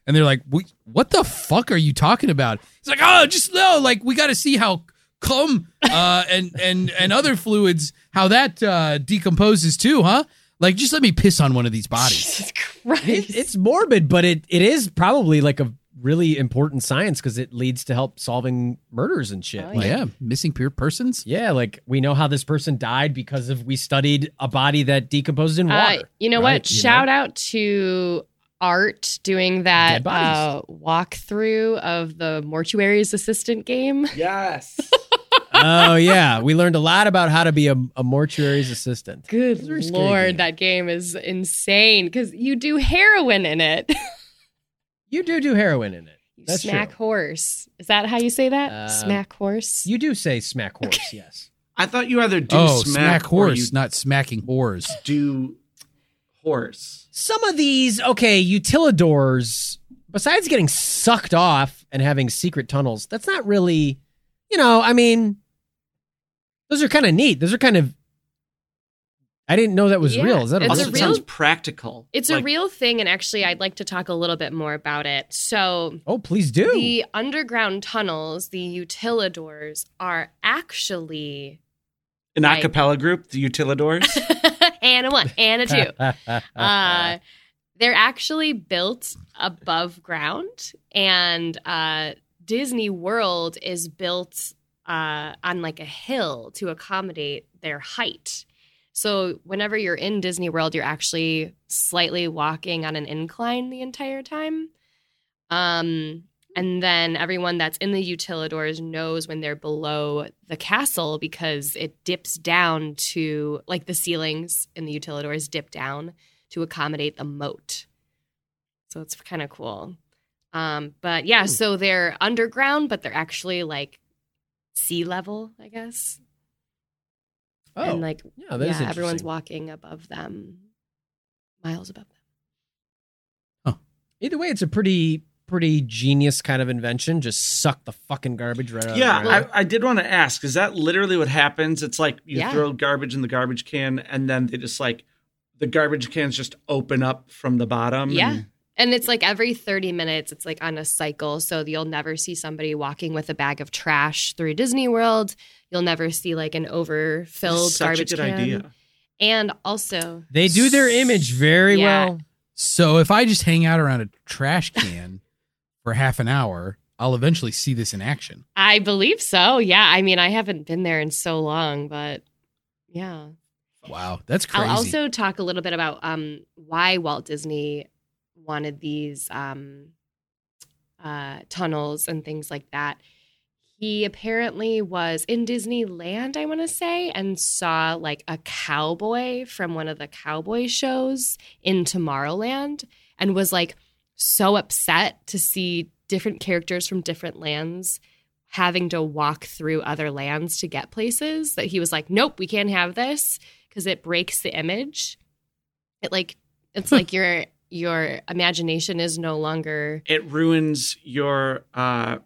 [SPEAKER 4] And they're like, "We- what the fuck are you talking about? He's like, oh, just no, like we got to see how cum uh, and and and other fluids how that uh, decomposes too, huh? Like, just let me piss on one of these bodies.
[SPEAKER 5] Jesus Christ.
[SPEAKER 3] It- it's morbid, but it, it is probably like a really important science because it leads to help solving murders and shit.
[SPEAKER 5] Oh,
[SPEAKER 3] Like,
[SPEAKER 4] yeah, missing pure persons.
[SPEAKER 3] Yeah, like we know how this person died because of we studied a body that decomposes in
[SPEAKER 5] Uh,
[SPEAKER 3] water.
[SPEAKER 5] you know
[SPEAKER 3] right?
[SPEAKER 5] what?
[SPEAKER 3] You know?
[SPEAKER 5] Shout out to Art doing
[SPEAKER 3] Dead
[SPEAKER 5] that uh,
[SPEAKER 3] bodies.
[SPEAKER 5] walkthrough of the mortuary's assistant game.
[SPEAKER 2] Yes.
[SPEAKER 3] oh yeah, we learned a lot about how to be a, a mortuary's assistant.
[SPEAKER 5] Good
[SPEAKER 3] Those are scary
[SPEAKER 5] lord,
[SPEAKER 3] games.
[SPEAKER 5] that game is insane because you do heroin in it.
[SPEAKER 3] You do do heroin in it.
[SPEAKER 5] You
[SPEAKER 3] That's
[SPEAKER 5] smack
[SPEAKER 3] true.
[SPEAKER 5] horse. Is that how you say that?
[SPEAKER 3] Um,
[SPEAKER 5] smack horse.
[SPEAKER 3] You do say smack horse, yes.
[SPEAKER 2] I thought you either do
[SPEAKER 4] oh,
[SPEAKER 2] smack,
[SPEAKER 4] smack,
[SPEAKER 2] or
[SPEAKER 4] horse,
[SPEAKER 2] you
[SPEAKER 4] not smacking whores.
[SPEAKER 2] do horse.
[SPEAKER 3] Some of these, okay, utilidors. Besides getting sucked off and having secret tunnels, that's not really, you know. I mean, those are kind of neat. Those are kind of. I didn't know that was
[SPEAKER 5] Yeah,
[SPEAKER 3] real. Is that a
[SPEAKER 5] it's
[SPEAKER 2] also,
[SPEAKER 3] real
[SPEAKER 2] it
[SPEAKER 5] real-
[SPEAKER 2] sounds practical.
[SPEAKER 5] it's
[SPEAKER 2] Like,
[SPEAKER 5] a real thing, and actually, I'd like to talk a little bit more about it. So,
[SPEAKER 3] Oh, please do.
[SPEAKER 5] The underground tunnels, the utilidors, are actually
[SPEAKER 2] an
[SPEAKER 5] like-
[SPEAKER 2] a cappella group, the Utilidors.
[SPEAKER 5] and a one and a two. Uh, they're actually built above ground, and uh, Disney World is built uh, on like a hill to accommodate their height. So whenever you're in Disney World, you're actually slightly walking on an incline the entire time. Um, and then everyone that's in the utilidors knows when they're below the castle because it dips down to like the ceilings in the utilidors dip down to accommodate the moat. So it's kind of cool. Um, but
[SPEAKER 3] Hmm.
[SPEAKER 5] yeah, so they're underground, but they're actually like sea level, I guess.
[SPEAKER 3] oh,
[SPEAKER 5] and like
[SPEAKER 3] yeah, that is
[SPEAKER 5] yeah, everyone's
[SPEAKER 3] interesting.
[SPEAKER 5] walking above them, miles above them.
[SPEAKER 3] Either way, it's a pretty pretty genius kind of invention. Just suck the fucking garbage right out. of the ground.
[SPEAKER 2] yeah, I, I did want to ask: Is that literally what happens? It's like you
[SPEAKER 5] Yeah.
[SPEAKER 2] throw garbage in the garbage can, and then they just like the garbage cans just open up from the bottom.
[SPEAKER 5] Yeah.
[SPEAKER 2] and-
[SPEAKER 5] And it's like every 30 minutes, it's like on a cycle. So you'll never see somebody walking with a bag of trash through Disney World. You'll never see like an overfilled
[SPEAKER 2] Such
[SPEAKER 5] garbage
[SPEAKER 2] a good
[SPEAKER 5] can.
[SPEAKER 2] idea.
[SPEAKER 5] And also,
[SPEAKER 3] they do their image very
[SPEAKER 5] Yeah.
[SPEAKER 3] well.
[SPEAKER 4] So if I just hang out around a trash can for half an hour, I'll eventually see this in action.
[SPEAKER 5] I believe so. Yeah. I mean, I haven't been there in so long, but yeah.
[SPEAKER 4] Wow, that's crazy.
[SPEAKER 5] I'll also talk a little bit about um, why Walt Disney wanted these um, uh, tunnels and things like that. He apparently was in Disneyland, I want to say, and saw like a cowboy from one of the cowboy shows in Tomorrowland and was like so upset to see different characters from different lands having to walk through other lands to get places that he was like, nope, we can't have this because it breaks the image. It like it's like your your imagination is no longer
[SPEAKER 2] It ruins your uh,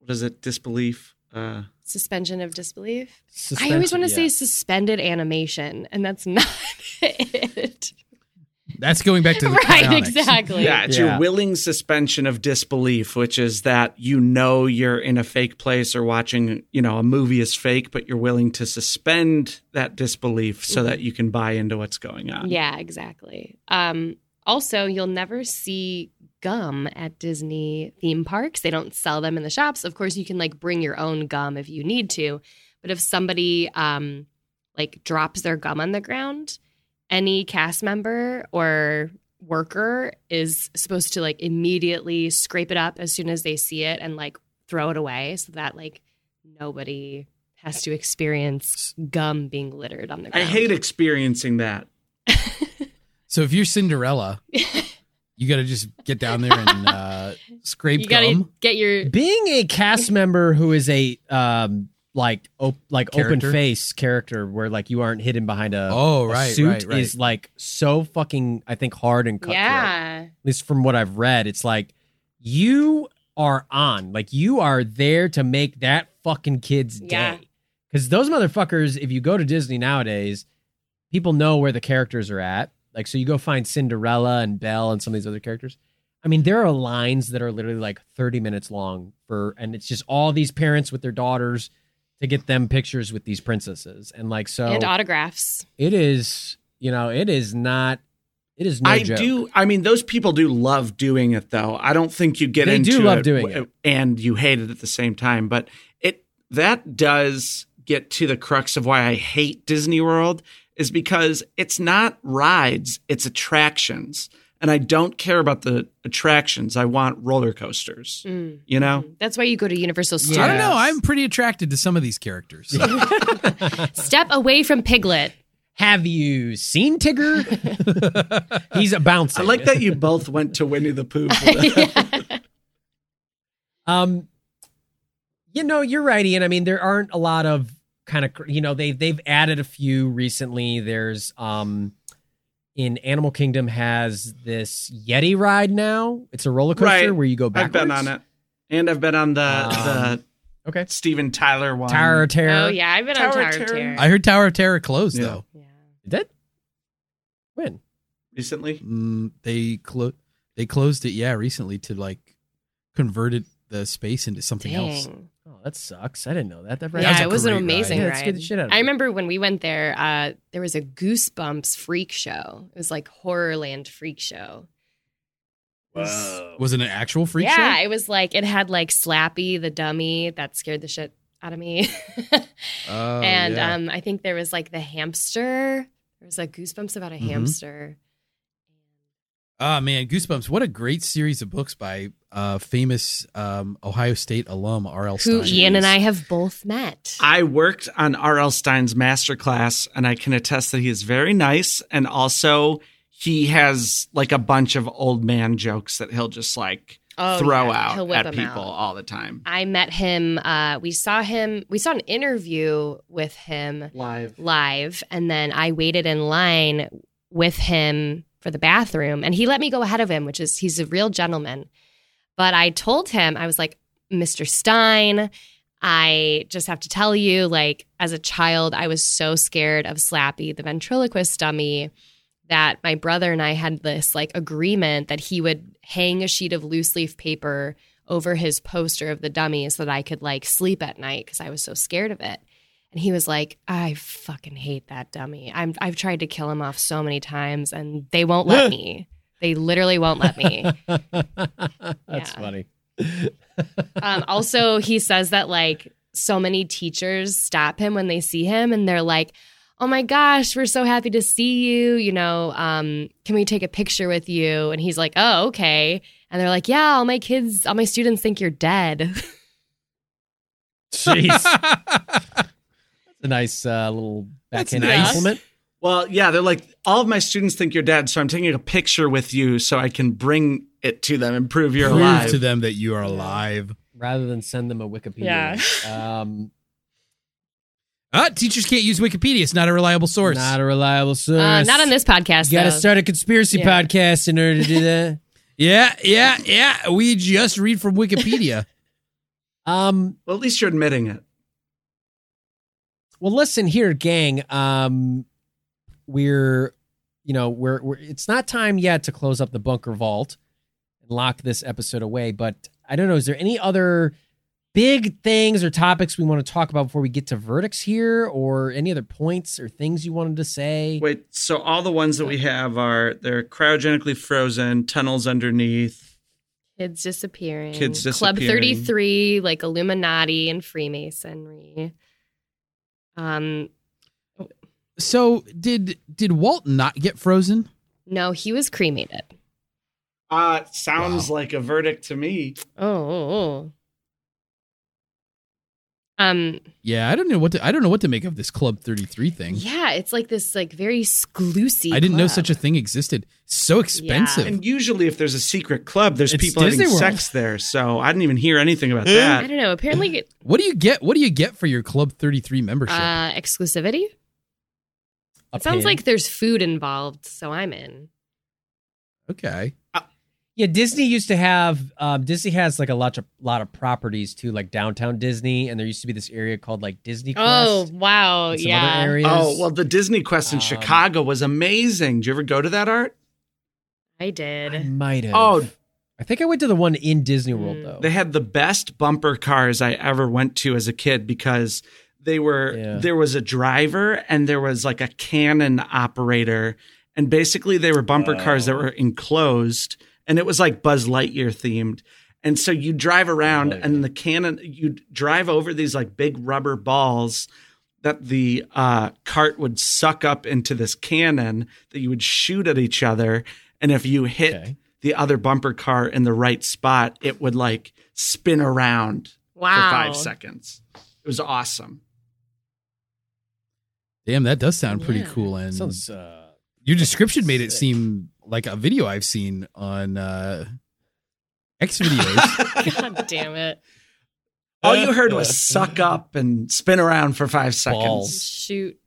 [SPEAKER 2] what is it? Disbelief. Uh,
[SPEAKER 5] suspension of disbelief. I
[SPEAKER 3] Suspension,
[SPEAKER 5] always want to
[SPEAKER 3] yeah.
[SPEAKER 5] say suspended animation, and that's not it.
[SPEAKER 4] That's going back to the
[SPEAKER 5] right,
[SPEAKER 4] Bionics.
[SPEAKER 5] exactly.
[SPEAKER 2] Yeah, it's
[SPEAKER 3] Yeah.
[SPEAKER 2] your willing suspension of disbelief, which is that you know you're in a fake place or watching, you know, a movie is fake, but you're willing to suspend that disbelief so that you can buy into what's going on.
[SPEAKER 5] Yeah, exactly. Um, also, you'll never see gum at Disney theme parks. They don't sell them in the shops. Of course, you can like bring your own gum if you need to. But if somebody um, like drops their gum on the ground, any cast member or worker is supposed to like immediately scrape it up as soon as they see it and like throw it away so that like nobody has to experience gum being littered on the
[SPEAKER 2] I
[SPEAKER 5] ground.
[SPEAKER 2] hate experiencing that.
[SPEAKER 4] So if you're Cinderella, you got to just get down there and uh, scrape
[SPEAKER 5] you gotta
[SPEAKER 4] gum.
[SPEAKER 5] get your
[SPEAKER 3] Being a cast member who is a um like op- like
[SPEAKER 4] Character?
[SPEAKER 3] open face character where like you aren't hidden behind a,
[SPEAKER 4] Oh,
[SPEAKER 3] a
[SPEAKER 4] right,
[SPEAKER 3] suit
[SPEAKER 4] right, right.
[SPEAKER 3] is like so fucking I think hard and cutthroat.
[SPEAKER 5] yeah
[SPEAKER 3] At least from what I've read, it's like you are on like you are there to make that fucking kid's
[SPEAKER 5] Yeah.
[SPEAKER 3] day because those motherfuckers if you go to disney nowadays people know where the characters are at like so you go find cinderella and belle and some of these other characters i mean there are lines that are literally like 30 minutes long for and it's just all these parents with their daughters to get them pictures with these princesses and like so
[SPEAKER 5] and autographs.
[SPEAKER 3] it is you know it is not it is no
[SPEAKER 2] I
[SPEAKER 3] joke.
[SPEAKER 2] do. I mean, those people do love doing it, though. I don't think you get
[SPEAKER 3] They
[SPEAKER 2] into
[SPEAKER 3] do love
[SPEAKER 2] it
[SPEAKER 3] doing
[SPEAKER 2] w- and you hate it at the same time. But it that does get to the crux of why I hate Disney World is because it's not rides, it's attractions, and I don't care about the attractions. I want roller coasters.
[SPEAKER 5] Mm.
[SPEAKER 2] You know,
[SPEAKER 5] That's why you go to Universal Studios.
[SPEAKER 4] I don't know. I'm pretty attracted to some of these characters.
[SPEAKER 5] Step away from Piglet.
[SPEAKER 3] Have you seen Tigger? He's a bouncer.
[SPEAKER 2] I like that you both went to Winnie the Pooh. for that.
[SPEAKER 3] Um, you know, you're right, Ian. I mean, there aren't a lot of kind of you know they they've added a few recently. There's um, in Animal Kingdom has this Yeti ride now. It's a roller coaster
[SPEAKER 2] Right.
[SPEAKER 3] where you go
[SPEAKER 2] I've
[SPEAKER 3] backwards.
[SPEAKER 2] been on it, and I've been on the
[SPEAKER 3] Um,
[SPEAKER 2] the
[SPEAKER 3] Okay.
[SPEAKER 2] Steven Tyler one.
[SPEAKER 3] Tower of Terror.
[SPEAKER 5] Oh yeah, I've been on
[SPEAKER 2] Tower
[SPEAKER 5] Tower of
[SPEAKER 2] Terror.
[SPEAKER 5] Terror.
[SPEAKER 4] I heard Tower of Terror closed
[SPEAKER 2] Yeah.
[SPEAKER 4] though.
[SPEAKER 5] yeah.
[SPEAKER 3] Did that when?
[SPEAKER 2] recently.
[SPEAKER 4] Mm, they clo- they closed it. Yeah, recently to like converted the space into something else.
[SPEAKER 5] Dang.
[SPEAKER 3] Oh, that sucks. I didn't know that. That
[SPEAKER 5] Yeah,
[SPEAKER 3] ride.
[SPEAKER 4] was a
[SPEAKER 5] it was an
[SPEAKER 4] great
[SPEAKER 5] amazing
[SPEAKER 3] ride.
[SPEAKER 5] ride.
[SPEAKER 3] Yeah, it scared the shit out of
[SPEAKER 5] I
[SPEAKER 3] me.
[SPEAKER 5] remember when we went there, uh, there was a Goosebumps freak show. It was like Horrorland freak show. It was-
[SPEAKER 2] Uh,
[SPEAKER 4] Was it an actual freak
[SPEAKER 5] yeah,
[SPEAKER 4] show?
[SPEAKER 5] it was like it had like Slappy the dummy that scared the shit out of me.
[SPEAKER 4] Oh,
[SPEAKER 5] and
[SPEAKER 4] yeah.
[SPEAKER 5] um, I think there was like the hamster. There was like Goosebumps about a
[SPEAKER 4] Mhm.
[SPEAKER 5] hamster.
[SPEAKER 4] Oh man, Goosebumps! What a great series of books by uh, famous um, Ohio State alum R.L.
[SPEAKER 5] who
[SPEAKER 4] Stine.
[SPEAKER 5] Ian and I have both met.
[SPEAKER 2] I worked on R.L. Stein's masterclass, and I can attest that he is very nice. And also, he has like a bunch of old man jokes that he'll just like
[SPEAKER 5] Oh,
[SPEAKER 2] throw
[SPEAKER 5] yeah. He'll
[SPEAKER 2] out
[SPEAKER 5] whip
[SPEAKER 2] at
[SPEAKER 5] 'em
[SPEAKER 2] people
[SPEAKER 5] out.
[SPEAKER 2] all the time.
[SPEAKER 5] I met him. Uh, we saw him. We saw an interview with him
[SPEAKER 2] Live.
[SPEAKER 5] live, and then I waited in line with him for the bathroom, and he let me go ahead of him, which is he's a real gentleman. But I told him I was like, Mr. Stein, I just have to tell you, like, as a child, I was so scared of Slappy, the ventriloquist dummy, that my brother and I had this like agreement that he would hang a sheet of loose leaf paper over his poster of the dummy so that I could like sleep at night because I was so scared of it. And he was like, I fucking hate that dummy. I'm, I've tried to kill him off so many times and they won't let me. They literally won't let me.
[SPEAKER 3] That's
[SPEAKER 5] Yeah.
[SPEAKER 3] funny.
[SPEAKER 5] Um, also, he says that like so many teachers stop him when they see him and they're like, oh my gosh, we're so happy to see you. You know, um, can we take a picture with you? And he's like, oh, okay. And they're like, yeah, all my kids, all my students think you're dead.
[SPEAKER 3] Jeez, That's a nice uh, little
[SPEAKER 4] That's
[SPEAKER 3] backhanded
[SPEAKER 5] nice.
[SPEAKER 3] compliment.
[SPEAKER 2] Well, yeah, they're like, all of my students think you're dead, so I'm taking a picture with you so I can bring it to them and prove you're
[SPEAKER 4] Prove
[SPEAKER 2] alive.
[SPEAKER 4] to them that you are alive.
[SPEAKER 3] rather than send them a Wikipedia. Yeah. Um,
[SPEAKER 4] Ah, teachers can't use Wikipedia. It's not a reliable source.
[SPEAKER 3] Not a reliable source.
[SPEAKER 5] Uh, not on this podcast.
[SPEAKER 3] You got
[SPEAKER 5] though.
[SPEAKER 3] to start a conspiracy
[SPEAKER 5] Yeah.
[SPEAKER 3] podcast in order to do that.
[SPEAKER 4] yeah, yeah, yeah. We just read from Wikipedia.
[SPEAKER 3] um,
[SPEAKER 2] Well, at least you're admitting it.
[SPEAKER 3] well, listen here, gang. Um, we're you know, we're, we're it's not time yet to close up the bunker vault and lock this episode away. But I don't know, is there any other big things or topics we want to talk about before we get to verdicts here, or any other points or things you wanted to say?
[SPEAKER 2] Wait, so all the ones that we have are they're cryogenically frozen, tunnels underneath.
[SPEAKER 5] Kids disappearing.
[SPEAKER 2] Kids
[SPEAKER 5] Club
[SPEAKER 2] disappearing.
[SPEAKER 5] 33, like Illuminati and Freemasonry. Um,
[SPEAKER 4] So Oh, did did Walt not get frozen?
[SPEAKER 5] no, he was cremated.
[SPEAKER 2] Uh sounds like a verdict to me.
[SPEAKER 5] Oh, oh, oh. Um,
[SPEAKER 4] Yeah, I don't know what to, I don't know what to make of this Club Thirty Three thing.
[SPEAKER 5] yeah, it's like this like very exclusive.
[SPEAKER 4] I didn't know
[SPEAKER 5] club.
[SPEAKER 4] such a thing existed. So expensive.
[SPEAKER 2] And usually if there's a secret club, there's
[SPEAKER 4] It's
[SPEAKER 2] people
[SPEAKER 4] Disney
[SPEAKER 2] having
[SPEAKER 4] World. Eh?
[SPEAKER 2] sex there. So I didn't even hear anything about
[SPEAKER 5] I
[SPEAKER 2] that.
[SPEAKER 5] don't know. Apparently, it-
[SPEAKER 4] What do you get? What do you get for your Club Thirty Three membership?
[SPEAKER 5] uh, exclusivity.
[SPEAKER 3] A
[SPEAKER 5] It sounds
[SPEAKER 3] pin?
[SPEAKER 5] like there's food involved, so I'm in.
[SPEAKER 4] okay,
[SPEAKER 3] Uh, Yeah, Disney used to have um, Disney has like a lot of lot of properties too, like downtown Disney, and there used to be this area called like Disney
[SPEAKER 5] Oh
[SPEAKER 3] Quest.
[SPEAKER 5] wow,
[SPEAKER 3] and some
[SPEAKER 5] yeah.
[SPEAKER 3] other areas.
[SPEAKER 2] Oh, well, the Disney Quest in
[SPEAKER 3] Um,
[SPEAKER 2] Chicago was amazing. Did you ever go to that art?
[SPEAKER 5] I
[SPEAKER 3] I
[SPEAKER 5] did.
[SPEAKER 3] might have.
[SPEAKER 2] Oh.
[SPEAKER 3] I think I went to the one in Disney World
[SPEAKER 5] Mm.
[SPEAKER 3] though.
[SPEAKER 2] They had the best bumper cars I ever went to as a kid because they were
[SPEAKER 3] Yeah.
[SPEAKER 2] there was a driver and there was like a cannon operator and basically they were bumper cars that were enclosed and it was like Buzz Lightyear themed. And so you drive around
[SPEAKER 3] Oh,
[SPEAKER 2] and the cannon you drive over these like big rubber balls that the uh, cart would suck up into this cannon that you would shoot at each other. And if you hit
[SPEAKER 3] Okay.
[SPEAKER 2] the other bumper car in the right spot, it would like spin around
[SPEAKER 5] Wow.
[SPEAKER 2] for five seconds. It was awesome.
[SPEAKER 4] damn, that does sound pretty
[SPEAKER 5] Yeah.
[SPEAKER 4] cool. And
[SPEAKER 3] Sounds, uh,
[SPEAKER 4] your description made it
[SPEAKER 3] sick.
[SPEAKER 4] seem like a video I've seen on uh, X videos.
[SPEAKER 5] God damn it.
[SPEAKER 2] All you heard was suck up and spin around for five seconds.
[SPEAKER 3] Balls.
[SPEAKER 5] Shoot.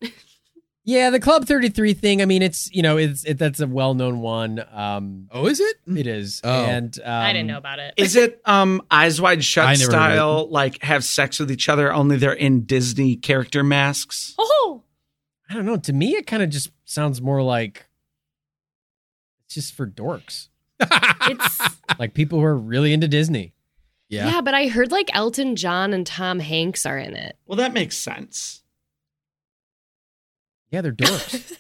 [SPEAKER 3] yeah, the Club Thirty Three thing. I mean, it's you know, it's it, that's a well known one. Um,
[SPEAKER 4] oh, is it?
[SPEAKER 3] it is,
[SPEAKER 4] Oh.
[SPEAKER 3] and um,
[SPEAKER 5] I didn't know about it.
[SPEAKER 2] Is it um eyes wide
[SPEAKER 4] I never
[SPEAKER 2] shut
[SPEAKER 4] heard of
[SPEAKER 2] style, like have sex with each other, only they're in Disney character masks?
[SPEAKER 5] Oh,
[SPEAKER 3] I don't know. To me, it kind of just sounds more like it's just for dorks,
[SPEAKER 5] it's
[SPEAKER 3] like people who are really into Disney.
[SPEAKER 5] yeah. but I heard like Elton John and Tom Hanks are in it.
[SPEAKER 2] Well, that makes sense.
[SPEAKER 3] Yeah, they're dorks.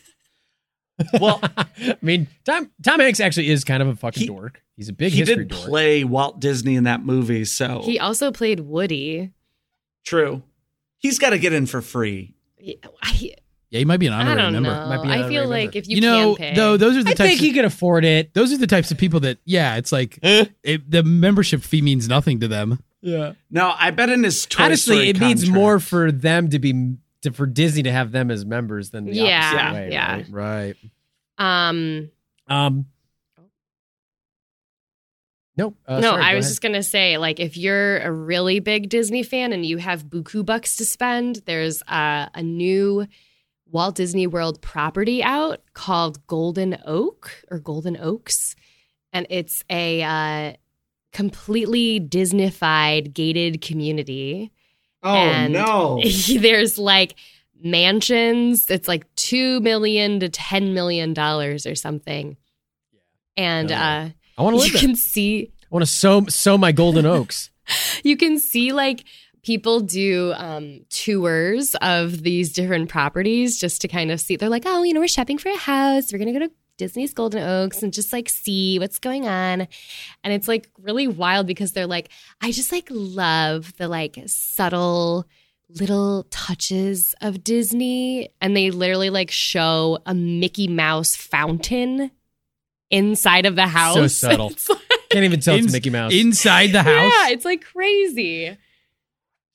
[SPEAKER 3] well, I mean, Tom Tom Hanks actually is kind of a fucking
[SPEAKER 2] He-
[SPEAKER 3] dork. He's a big
[SPEAKER 2] he
[SPEAKER 3] history
[SPEAKER 2] did
[SPEAKER 3] dork.
[SPEAKER 2] play Walt Disney in that movie, so
[SPEAKER 5] He also played Woody.
[SPEAKER 2] true. He's got to get in for free.
[SPEAKER 5] I,
[SPEAKER 4] Yeah, he might be an
[SPEAKER 5] I
[SPEAKER 4] honorary
[SPEAKER 5] don't
[SPEAKER 4] member.
[SPEAKER 5] know.
[SPEAKER 3] Might be an
[SPEAKER 5] I feel
[SPEAKER 3] honorary
[SPEAKER 5] like
[SPEAKER 3] member.
[SPEAKER 5] if you, can
[SPEAKER 4] know,
[SPEAKER 5] pay,
[SPEAKER 4] though, those are the
[SPEAKER 3] I
[SPEAKER 4] types.
[SPEAKER 3] think
[SPEAKER 4] of,
[SPEAKER 3] he could afford it.
[SPEAKER 4] those are the types of people that. Yeah, it's like
[SPEAKER 5] Eh.
[SPEAKER 4] it, the membership fee means nothing to them.
[SPEAKER 3] Yeah.
[SPEAKER 2] No, I bet in his Toy Story
[SPEAKER 3] Honestly, it means
[SPEAKER 2] contract-
[SPEAKER 3] more for them to be to, for Disney to have them as members than the
[SPEAKER 5] Yeah,
[SPEAKER 3] opposite way.
[SPEAKER 5] yeah.
[SPEAKER 4] Right.
[SPEAKER 3] right?
[SPEAKER 5] um,
[SPEAKER 3] Um. Nope. Uh,
[SPEAKER 5] no,
[SPEAKER 3] sorry,
[SPEAKER 5] I
[SPEAKER 3] go
[SPEAKER 5] was
[SPEAKER 3] ahead.
[SPEAKER 5] just gonna say, like, if you're a really big Disney fan and you have buku bucks to spend, there's uh, a new Walt Disney World property out called Golden Oak or Golden Oaks, and it's a uh, completely Disneyfied gated community.
[SPEAKER 2] Oh
[SPEAKER 5] And-
[SPEAKER 2] no.
[SPEAKER 5] there's like mansions. It's like two million to ten million dollars or something, and uh,
[SPEAKER 3] I want to
[SPEAKER 5] you
[SPEAKER 3] live. there.
[SPEAKER 5] can see
[SPEAKER 3] I want to sow sow my golden oaks.
[SPEAKER 5] you can see like people do um, tours of these different properties just to kind of see. They're like, oh, you know, we're shopping for a house. We're gonna go to Disney's Golden Oaks and just like see what's going on. And it's like really wild because they're like, I just like love the like subtle little touches of Disney. And they literally like show a Mickey Mouse fountain inside of the house.
[SPEAKER 3] So subtle.
[SPEAKER 5] Oh, It's like-
[SPEAKER 3] Can't even tell
[SPEAKER 4] In-
[SPEAKER 3] it's Mickey Mouse.
[SPEAKER 4] Inside the house.
[SPEAKER 5] yeah, it's like crazy.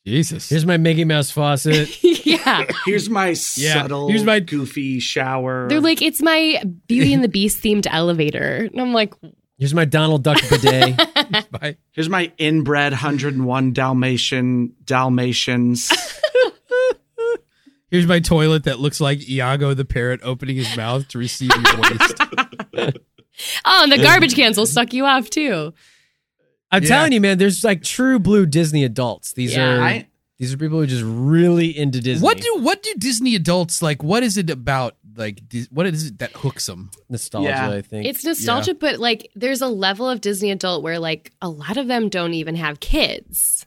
[SPEAKER 4] Jesus.
[SPEAKER 3] Here's my Mickey Mouse faucet.
[SPEAKER 5] yeah.
[SPEAKER 2] Here's my
[SPEAKER 4] Yeah,
[SPEAKER 2] subtle,
[SPEAKER 4] here's
[SPEAKER 2] here's
[SPEAKER 4] my-
[SPEAKER 2] my goofy shower.
[SPEAKER 5] They're like, it's my Beauty and the Beast themed elevator. And I'm like,
[SPEAKER 3] Here's my Donald Duck bidet.
[SPEAKER 4] my-
[SPEAKER 2] here's my inbred 101 Dalmatian Dalmatians.
[SPEAKER 4] Here's my toilet that looks like Iago the parrot opening his mouth to receive your waste.
[SPEAKER 5] oh, and the garbage cans will suck you off too.
[SPEAKER 3] I'm
[SPEAKER 4] Yeah.
[SPEAKER 3] telling you, man. There's like true blue Disney adults. These
[SPEAKER 5] Yeah.
[SPEAKER 3] are
[SPEAKER 2] I
[SPEAKER 3] these These are people who are just really into Disney.
[SPEAKER 4] What do what do Disney adults like? What is it about? Like, Dis- what is it that hooks them?
[SPEAKER 3] nostalgia?
[SPEAKER 2] Yeah.
[SPEAKER 3] I think
[SPEAKER 5] It's nostalgia, but like there's a level of Disney adult where like a lot of them don't even have kids.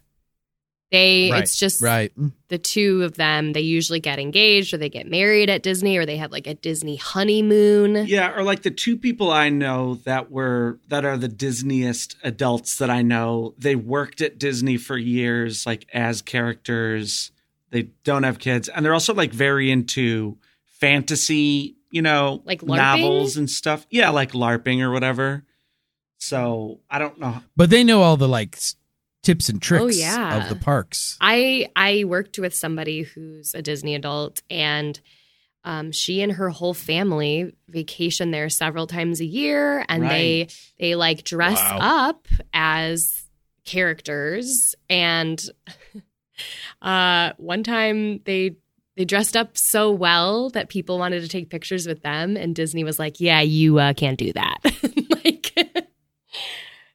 [SPEAKER 5] They
[SPEAKER 4] Right,
[SPEAKER 5] it's just
[SPEAKER 4] Right.
[SPEAKER 5] the two of them, they usually get engaged or they get married at Disney or they have like a Disney honeymoon.
[SPEAKER 2] Yeah, or like the two people I know that were that are the Disneyest adults that I know. They worked at Disney for years, like as characters. They don't have kids, and they're also like very into fantasy, you know,
[SPEAKER 5] Like LARPing?
[SPEAKER 2] novels and stuff. Yeah, like LARPing or whatever. So I don't know.
[SPEAKER 4] But they know all the like s- tips and tricks
[SPEAKER 5] Oh, yeah.
[SPEAKER 4] of the parks.
[SPEAKER 5] I I worked with somebody who's a Disney adult, and um, she and her whole family vacation there several times a year, and they they like dress up as characters. And uh, one time they they dressed up so well that people wanted to take pictures with them, and Disney was like, "Yeah, you uh, can't do that." like.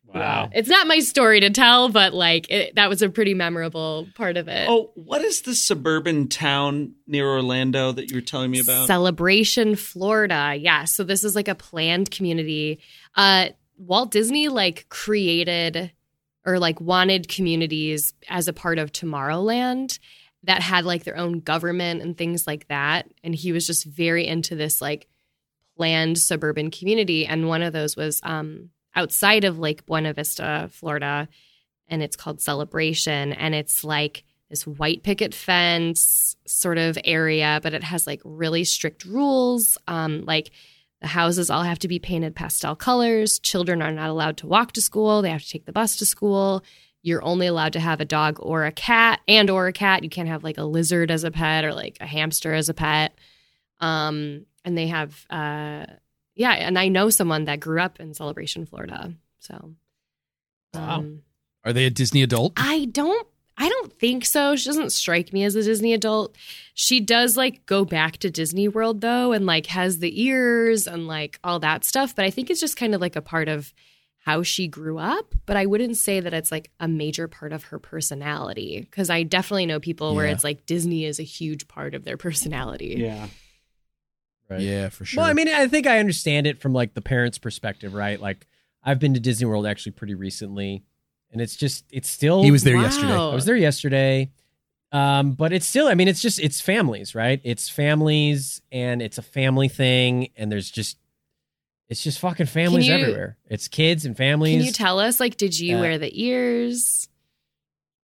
[SPEAKER 2] Wow.
[SPEAKER 5] It's not my story to tell, but like it, that was a pretty memorable part of it.
[SPEAKER 2] Oh, what is the suburban town near Orlando that you were telling me about?
[SPEAKER 5] Celebration, Florida. Yeah. So this is like a planned community. Uh, Walt Disney like created or like wanted communities as a part of Tomorrowland that had like their own government and things like that. And he was just very into this like planned suburban community. And one of those was um, outside of Lake Buena Vista, Florida. And it's called Celebration. And it's like this white picket fence sort of area, but it has like really strict rules. Um, like the houses all have to be painted pastel colors. Children are not allowed to walk to school. They have to take the bus to school. You're only allowed to have a dog or a cat and or a cat. You can't have like a lizard as a pet or like a hamster as a pet. Um, and they have uh yeah, and I know someone that grew up in Celebration, Florida. So um,
[SPEAKER 4] Wow. Are they a Disney adult?
[SPEAKER 5] I don't I don't think so. She doesn't strike me as a Disney adult. She does like go back to Disney World though and like has the ears and like all that stuff, but I think it's just kind of like a part of how she grew up, but I wouldn't say that it's like a major part of her personality cuz I definitely know people where
[SPEAKER 4] Yeah.
[SPEAKER 5] it's like Disney is a huge part of their personality.
[SPEAKER 2] yeah.
[SPEAKER 4] Yeah, for sure.
[SPEAKER 3] Well, I mean, I think I understand it from like the parents' perspective, right? Like I've been to Disney World actually pretty recently, and it's just it's still
[SPEAKER 4] he was there yesterday.
[SPEAKER 5] Wow.
[SPEAKER 3] I was there yesterday. Um, but it's still, I mean, it's just, it's families, right? It's families and it's a family thing. And there's just, it's just fucking families
[SPEAKER 5] you-
[SPEAKER 3] everywhere. It's kids and families.
[SPEAKER 5] Can you tell us like did you
[SPEAKER 3] Uh,
[SPEAKER 5] wear the ears?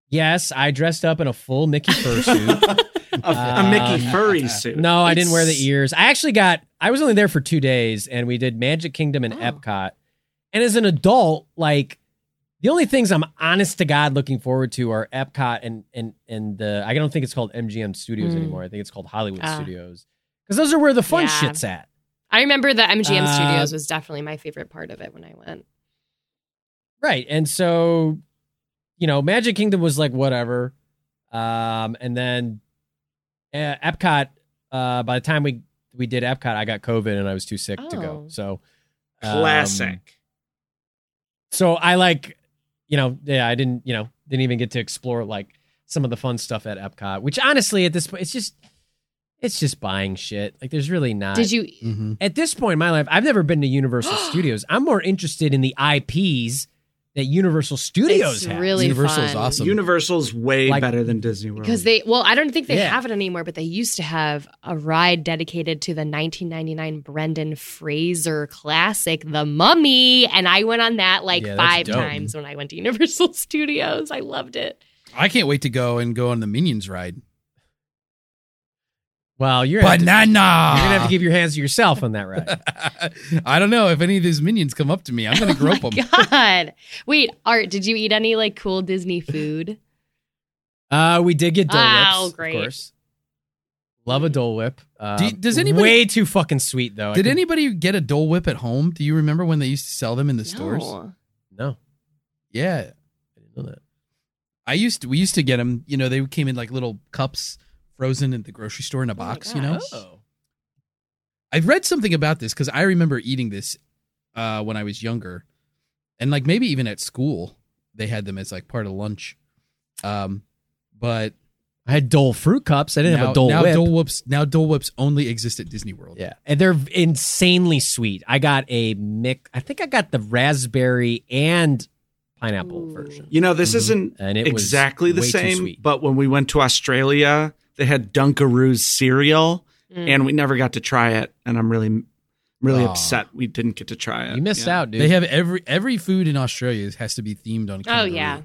[SPEAKER 3] yes, I dressed up in a full Mickey fursuit. Uh,
[SPEAKER 2] A, a Mickey furry suit.
[SPEAKER 3] no, I didn't wear the
[SPEAKER 5] It's-
[SPEAKER 3] ears. I actually got, I was only there for two days and we did Magic Kingdom and
[SPEAKER 5] Oh.
[SPEAKER 3] Epcot. And as an adult, like, the only things I'm honest to God looking forward to are Epcot and and and the I don't think it's called MGM Studios
[SPEAKER 2] Hmm.
[SPEAKER 5] Mm.
[SPEAKER 3] anymore. I think it's called Hollywood
[SPEAKER 5] Ah.
[SPEAKER 3] Studios because those are where the fun
[SPEAKER 5] Yeah.
[SPEAKER 3] shit's at.
[SPEAKER 5] I remember the MGM
[SPEAKER 3] Uh,
[SPEAKER 5] Studios was definitely my favorite part of it when I went.
[SPEAKER 3] Right. And so, you know, Magic Kingdom was like whatever. Um, and then uh, Epcot, uh, by the time we we did Epcot, I got COVID and I was too sick to go.
[SPEAKER 5] Oh.
[SPEAKER 3] So um,
[SPEAKER 2] Classic.
[SPEAKER 3] so I like, you know, yeah, I didn't, you know, didn't even get to explore like some of the fun stuff at Epcot, which honestly at this point it's just it's just buying shit. Like there's really not
[SPEAKER 5] Did you
[SPEAKER 2] Mm-hmm.
[SPEAKER 4] Mhm.
[SPEAKER 3] at this point in my life, I've never been to Universal Studios. I'm more interested in the IPs that Universal Studios
[SPEAKER 5] It's
[SPEAKER 3] has.
[SPEAKER 5] really
[SPEAKER 4] Universal is
[SPEAKER 5] fun.
[SPEAKER 4] awesome.
[SPEAKER 2] Universal's way
[SPEAKER 3] Like-
[SPEAKER 2] better than Disney World.
[SPEAKER 5] Because they, well, I don't think they
[SPEAKER 3] Yeah.
[SPEAKER 5] have it anymore, but they used to have a ride dedicated to the 1999 Brendan Fraser classic, The Mummy. And I went on that like
[SPEAKER 3] Yeah, that's
[SPEAKER 5] five
[SPEAKER 3] dope.
[SPEAKER 5] times when I went to Universal Studios. I loved it.
[SPEAKER 4] I can't wait to go and go on the Minions ride.
[SPEAKER 3] well, you're gonna, have to,
[SPEAKER 4] Banana.
[SPEAKER 3] you're gonna have to give your hands to yourself on that ride. Oh
[SPEAKER 4] I don't know if any of these minions come up to me. I'm gonna grope them.
[SPEAKER 5] Oh God. Wait, Art, did you eat any like cool Disney food?
[SPEAKER 3] uh, we did get Dole Whips,
[SPEAKER 5] Wow,
[SPEAKER 3] of
[SPEAKER 5] great.
[SPEAKER 3] course. Love a Dole Whip. Um,
[SPEAKER 7] Uh,
[SPEAKER 4] Do- does anybody-
[SPEAKER 3] way too fucking sweet though? I
[SPEAKER 4] Did
[SPEAKER 3] could-
[SPEAKER 4] anybody get a Dole Whip at home? Do you remember when they used to sell them in the stores?
[SPEAKER 5] No.
[SPEAKER 3] No,
[SPEAKER 4] Yeah,
[SPEAKER 3] I didn't know that.
[SPEAKER 4] I used to, we used to get them. You know, they came in like little cups, frozen at the grocery store in a
[SPEAKER 5] Oh my
[SPEAKER 4] box. You know,
[SPEAKER 5] gosh.
[SPEAKER 4] I've read something about this because I remember eating this uh, when I was younger, and like maybe even at school they had them as like part of lunch. Um, but
[SPEAKER 7] I had Dole fruit cups. I didn't have a Dole
[SPEAKER 4] now
[SPEAKER 7] whip.
[SPEAKER 4] Dole Whips now Dole Whips only exist at Disney World.
[SPEAKER 7] yeah, and they're insanely sweet. I got a mix. I think I got the raspberry and pineapple version. Mhm.
[SPEAKER 2] You know, this isn't
[SPEAKER 7] And it was
[SPEAKER 2] exactly the
[SPEAKER 7] way too
[SPEAKER 2] same,
[SPEAKER 7] sweet.
[SPEAKER 2] but when we went to Australia, they had Dunkaroo's cereal
[SPEAKER 5] Mm.
[SPEAKER 2] and we never got to try it. And I'm really, really
[SPEAKER 4] Aw.
[SPEAKER 2] upset we didn't get to try it.
[SPEAKER 7] You missed
[SPEAKER 2] Yeah.
[SPEAKER 7] out, dude.
[SPEAKER 4] They have every every food in Australia has to be themed on.
[SPEAKER 5] Oh,
[SPEAKER 4] Kangaroo,
[SPEAKER 5] yeah.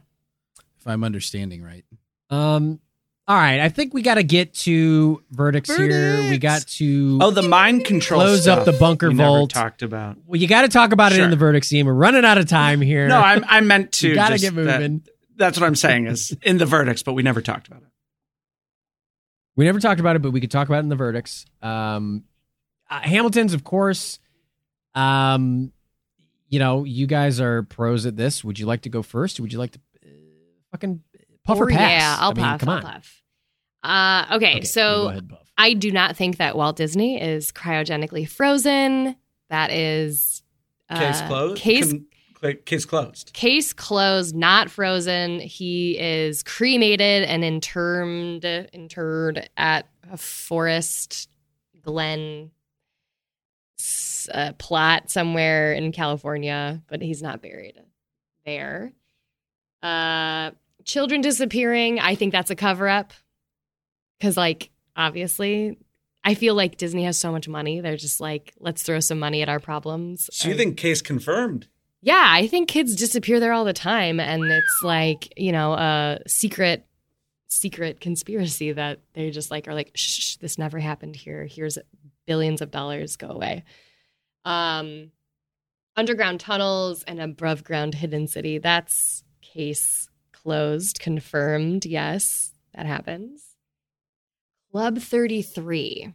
[SPEAKER 4] if I'm understanding right.
[SPEAKER 7] um. All right, I think we got to get to verdicts, here. We got to
[SPEAKER 2] Oh, the mind control.
[SPEAKER 7] Close up
[SPEAKER 2] stuff
[SPEAKER 7] the bunker
[SPEAKER 2] we never
[SPEAKER 7] vault.
[SPEAKER 2] talked about.
[SPEAKER 7] Well, you got to talk about it
[SPEAKER 2] Sure.
[SPEAKER 7] in the verdict scene. We're running out of time here.
[SPEAKER 2] No, I'm, I meant to.
[SPEAKER 7] you got to
[SPEAKER 2] just
[SPEAKER 7] get
[SPEAKER 2] that-
[SPEAKER 7] moving.
[SPEAKER 2] that's what I'm saying is in the verdicts, but we never talked about it.
[SPEAKER 7] We never talked about it, but we could talk about it in the verdicts. Um, uh, Hamilton's, of course. Um, you know, you guys are pros at this. Would you like to go first? Would you like to uh, fucking puff or
[SPEAKER 5] Or
[SPEAKER 7] pass?
[SPEAKER 5] Yeah, I'll
[SPEAKER 7] I mean,
[SPEAKER 5] puff.
[SPEAKER 7] Come
[SPEAKER 5] I'll
[SPEAKER 7] on.
[SPEAKER 5] puff. Uh, okay,
[SPEAKER 7] Okay, you go
[SPEAKER 5] so
[SPEAKER 7] ahead, puff.
[SPEAKER 5] I do not think that Walt Disney is cryogenically frozen. That is uh, Case
[SPEAKER 2] case closed.
[SPEAKER 5] case closed, not frozen. He is cremated and interned interred at a forest glen s- uh, plot somewhere in California, but he's not buried there. Uh, children disappearing. I think that's a cover up because, like, obviously. I feel like Disney has so much money. They're just like, let's throw some money at our problems.
[SPEAKER 2] So you
[SPEAKER 5] and-
[SPEAKER 2] think case confirmed?
[SPEAKER 5] yeah, I think kids disappear there all the time, and it's like you know a secret, secret conspiracy that they just like are like, shh, shh, this never happened here. Here's billions of dollars, go away. Um, underground tunnels and above ground hidden city. That's case closed, confirmed. Yes, that happens. Club thirty three.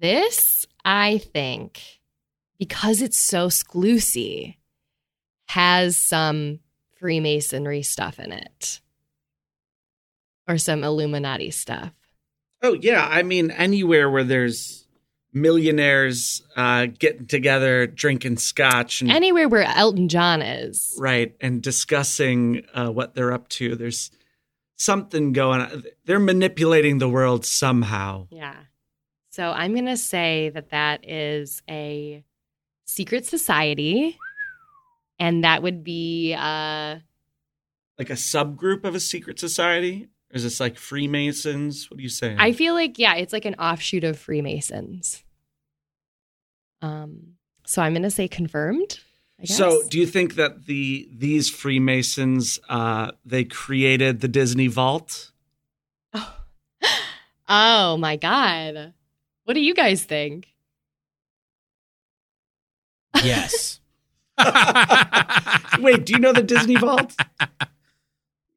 [SPEAKER 5] This, I think because it's so sclusy, has some Freemasonry stuff in it or some Illuminati stuff.
[SPEAKER 2] Oh yeah, I mean anywhere where there's millionaires uh, getting together, drinking scotch, and
[SPEAKER 5] Anywhere where Elton John is.
[SPEAKER 2] right, and discussing uh, what they're up to. There's something going. on. They're manipulating the world somehow.
[SPEAKER 5] Yeah. So I'm going to say that that is a secret society. And that would be, uh,
[SPEAKER 2] Like a subgroup of a secret society, or is this like Freemasons? What do you say?
[SPEAKER 5] I feel like, yeah, it's like an offshoot of Freemasons. Um, so I'm going to say confirmed. I guess.
[SPEAKER 2] So, do you think that the these Freemasons uh, they created the Disney Vault?
[SPEAKER 5] Oh my god. What do you guys think?
[SPEAKER 7] Yes,
[SPEAKER 2] Wait, do you know the Disney Vault?
[SPEAKER 7] of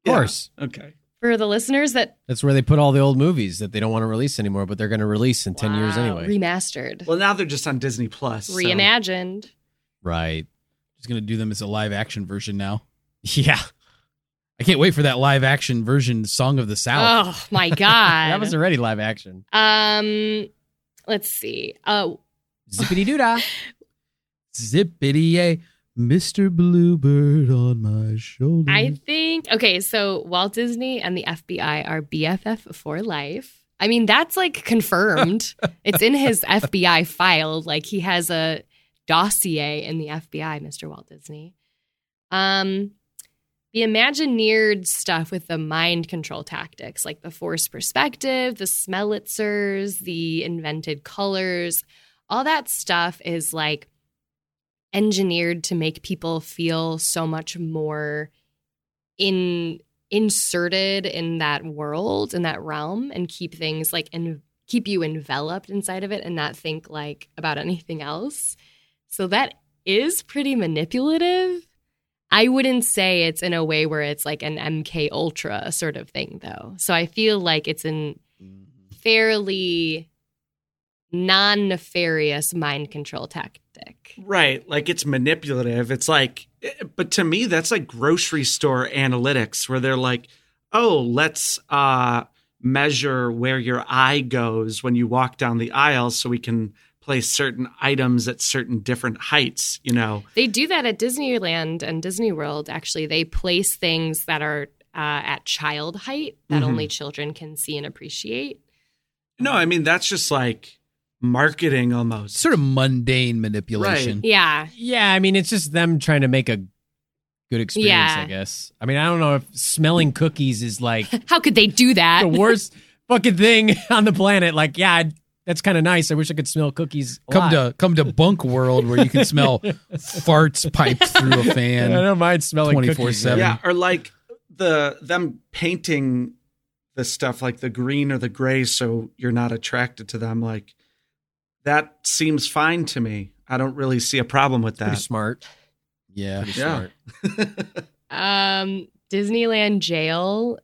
[SPEAKER 7] course.
[SPEAKER 2] Okay.
[SPEAKER 5] For the listeners that
[SPEAKER 7] That's where they put all the old movies that they don't want to release anymore, but they're going to release in ten years
[SPEAKER 5] Wow,
[SPEAKER 7] anyway.
[SPEAKER 5] Remastered.
[SPEAKER 2] Well, now they're just on Disney Plus. so-
[SPEAKER 5] reimagined.
[SPEAKER 7] right?
[SPEAKER 4] Just gonna do them as a live action version now.
[SPEAKER 7] Yeah,
[SPEAKER 4] I can't wait for that live action version Song of the South.
[SPEAKER 5] Oh my god.
[SPEAKER 7] that was already live action.
[SPEAKER 5] um let's see. Oh,
[SPEAKER 7] Zippity doo dah.
[SPEAKER 4] Zippity yay, Mr. Bluebird on my shoulder.
[SPEAKER 5] I think okay, so Walt Disney and the FBI are BFF for life. I mean, that's like confirmed. it's in his FBI file. Like he has a dossier in the FBI, Mr. Walt Disney. Um, the Imagineered stuff with the mind control tactics, like the forced perspective, the smellitzers, the invented colors, all that stuff is like engineered to make people feel so much more in inserted in that world in that realm and keep things like and keep you enveloped inside of it and not think like about anything else so that is pretty manipulative i wouldn't say it's in a way where it's like an mk ultra sort of thing though so i feel like it's an fairly non-nefarious mind control tactic
[SPEAKER 2] Right. Like it's manipulative. It's like, eh, but to me, that's like grocery store analytics where they're like, oh, let's uh, measure where your eye goes when you walk down the aisle so we can place certain items at certain different heights, you know?
[SPEAKER 5] They do that at Disneyland and Disney World. Actually, they place things that are uh, at child height that only children can see and appreciate.
[SPEAKER 2] No, I mean that's just like marketing almost.
[SPEAKER 4] Sort of mundane manipulation.
[SPEAKER 5] Yeah.
[SPEAKER 7] Yeah, I mean, it's just them trying to make a good experience,
[SPEAKER 5] Yeah.
[SPEAKER 7] I guess. I mean, I don't know if smelling cookies is like
[SPEAKER 5] How could they do that?
[SPEAKER 7] the worst fucking thing on the planet. Like, yeah, I'd- that's kind of nice. I wish I could smell cookies. a
[SPEAKER 4] Come
[SPEAKER 7] lot.
[SPEAKER 4] to come to bunk world where you can smell farts piped through a
[SPEAKER 7] I
[SPEAKER 4] fan.
[SPEAKER 7] don't mind smelling cookies.
[SPEAKER 4] 24/7.
[SPEAKER 2] Yeah, or like the them painting the stuff like the green or the gray so you're not attracted to them like that seems fine to me. I don't really see a problem with
[SPEAKER 7] Pretty
[SPEAKER 2] that.
[SPEAKER 7] smart.
[SPEAKER 4] Yeah.
[SPEAKER 2] Yeah.
[SPEAKER 5] Um, Disneyland jail.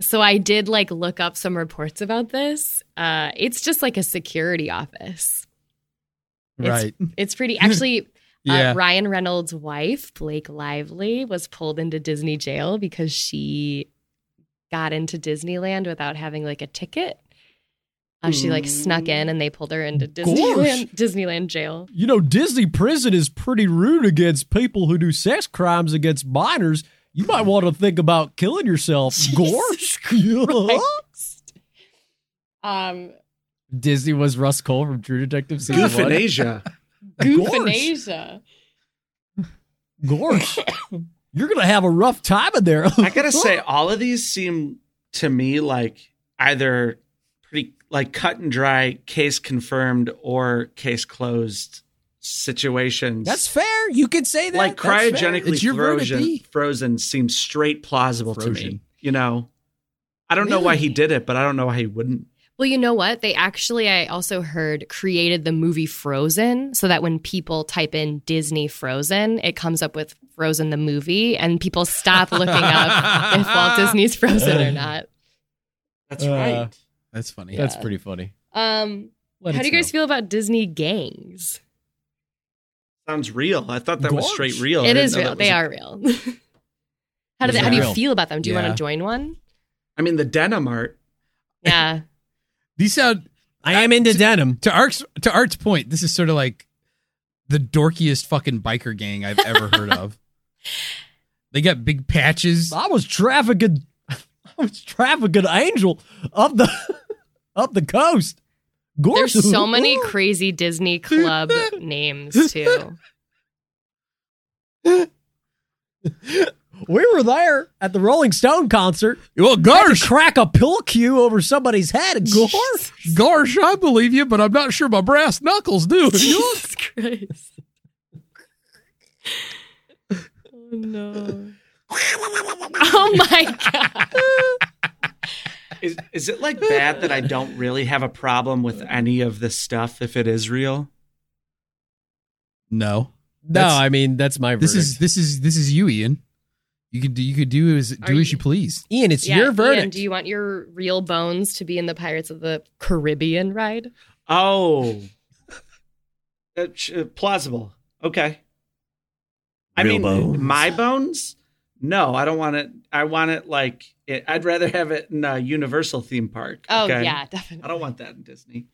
[SPEAKER 5] So I did like look up some reports about this. Uh, it's just like a security office.
[SPEAKER 4] Right.
[SPEAKER 5] It's pretty actually.
[SPEAKER 4] Yeah.
[SPEAKER 5] Uh, Ryan Reynolds' wife, Blake Lively, was pulled into Disney jail because she got into Disneyland without having like a ticket. Uh, she like snuck in and they pulled her into Disneyland, Disneyland jail.
[SPEAKER 7] You know, Disney prison is pretty rude against people who do sex crimes against minors. You might want to think about killing yourself, Gore.
[SPEAKER 5] Um,
[SPEAKER 7] Disney was Russ Cole from True Detective season
[SPEAKER 2] Goof in
[SPEAKER 7] one. Uh,
[SPEAKER 2] Asia.
[SPEAKER 5] Goofanasia.
[SPEAKER 7] Gorse, you're gonna have a rough time in there.
[SPEAKER 2] I gotta say, all of these seem to me like either pretty like cut and dry, case confirmed or case closed situations.
[SPEAKER 7] that's fair. You could say that.
[SPEAKER 2] like
[SPEAKER 7] That's fair.
[SPEAKER 2] cryogenically
[SPEAKER 4] It's your verdict,
[SPEAKER 2] frozen.
[SPEAKER 4] B.
[SPEAKER 2] Frozen seems straight plausible to
[SPEAKER 4] Frozen.
[SPEAKER 2] me. You know, I don't know why he
[SPEAKER 5] Really?
[SPEAKER 2] did it, but I don't know why he wouldn't.
[SPEAKER 5] Well, you know what? They actually, I also heard, created the movie Frozen so that when people type in Disney Frozen, it comes up with Frozen the movie, and people stop looking up if Walt Disney's Frozen or not.
[SPEAKER 2] That's
[SPEAKER 7] Uh,
[SPEAKER 2] right.
[SPEAKER 4] That's funny.
[SPEAKER 7] That's
[SPEAKER 5] Yeah.
[SPEAKER 7] pretty funny.
[SPEAKER 5] Um,
[SPEAKER 7] Let
[SPEAKER 5] how
[SPEAKER 7] us
[SPEAKER 5] do you guys
[SPEAKER 7] know.
[SPEAKER 5] feel about Disney gangs?
[SPEAKER 2] Sounds real. I thought that was
[SPEAKER 7] Gorge.
[SPEAKER 2] straight real. I
[SPEAKER 5] it
[SPEAKER 2] didn't
[SPEAKER 5] is
[SPEAKER 2] know
[SPEAKER 5] real.
[SPEAKER 2] that was
[SPEAKER 5] They
[SPEAKER 2] a-
[SPEAKER 5] are real. how do
[SPEAKER 4] Those
[SPEAKER 5] they,
[SPEAKER 4] are
[SPEAKER 5] how do you
[SPEAKER 4] real.
[SPEAKER 5] feel about them? Do you
[SPEAKER 4] Yeah.
[SPEAKER 5] want to join one?
[SPEAKER 2] I mean, the denim art.
[SPEAKER 5] Yeah.
[SPEAKER 4] These sound
[SPEAKER 7] I am into denim.
[SPEAKER 4] to Art's to Art's point. This is sort of like the dorkiest fucking biker gang I've ever heard of. They got big patches.
[SPEAKER 7] I was trafficking. I was trafficking angel up the up the coast. Gorse.
[SPEAKER 5] There's so many crazy Disney club names too.
[SPEAKER 7] We were there at the Rolling Stone concert.
[SPEAKER 4] Well,
[SPEAKER 7] I had to
[SPEAKER 4] Garsh,
[SPEAKER 7] crack a pill cue over somebody's head. Gorse.
[SPEAKER 4] Garsh, I believe you, but I'm not sure my brass knuckles do.
[SPEAKER 5] Jesus Christ. oh no. oh my god.
[SPEAKER 2] Is, is it like bad that I don't really have a problem with any of this stuff if it is real?
[SPEAKER 4] No,
[SPEAKER 7] No,
[SPEAKER 4] That's-
[SPEAKER 7] I mean that's my.
[SPEAKER 4] this
[SPEAKER 7] verdict.
[SPEAKER 4] is this is this is you, Ian. You could do you could do as
[SPEAKER 5] Are
[SPEAKER 4] do as
[SPEAKER 5] you-
[SPEAKER 4] you please.
[SPEAKER 7] Ian. It's
[SPEAKER 5] Yeah,
[SPEAKER 7] your
[SPEAKER 5] Ian,
[SPEAKER 7] verdict.
[SPEAKER 5] do you want your real bones to be in the Pirates of the Caribbean ride?
[SPEAKER 2] Oh, That's, uh, plausible. Okay. I mean, my bones? No, I don't want it. I want it like it, I'd rather have it in a Universal theme park.
[SPEAKER 5] Oh
[SPEAKER 2] okay?
[SPEAKER 5] yeah,
[SPEAKER 2] I
[SPEAKER 5] definitely.
[SPEAKER 2] don't want that in Disney.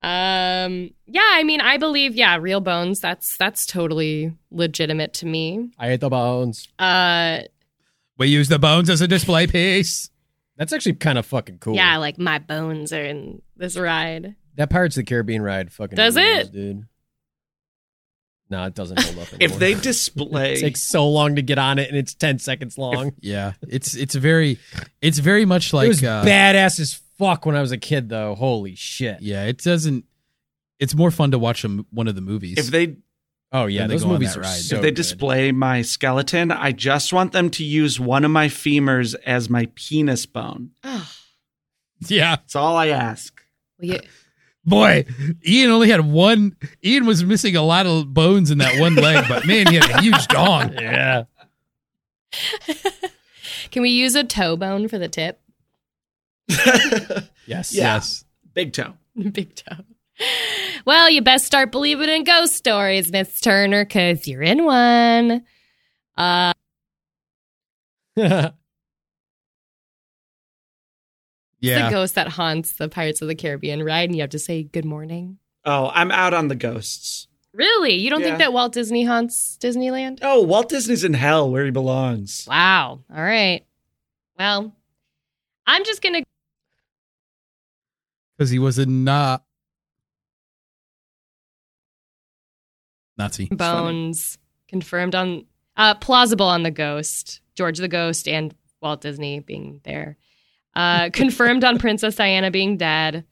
[SPEAKER 5] Um yeah, I mean I believe yeah, real bones that's that's totally legitimate to me.
[SPEAKER 7] I hate the bones.
[SPEAKER 5] Uh
[SPEAKER 4] We use the bones as a display piece.
[SPEAKER 7] That's actually kind of fucking cool.
[SPEAKER 5] yeah, like my bones are in this ride.
[SPEAKER 7] That Pirates of the Caribbean ride fucking
[SPEAKER 5] Does
[SPEAKER 7] rules,
[SPEAKER 5] it?
[SPEAKER 7] dude? No, it doesn't hold up.
[SPEAKER 2] If
[SPEAKER 7] Anymore.
[SPEAKER 2] they
[SPEAKER 7] it
[SPEAKER 2] display
[SPEAKER 7] takes so long to get on it, and it's ten seconds long.
[SPEAKER 4] Yeah, it's it's very it's very much like
[SPEAKER 7] it was
[SPEAKER 4] uh,
[SPEAKER 7] badass as fuck when I was a kid, though. Holy shit!
[SPEAKER 4] Yeah, it doesn't. It's more fun to watch them, one of the movies.
[SPEAKER 2] if they
[SPEAKER 7] Oh yeah,
[SPEAKER 4] When they
[SPEAKER 7] those
[SPEAKER 4] go on
[SPEAKER 7] movies
[SPEAKER 4] that
[SPEAKER 7] are
[SPEAKER 4] ride.
[SPEAKER 7] so
[SPEAKER 2] if they
[SPEAKER 7] good.
[SPEAKER 2] display my skeleton, I just want them to use one of my femurs as my penis bone.
[SPEAKER 5] Oh,
[SPEAKER 4] yeah,
[SPEAKER 2] That's all I ask.
[SPEAKER 5] well, you,
[SPEAKER 4] boy, Ian only had one. Ian was missing a lot of bones in that one leg, but man, he had a huge dong.
[SPEAKER 7] yeah,
[SPEAKER 5] can we use a toe bone for the tip?
[SPEAKER 7] yes,
[SPEAKER 2] Yeah.
[SPEAKER 7] yes.
[SPEAKER 2] Big toe.
[SPEAKER 5] Big toe. Well, you best start believing in ghost stories, Miss Turner, because you're in one. Uh, The
[SPEAKER 4] Yeah,
[SPEAKER 5] ghost that haunts the Pirates of the Caribbean ride, and you have to say good morning.
[SPEAKER 2] Oh, I'm out on the ghosts.
[SPEAKER 5] Really? You don't
[SPEAKER 2] Yeah.
[SPEAKER 5] think that Walt Disney haunts Disneyland?
[SPEAKER 2] Oh, Walt Disney's in hell where he belongs.
[SPEAKER 5] Wow. All right. Well, I'm just gonna.
[SPEAKER 4] because he was a na- Nazi.
[SPEAKER 5] Bones confirmed on uh plausible on the ghost, George the Ghost and Walt Disney being there. Uh confirmed on Princess Diana being dead.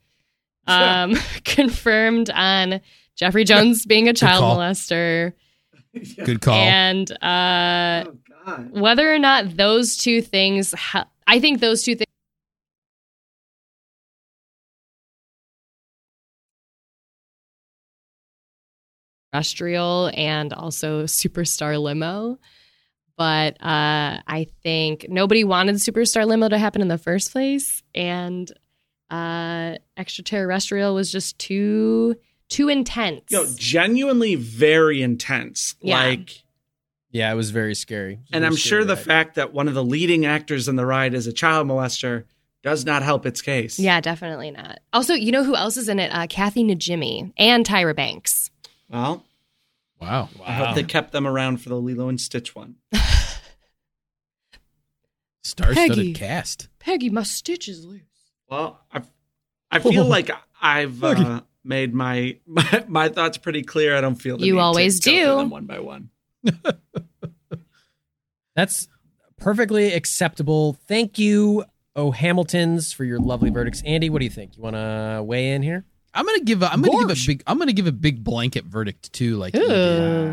[SPEAKER 5] Um confirmed on Jeffrey Jones being a child
[SPEAKER 4] call.
[SPEAKER 5] molester
[SPEAKER 4] Good call.
[SPEAKER 5] and uh
[SPEAKER 2] Oh, God.
[SPEAKER 5] whether or not those two things ha- I think those two things terrestrial and also superstar limo but uh, i think nobody wanted superstar limo to happen in the first place and uh, extraterrestrial was just too too intense
[SPEAKER 2] Yo, genuinely very intense.
[SPEAKER 5] Yeah.
[SPEAKER 2] Like,
[SPEAKER 7] Yeah, it was very scary. It was
[SPEAKER 2] and
[SPEAKER 7] a very
[SPEAKER 2] I'm
[SPEAKER 7] scary
[SPEAKER 2] sure the
[SPEAKER 7] ride.
[SPEAKER 2] fact that one of the leading actors in the ride is a child molester does not help its case.
[SPEAKER 5] yeah definitely not also you know who else is in it uh, kathy najimy and tyra banks
[SPEAKER 2] Well,
[SPEAKER 4] wow.
[SPEAKER 2] I hope they kept them around for the Lilo and Stitch one.
[SPEAKER 4] Star-studded
[SPEAKER 5] Peggy.
[SPEAKER 4] cast.
[SPEAKER 5] peggy my stitch is loose
[SPEAKER 2] Well, I, I feel
[SPEAKER 7] Oh.
[SPEAKER 2] like I've uh, made my, my my thoughts pretty clear. I don't feel the
[SPEAKER 5] You
[SPEAKER 2] need to
[SPEAKER 5] always
[SPEAKER 2] go through
[SPEAKER 5] do.
[SPEAKER 2] them one by one.
[SPEAKER 7] That's perfectly acceptable. Thank you, O Hamiltons, for your lovely verdicts. Andy, what do you think? You want to weigh in here?
[SPEAKER 4] I'm gonna give. A, I'm gonna give
[SPEAKER 7] Gorge.
[SPEAKER 4] a big. I'm gonna give a big blanket verdict too. Like, you
[SPEAKER 5] Ooh.
[SPEAKER 4] did.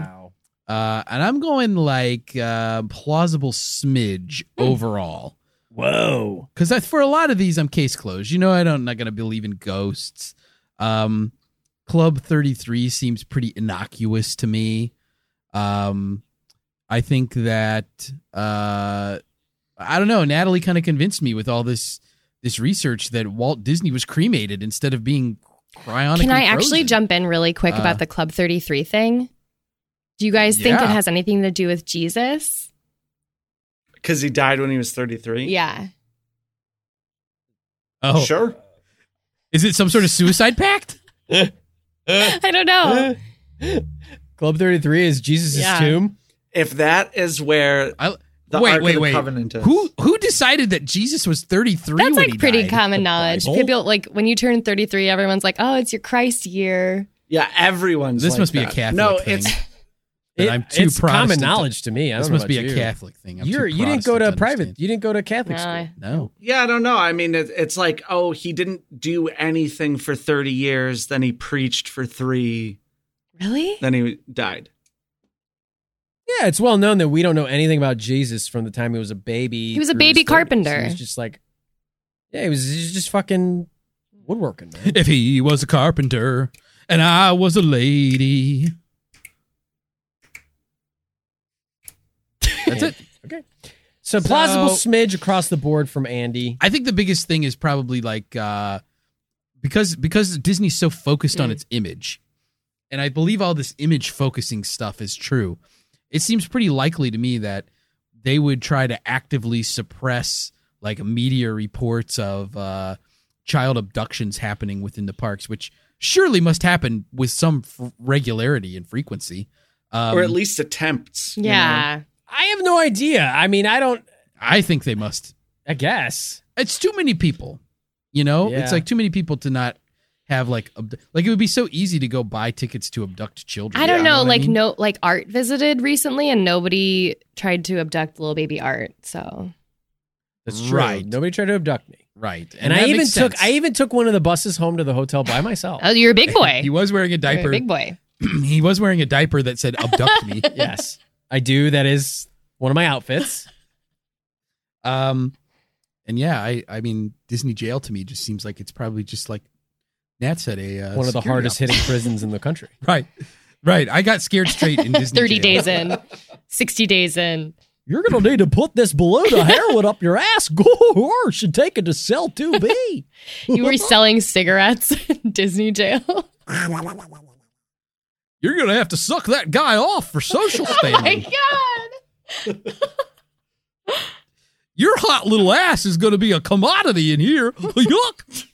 [SPEAKER 4] uh, and I'm going like uh, plausible smidge
[SPEAKER 5] Hmm.
[SPEAKER 4] overall.
[SPEAKER 7] Whoa.
[SPEAKER 4] because I, for a lot of these, I'm case closed. You know, I don't, I'm not going to believe in ghosts. Um, Club 33 seems pretty innocuous to me. Um, I think that uh, I don't know. Natalie kind of convinced me with all this this research that Walt Disney was cremated instead of being cryonically.
[SPEAKER 5] Can I actually
[SPEAKER 4] frozen.
[SPEAKER 5] jump in really quick
[SPEAKER 4] Uh,
[SPEAKER 5] about the Club 33 thing? Do you guys think
[SPEAKER 4] Yeah.
[SPEAKER 5] it has anything to do with Jesus?
[SPEAKER 2] Because he died when he was 33.
[SPEAKER 5] Yeah.
[SPEAKER 4] Oh,
[SPEAKER 2] Sure.
[SPEAKER 4] is it some sort of suicide pact?
[SPEAKER 5] I don't know.
[SPEAKER 7] Club 33 is Jesus'
[SPEAKER 5] Yeah.
[SPEAKER 7] tomb.
[SPEAKER 2] If that is where
[SPEAKER 4] I,
[SPEAKER 2] the
[SPEAKER 4] wait,
[SPEAKER 2] Ark of
[SPEAKER 4] wait,
[SPEAKER 2] the
[SPEAKER 4] wait.
[SPEAKER 2] Covenant is.
[SPEAKER 4] Who who decided that Jesus was 33?
[SPEAKER 5] That's
[SPEAKER 4] when he
[SPEAKER 5] like pretty
[SPEAKER 4] died?
[SPEAKER 5] common knowledge.
[SPEAKER 4] Bible?
[SPEAKER 5] People like when you turn 33, everyone's like, "Oh, it's your Christ year."
[SPEAKER 2] Yeah, everyone's.
[SPEAKER 4] This
[SPEAKER 2] like
[SPEAKER 4] must be a
[SPEAKER 2] that.
[SPEAKER 4] Catholic
[SPEAKER 2] No,
[SPEAKER 4] thing.
[SPEAKER 2] it's
[SPEAKER 4] That
[SPEAKER 7] It-
[SPEAKER 4] I'm too
[SPEAKER 7] it's common
[SPEAKER 4] Protestant to-
[SPEAKER 7] knowledge to me. I
[SPEAKER 4] This
[SPEAKER 7] don't know
[SPEAKER 4] must be a
[SPEAKER 7] about you.
[SPEAKER 4] Catholic thing. I'm
[SPEAKER 7] You're,
[SPEAKER 4] too
[SPEAKER 7] you didn't go to
[SPEAKER 4] Protestant
[SPEAKER 7] private.
[SPEAKER 4] understand.
[SPEAKER 7] You didn't go to Catholic
[SPEAKER 5] No,
[SPEAKER 7] school.
[SPEAKER 5] I-
[SPEAKER 4] No.
[SPEAKER 2] yeah. I don't know. I mean, it, it's like oh, he didn't do anything for 30 years. Then he preached for three.
[SPEAKER 5] Really?
[SPEAKER 2] Then he died.
[SPEAKER 7] Yeah, it's well known that we don't know anything about Jesus from the time he was a baby.
[SPEAKER 5] He was a
[SPEAKER 7] through
[SPEAKER 5] baby
[SPEAKER 7] his 30s.
[SPEAKER 5] carpenter.
[SPEAKER 7] He was just like, yeah, he was, he was just fucking woodworking, man.
[SPEAKER 4] If he was a carpenter and I was a lady. That's it.
[SPEAKER 7] Okay. So plausible
[SPEAKER 4] So-
[SPEAKER 7] smidge across the board from Andy.
[SPEAKER 4] I think the biggest thing is probably like uh because because Disney's so focused
[SPEAKER 7] Mm.
[SPEAKER 4] on its image. And I believe all this image focusing stuff is true. It seems pretty likely to me that they would try to actively suppress like media reports of uh child abductions happening within the parks which surely must happen with some f- regularity and frequency. Um,
[SPEAKER 2] or at least attempts. you
[SPEAKER 5] Yeah.
[SPEAKER 7] I have no idea. I mean, I don't.
[SPEAKER 4] I think they must.
[SPEAKER 7] I guess.
[SPEAKER 4] it's too many people. You know,
[SPEAKER 7] Yeah.
[SPEAKER 4] it's like too many people to not have like abdu- like it would be so easy to go buy tickets to abduct children.
[SPEAKER 5] I don't
[SPEAKER 4] You
[SPEAKER 5] know.
[SPEAKER 4] what I
[SPEAKER 5] Like
[SPEAKER 4] mean?
[SPEAKER 5] no, like Art visited recently, and nobody tried to abduct little baby Art. So
[SPEAKER 7] That's true.
[SPEAKER 4] Right.
[SPEAKER 7] Nobody tried to abduct me.
[SPEAKER 4] right.
[SPEAKER 7] And,
[SPEAKER 4] that
[SPEAKER 7] I even
[SPEAKER 4] makes
[SPEAKER 7] took
[SPEAKER 4] sense.
[SPEAKER 7] I even took one of the buses home to the hotel by myself.
[SPEAKER 5] oh, you're a big boy.
[SPEAKER 4] he was wearing a
[SPEAKER 5] You're a
[SPEAKER 4] diaper.
[SPEAKER 5] big boy.
[SPEAKER 4] he was wearing a diaper that said abduct me.
[SPEAKER 7] yes. I do. That is one of my outfits.
[SPEAKER 4] Um, and yeah, I I mean Disney jail to me just seems like it's probably just like Nat said a uh,
[SPEAKER 7] one of the
[SPEAKER 4] security
[SPEAKER 7] hardest
[SPEAKER 4] officer.
[SPEAKER 7] hitting prisons in the country.
[SPEAKER 4] Right, right. I got scared straight in Disney.
[SPEAKER 5] 30
[SPEAKER 4] jail.
[SPEAKER 5] days in, 60 days in.
[SPEAKER 7] You're gonna need to put this balloon of heroin up your ass, gorge, and take it to cell two B.
[SPEAKER 5] You were selling cigarettes in Disney jail.
[SPEAKER 4] You're gonna have to suck that guy off for social standing.
[SPEAKER 5] Oh My God.
[SPEAKER 4] Your hot little ass is going to be a commodity in here. Yuck.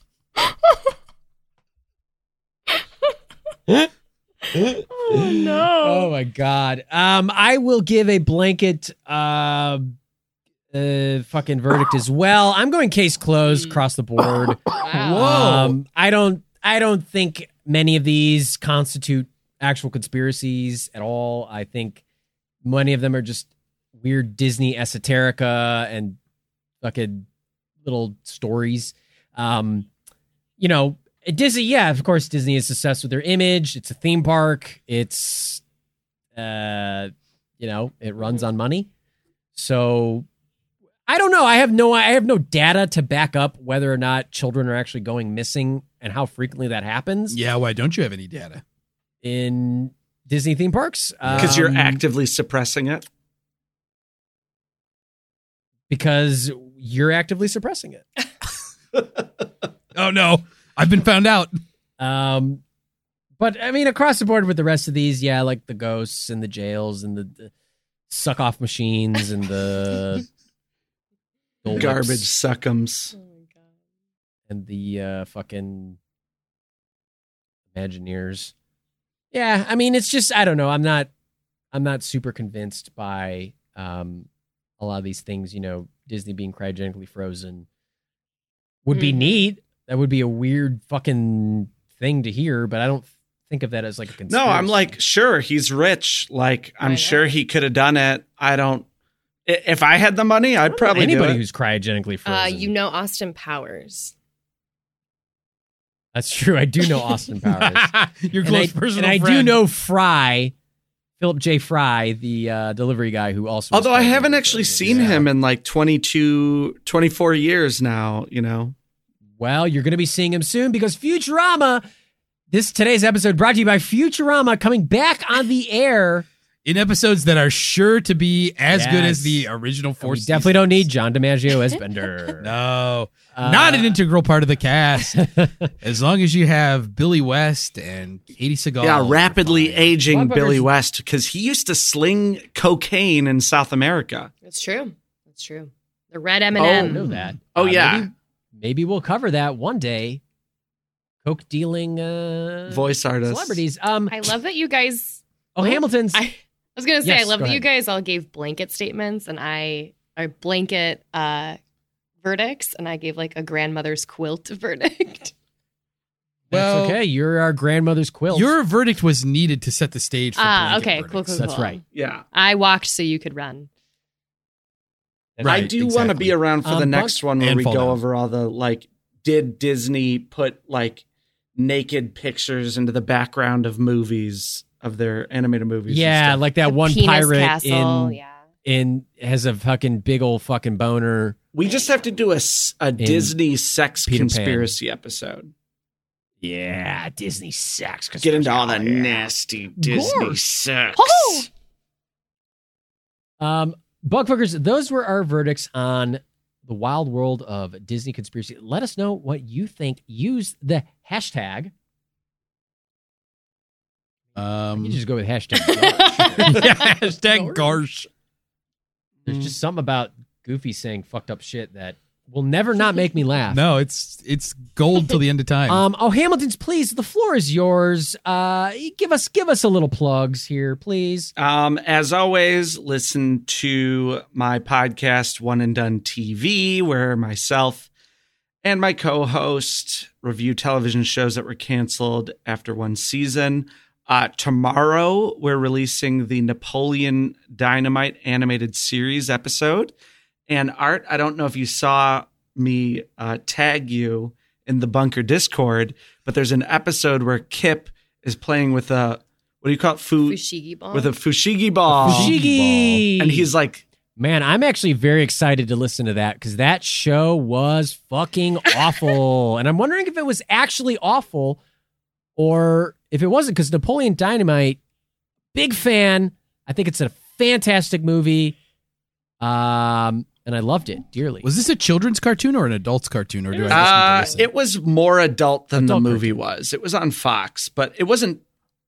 [SPEAKER 5] Oh, no.
[SPEAKER 7] Oh my god. Um, I will give a blanket uh
[SPEAKER 3] uh, fucking verdict as well. I'm going case closed across the board. Um, I don't. I don't think many of these constitute actual conspiracies at all. I think many of them are just weird Disney esoterica and fucking little stories. Um, you know, Disney. Yeah, of course, Disney is obsessed with their image. It's a theme park. It's, uh, you know, it
[SPEAKER 4] Mm-hmm.
[SPEAKER 3] runs on money. So I don't know. I have no I have no data to back up whether or not children are actually going missing and how frequently that happens
[SPEAKER 4] Yeah, why don't you have any data?
[SPEAKER 3] in Disney theme parks.
[SPEAKER 2] Because you're
[SPEAKER 3] Um,
[SPEAKER 2] actively suppressing it.
[SPEAKER 3] because you're actively suppressing it.
[SPEAKER 4] Oh no, I've been found out.
[SPEAKER 3] Um, but I mean, across the board with the rest of these, yeah, like the ghosts and the jails and the, the suck off machines and the Dole Whips
[SPEAKER 2] Garbage suckums.
[SPEAKER 3] and the uh, fucking Imagineers. Yeah, I mean, it's just I don't know. I'm not, I'm not super convinced by um, a lot of these things. You know, Disney being cryogenically frozen would be
[SPEAKER 5] Mhm.
[SPEAKER 3] neat. That would be a weird fucking thing to hear, but I don't think of that as like a conspiracy.
[SPEAKER 2] No, I'm like, sure, he's rich. Like,
[SPEAKER 5] I
[SPEAKER 2] I'm
[SPEAKER 5] know.
[SPEAKER 2] sure he could have done it. I don't. i- If I had the money, I'd probably do
[SPEAKER 3] anybody
[SPEAKER 2] it.
[SPEAKER 3] who's cryogenically frozen.
[SPEAKER 5] Uh, you know Austin Powers.
[SPEAKER 3] that's true. I do know Austin Powers.
[SPEAKER 4] Your
[SPEAKER 3] and I,
[SPEAKER 4] close personal
[SPEAKER 3] and I do
[SPEAKER 4] friend.
[SPEAKER 3] know Fry, Philip J. Fry, the uh, delivery guy who also.
[SPEAKER 2] Although I haven't actually seen
[SPEAKER 3] Yeah.
[SPEAKER 2] him in like 22, 24 years now. You know,
[SPEAKER 3] Well, you're going to be seeing him soon because Futurama. This today's episode brought to you by Futurama coming back on the air.
[SPEAKER 4] in episodes that are sure to be as good as
[SPEAKER 3] Yes.
[SPEAKER 4] the original
[SPEAKER 3] And We
[SPEAKER 4] four.
[SPEAKER 3] definitely don't need John DiMaggio as Bender. Uh,
[SPEAKER 4] seasons. No, not an integral part of the cast. as long as you have Billy West and Katie Seagal.
[SPEAKER 2] yeah,
[SPEAKER 4] you're
[SPEAKER 2] rapidly
[SPEAKER 4] fine.
[SPEAKER 2] aging
[SPEAKER 3] Motherfuckers-
[SPEAKER 2] Billy West because he used to sling cocaine in South America.
[SPEAKER 5] That's true. That's true. The red M
[SPEAKER 2] Oh,
[SPEAKER 3] I
[SPEAKER 5] and
[SPEAKER 3] know
[SPEAKER 5] M.
[SPEAKER 3] that.
[SPEAKER 2] Oh,
[SPEAKER 3] Uh,
[SPEAKER 2] yeah.
[SPEAKER 3] maybe, maybe we'll cover that one day. Coke dealing uh,
[SPEAKER 2] Voice artist.
[SPEAKER 3] celebrities. Um,
[SPEAKER 5] I love that you guys.
[SPEAKER 3] oh, Hamilton's.
[SPEAKER 5] I, I was gonna say
[SPEAKER 3] Yes,
[SPEAKER 5] I love
[SPEAKER 3] go
[SPEAKER 5] that you
[SPEAKER 3] ahead.
[SPEAKER 5] guys all gave blanket statements, and I are blanket uh, verdicts, and I gave like a grandmother's quilt verdict.
[SPEAKER 4] Well,
[SPEAKER 3] That's okay. You're our grandmother's quilt.
[SPEAKER 4] Your verdict was needed to set the stage. for
[SPEAKER 5] Ah,
[SPEAKER 4] blanket
[SPEAKER 5] okay, cool,
[SPEAKER 4] verdicts.
[SPEAKER 5] cool,
[SPEAKER 3] That's
[SPEAKER 5] cool.
[SPEAKER 3] right.
[SPEAKER 2] Yeah,
[SPEAKER 5] I walked so you could run.
[SPEAKER 2] I do want to be around for
[SPEAKER 3] Um,
[SPEAKER 2] the
[SPEAKER 3] Bug-
[SPEAKER 2] next one where
[SPEAKER 4] And
[SPEAKER 2] we go
[SPEAKER 4] fall down.
[SPEAKER 2] over all the like, did Disney put like naked pictures into the background of movies of their animated movies? and
[SPEAKER 3] yeah,
[SPEAKER 2] stuff?
[SPEAKER 3] like that
[SPEAKER 5] The
[SPEAKER 3] one
[SPEAKER 5] penis
[SPEAKER 3] pirate
[SPEAKER 5] castle.
[SPEAKER 3] in
[SPEAKER 5] yeah.
[SPEAKER 3] in has a fucking big old fucking boner.
[SPEAKER 2] We just have to do a, s- a Disney sex
[SPEAKER 3] Peter Pan.
[SPEAKER 2] conspiracy episode.
[SPEAKER 3] Yeah, Disney sex.
[SPEAKER 2] Get into all the nasty Disney sex.
[SPEAKER 5] Oh!
[SPEAKER 3] Um, Bugfuckers, those were our verdicts on the wild world of Disney conspiracy. Let us know what you think. Use the hashtag.
[SPEAKER 4] Um,
[SPEAKER 3] You just go with hashtag. Garsh.
[SPEAKER 4] yeah, hashtag Garsh.
[SPEAKER 3] There's
[SPEAKER 4] Mm.
[SPEAKER 3] just something about Goofy saying fucked up shit that will never not make me laugh.
[SPEAKER 4] No, it's it's gold till the end of time.
[SPEAKER 3] Um, oh, Hamilton's, please. The floor is yours. Uh, give us give us a little plugs here, please.
[SPEAKER 2] Um, as always, listen to my podcast, One and Done TV, where myself and my co host review television shows that were canceled after one season. Uh, tomorrow, we're releasing the Napoleon Dynamite animated series episode. And Art, I don't know if you saw me uh, tag you in the Bunker Discord, but there's an episode where Kip is playing with a, what do you call it? Fu-
[SPEAKER 5] Fushigi bomb.
[SPEAKER 2] with a fushigi ball,
[SPEAKER 3] Fushigi.
[SPEAKER 2] Um, and he's like,
[SPEAKER 3] Man, I'm actually very excited to listen to that because that show was fucking awful. and I'm wondering if it was actually awful or if it wasn't because Napoleon Dynamite, big fan. I think it's a fantastic movie. Um, and I loved it dearly.
[SPEAKER 4] was this a children's cartoon or an adult's cartoon, or do I
[SPEAKER 2] uh,
[SPEAKER 4] just need to listen?
[SPEAKER 2] "It was more adult than
[SPEAKER 3] Adult
[SPEAKER 2] the movie
[SPEAKER 3] cartoon.
[SPEAKER 2] was. It was on Fox, but it wasn't.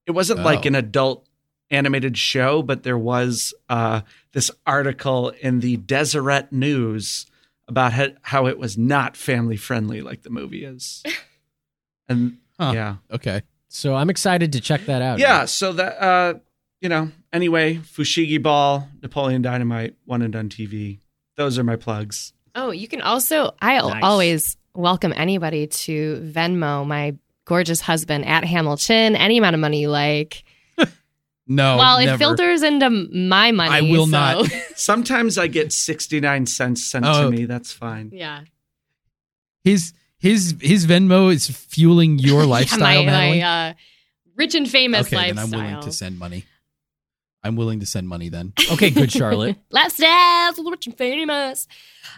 [SPEAKER 2] It wasn't
[SPEAKER 4] Oh.
[SPEAKER 2] like an adult animated show. But there was uh, this article in the Deseret News about how, how it was not family friendly, like the movie is. And
[SPEAKER 4] Huh.
[SPEAKER 2] yeah,
[SPEAKER 4] okay.
[SPEAKER 3] so I'm excited to check that out.
[SPEAKER 2] yeah. So that uh, you know, anyway, Fushigi Ball, Napoleon Dynamite, One and Done TV. Those are my plugs.
[SPEAKER 5] Oh, you can also, I
[SPEAKER 3] Nice.
[SPEAKER 5] always welcome anybody to Venmo my gorgeous husband at Hamilton, any amount of money you like.
[SPEAKER 4] No.
[SPEAKER 5] well, it
[SPEAKER 4] Oh, never.
[SPEAKER 5] filters into my money.
[SPEAKER 4] I will
[SPEAKER 5] so-
[SPEAKER 4] not.
[SPEAKER 2] Sometimes I get 69 cents sent
[SPEAKER 4] Oh.
[SPEAKER 2] to me. That's fine.
[SPEAKER 5] yeah.
[SPEAKER 4] His his his Venmo is fueling your lifestyle,
[SPEAKER 5] yeah, my,
[SPEAKER 4] Natalie?
[SPEAKER 5] my uh, rich and famous
[SPEAKER 4] okay,
[SPEAKER 5] lifestyle.
[SPEAKER 4] then I'm willing to send money. I'm willing to send money then.
[SPEAKER 3] Okay, good, Charlotte.
[SPEAKER 5] Lifestyles with rich and famous.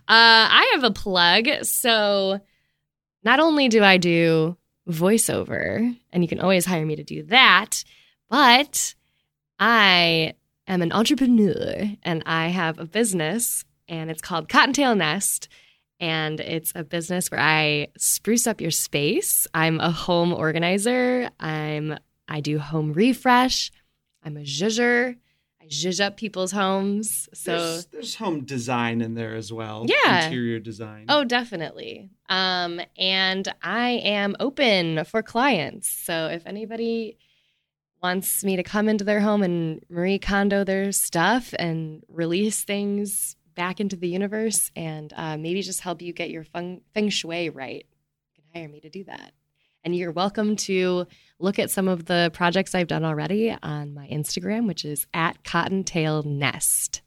[SPEAKER 5] Uh, I have a plug. So not only do I do voiceover, and you can always hire me to do that, but I am an entrepreneur and I have a business, and it's called Cottontail Nest. And it's a business where I spruce up your space. I'm a home organizer. I'm I do home refresh. I'm a zhuzher. I zhuzh up people's homes. So
[SPEAKER 2] there's, there's home design in there as well.
[SPEAKER 5] Yeah.
[SPEAKER 2] Interior design.
[SPEAKER 5] Oh, definitely. Um, and I am open for clients. So if anybody wants me to come into their home and Marie Kondo their stuff and release things back into the universe and uh, maybe just help you get your feng, feng shui right, you can hire me to do that. And you're welcome to look at some of the projects I've done already on my Instagram, which is at Cottontail Nest.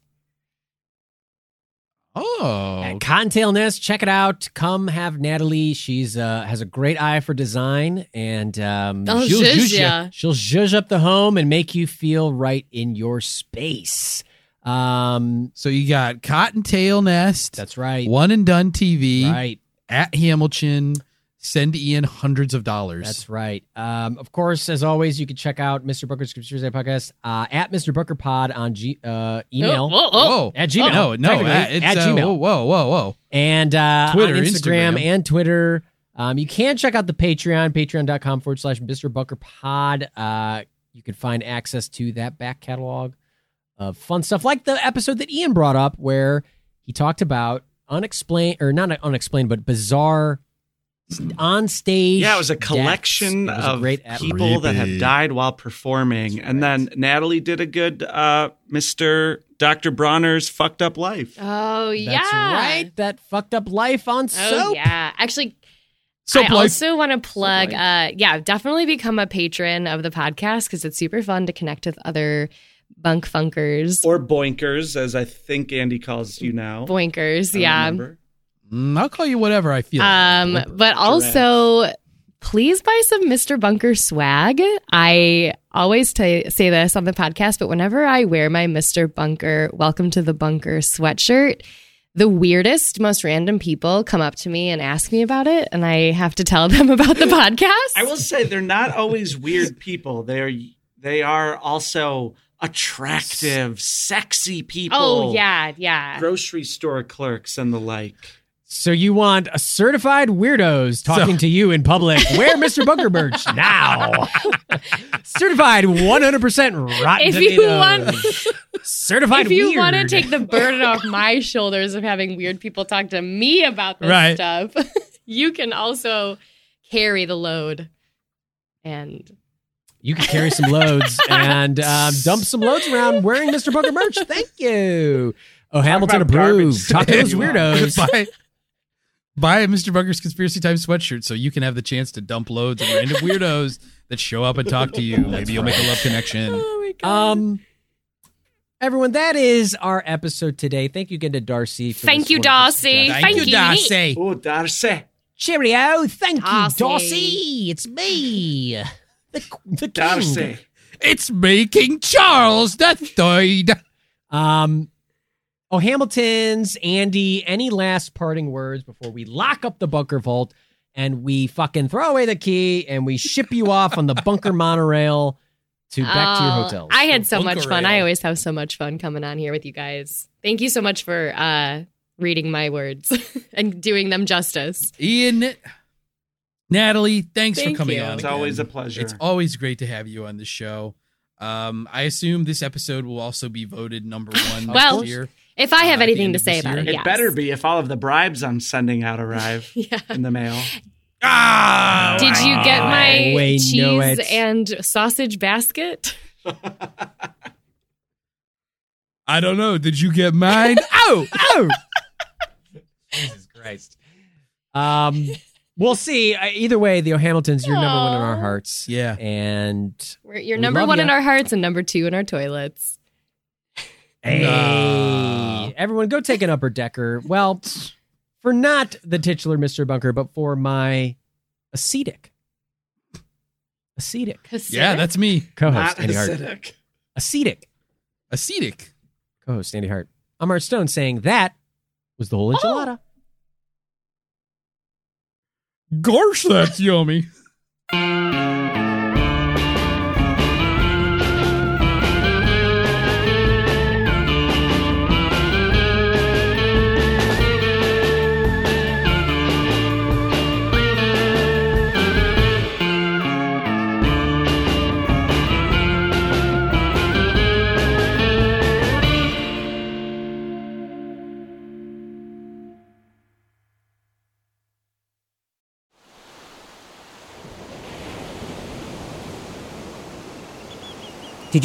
[SPEAKER 4] Oh.
[SPEAKER 3] At Cottontail Nest, check it out. Come have Natalie. She's uh, has a great eye for design, and um,
[SPEAKER 5] Oh,
[SPEAKER 3] she'll
[SPEAKER 5] zhuzh
[SPEAKER 3] zhuzh
[SPEAKER 5] ya.
[SPEAKER 3] ya. She'll zhuzh up the home and make you feel right in your space. Um,
[SPEAKER 4] So you got Cottontail Nest,
[SPEAKER 3] that's right.
[SPEAKER 4] One and Done TV
[SPEAKER 3] Right.
[SPEAKER 4] at Hamilton. Send Ian hundreds of dollars.
[SPEAKER 3] That's right. Um, of course, as always, you can check out Mr. Booker's Conspiracy Podcast uh, at Mr. Booker Pod on G- uh, email.
[SPEAKER 5] Oh, oh, oh.
[SPEAKER 4] Whoa.
[SPEAKER 3] At Gmail.
[SPEAKER 4] No, no.
[SPEAKER 3] Technically,
[SPEAKER 4] At, it's,
[SPEAKER 3] at
[SPEAKER 4] uh,
[SPEAKER 3] Gmail.
[SPEAKER 4] Whoa, whoa, whoa, whoa.
[SPEAKER 3] and uh,
[SPEAKER 4] Twitter,
[SPEAKER 3] on Instagram,
[SPEAKER 4] Instagram.
[SPEAKER 3] and Twitter. Um, you can check out the Patreon, patreon.com forward slash Mr. Bucker Pod. Uh, you can find access to that back catalog of fun stuff, like the episode that Ian brought up, where he talked about unexplained, or not unexplained, but bizarre on stage.
[SPEAKER 2] Yeah, it was a collection of people that have
[SPEAKER 4] Creepy.
[SPEAKER 2] died while performing. And then Natalie did a good uh, Mr. Dr. Bronner's fucked up life.
[SPEAKER 5] Oh,
[SPEAKER 3] That's
[SPEAKER 5] yeah.
[SPEAKER 3] right. That fucked up life on
[SPEAKER 5] Oh
[SPEAKER 3] soap.
[SPEAKER 5] yeah, actually,
[SPEAKER 4] So
[SPEAKER 5] I
[SPEAKER 4] plug-
[SPEAKER 5] also want to plug. Uh, yeah, definitely become a patron of the podcast because it's super fun to connect with other bunk funkers,
[SPEAKER 2] Or boinkers, as I think Andy calls you now. I
[SPEAKER 5] boinkers.
[SPEAKER 2] don't
[SPEAKER 5] Yeah.
[SPEAKER 2] remember.
[SPEAKER 4] Mm, I'll call you whatever I feel.
[SPEAKER 5] Um, but also, please buy some Mr. Bunker swag. I always t- say this on the podcast, but whenever I wear my Mr. Bunker Welcome to the Bunker sweatshirt, the weirdest, most random people come up to me and ask me about it, and I have to tell them about the podcast.
[SPEAKER 2] I will say they're not always weird people. They are they are also attractive, sexy people.
[SPEAKER 5] Oh yeah, yeah.
[SPEAKER 2] Grocery store clerks and the like.
[SPEAKER 3] So you want a certified weirdos talking to you in public? Wear Mr. Bunker merch now. certified 100% rotten
[SPEAKER 5] If you
[SPEAKER 3] tomatoes.
[SPEAKER 5] want,
[SPEAKER 3] certified
[SPEAKER 5] if you
[SPEAKER 3] weird.
[SPEAKER 5] want to take the burden off my shoulders of having weird people talk to me about this
[SPEAKER 4] Right.
[SPEAKER 5] stuff, you can also carry the load. And
[SPEAKER 3] you can carry some loads and um, dump some loads around wearing Mr. Bunker merch. Thank you. Oh, Hamilton
[SPEAKER 2] about garbage
[SPEAKER 3] approved. Talk to
[SPEAKER 2] today
[SPEAKER 3] those
[SPEAKER 2] if you want.
[SPEAKER 3] weirdos.
[SPEAKER 4] buy, buy a Mr. Bunker's Conspiracy Time sweatshirt so you can have the chance to dump loads of random weirdos that show up and talk to you. Maybe you'll make a love connection.
[SPEAKER 3] Um, everyone, that is our episode today. Thank you again to Darcy. For
[SPEAKER 5] Thank
[SPEAKER 3] this
[SPEAKER 5] you,
[SPEAKER 3] wonderful
[SPEAKER 5] Darcy.
[SPEAKER 3] suggestion.
[SPEAKER 5] Thank you,
[SPEAKER 4] Darcy.
[SPEAKER 2] Oh, Darcy.
[SPEAKER 3] Cheerio. Thank
[SPEAKER 5] Darcy.
[SPEAKER 3] you, Darcy. It's me, the, the king.
[SPEAKER 2] Darcy.
[SPEAKER 4] It's me, King Charles the Third.
[SPEAKER 3] Um, oh, Hamilton's, Andy, any last parting words before we lock up the bunker vault and we fucking throw away the key and we ship you off on the bunker monorail to back to your
[SPEAKER 5] Oh,
[SPEAKER 3] hotels?
[SPEAKER 5] I had so much
[SPEAKER 4] Bunker
[SPEAKER 5] fun.
[SPEAKER 4] ale.
[SPEAKER 5] I always have so much fun coming on here with you guys. Thank you so much for uh, reading my words and doing them justice.
[SPEAKER 4] Ian, Natalie, thanks
[SPEAKER 5] Thank
[SPEAKER 4] for coming
[SPEAKER 5] you.
[SPEAKER 4] on.
[SPEAKER 2] It's
[SPEAKER 4] again.
[SPEAKER 2] always a pleasure.
[SPEAKER 4] It's always great to have you on the show. Um, I assume this episode will also be voted number one
[SPEAKER 5] Well,
[SPEAKER 4] this year.
[SPEAKER 5] If I have
[SPEAKER 4] Uh, at the
[SPEAKER 5] anything
[SPEAKER 4] end
[SPEAKER 5] to
[SPEAKER 4] of this
[SPEAKER 5] say about
[SPEAKER 4] year?
[SPEAKER 5] it,
[SPEAKER 2] it
[SPEAKER 5] yes.
[SPEAKER 2] better be if all of the bribes I'm sending out arrive
[SPEAKER 5] Yeah.
[SPEAKER 2] in the mail.
[SPEAKER 4] Ah,
[SPEAKER 5] Did you get my
[SPEAKER 3] we know
[SPEAKER 5] cheese
[SPEAKER 3] it.
[SPEAKER 5] and sausage basket?
[SPEAKER 4] I don't know. Did you get mine?
[SPEAKER 3] Oh, oh, Christ. Um, we'll see. I- Either way, the O'Hamiltons, you're number one in our
[SPEAKER 5] Aw.
[SPEAKER 3] hearts.
[SPEAKER 4] Yeah.
[SPEAKER 3] And
[SPEAKER 5] We're, you're
[SPEAKER 3] We
[SPEAKER 5] number
[SPEAKER 3] love
[SPEAKER 5] one in
[SPEAKER 3] ya.
[SPEAKER 5] our hearts and number two in our toilets.
[SPEAKER 3] hey,
[SPEAKER 4] Nah.
[SPEAKER 3] everyone, go take an upper decker. Well, for not the titular Mister Bunker, but for my acetic, acetic
[SPEAKER 4] Yeah, that's me.
[SPEAKER 3] co-host
[SPEAKER 2] Not
[SPEAKER 3] Andy Hart,
[SPEAKER 2] acidic.
[SPEAKER 3] acetic
[SPEAKER 4] Acetic.
[SPEAKER 3] co-host Andy Hart. I'm Art Stone saying that was the whole enchilada.
[SPEAKER 4] Oh. Gosh, that's yummy.
[SPEAKER 10] Did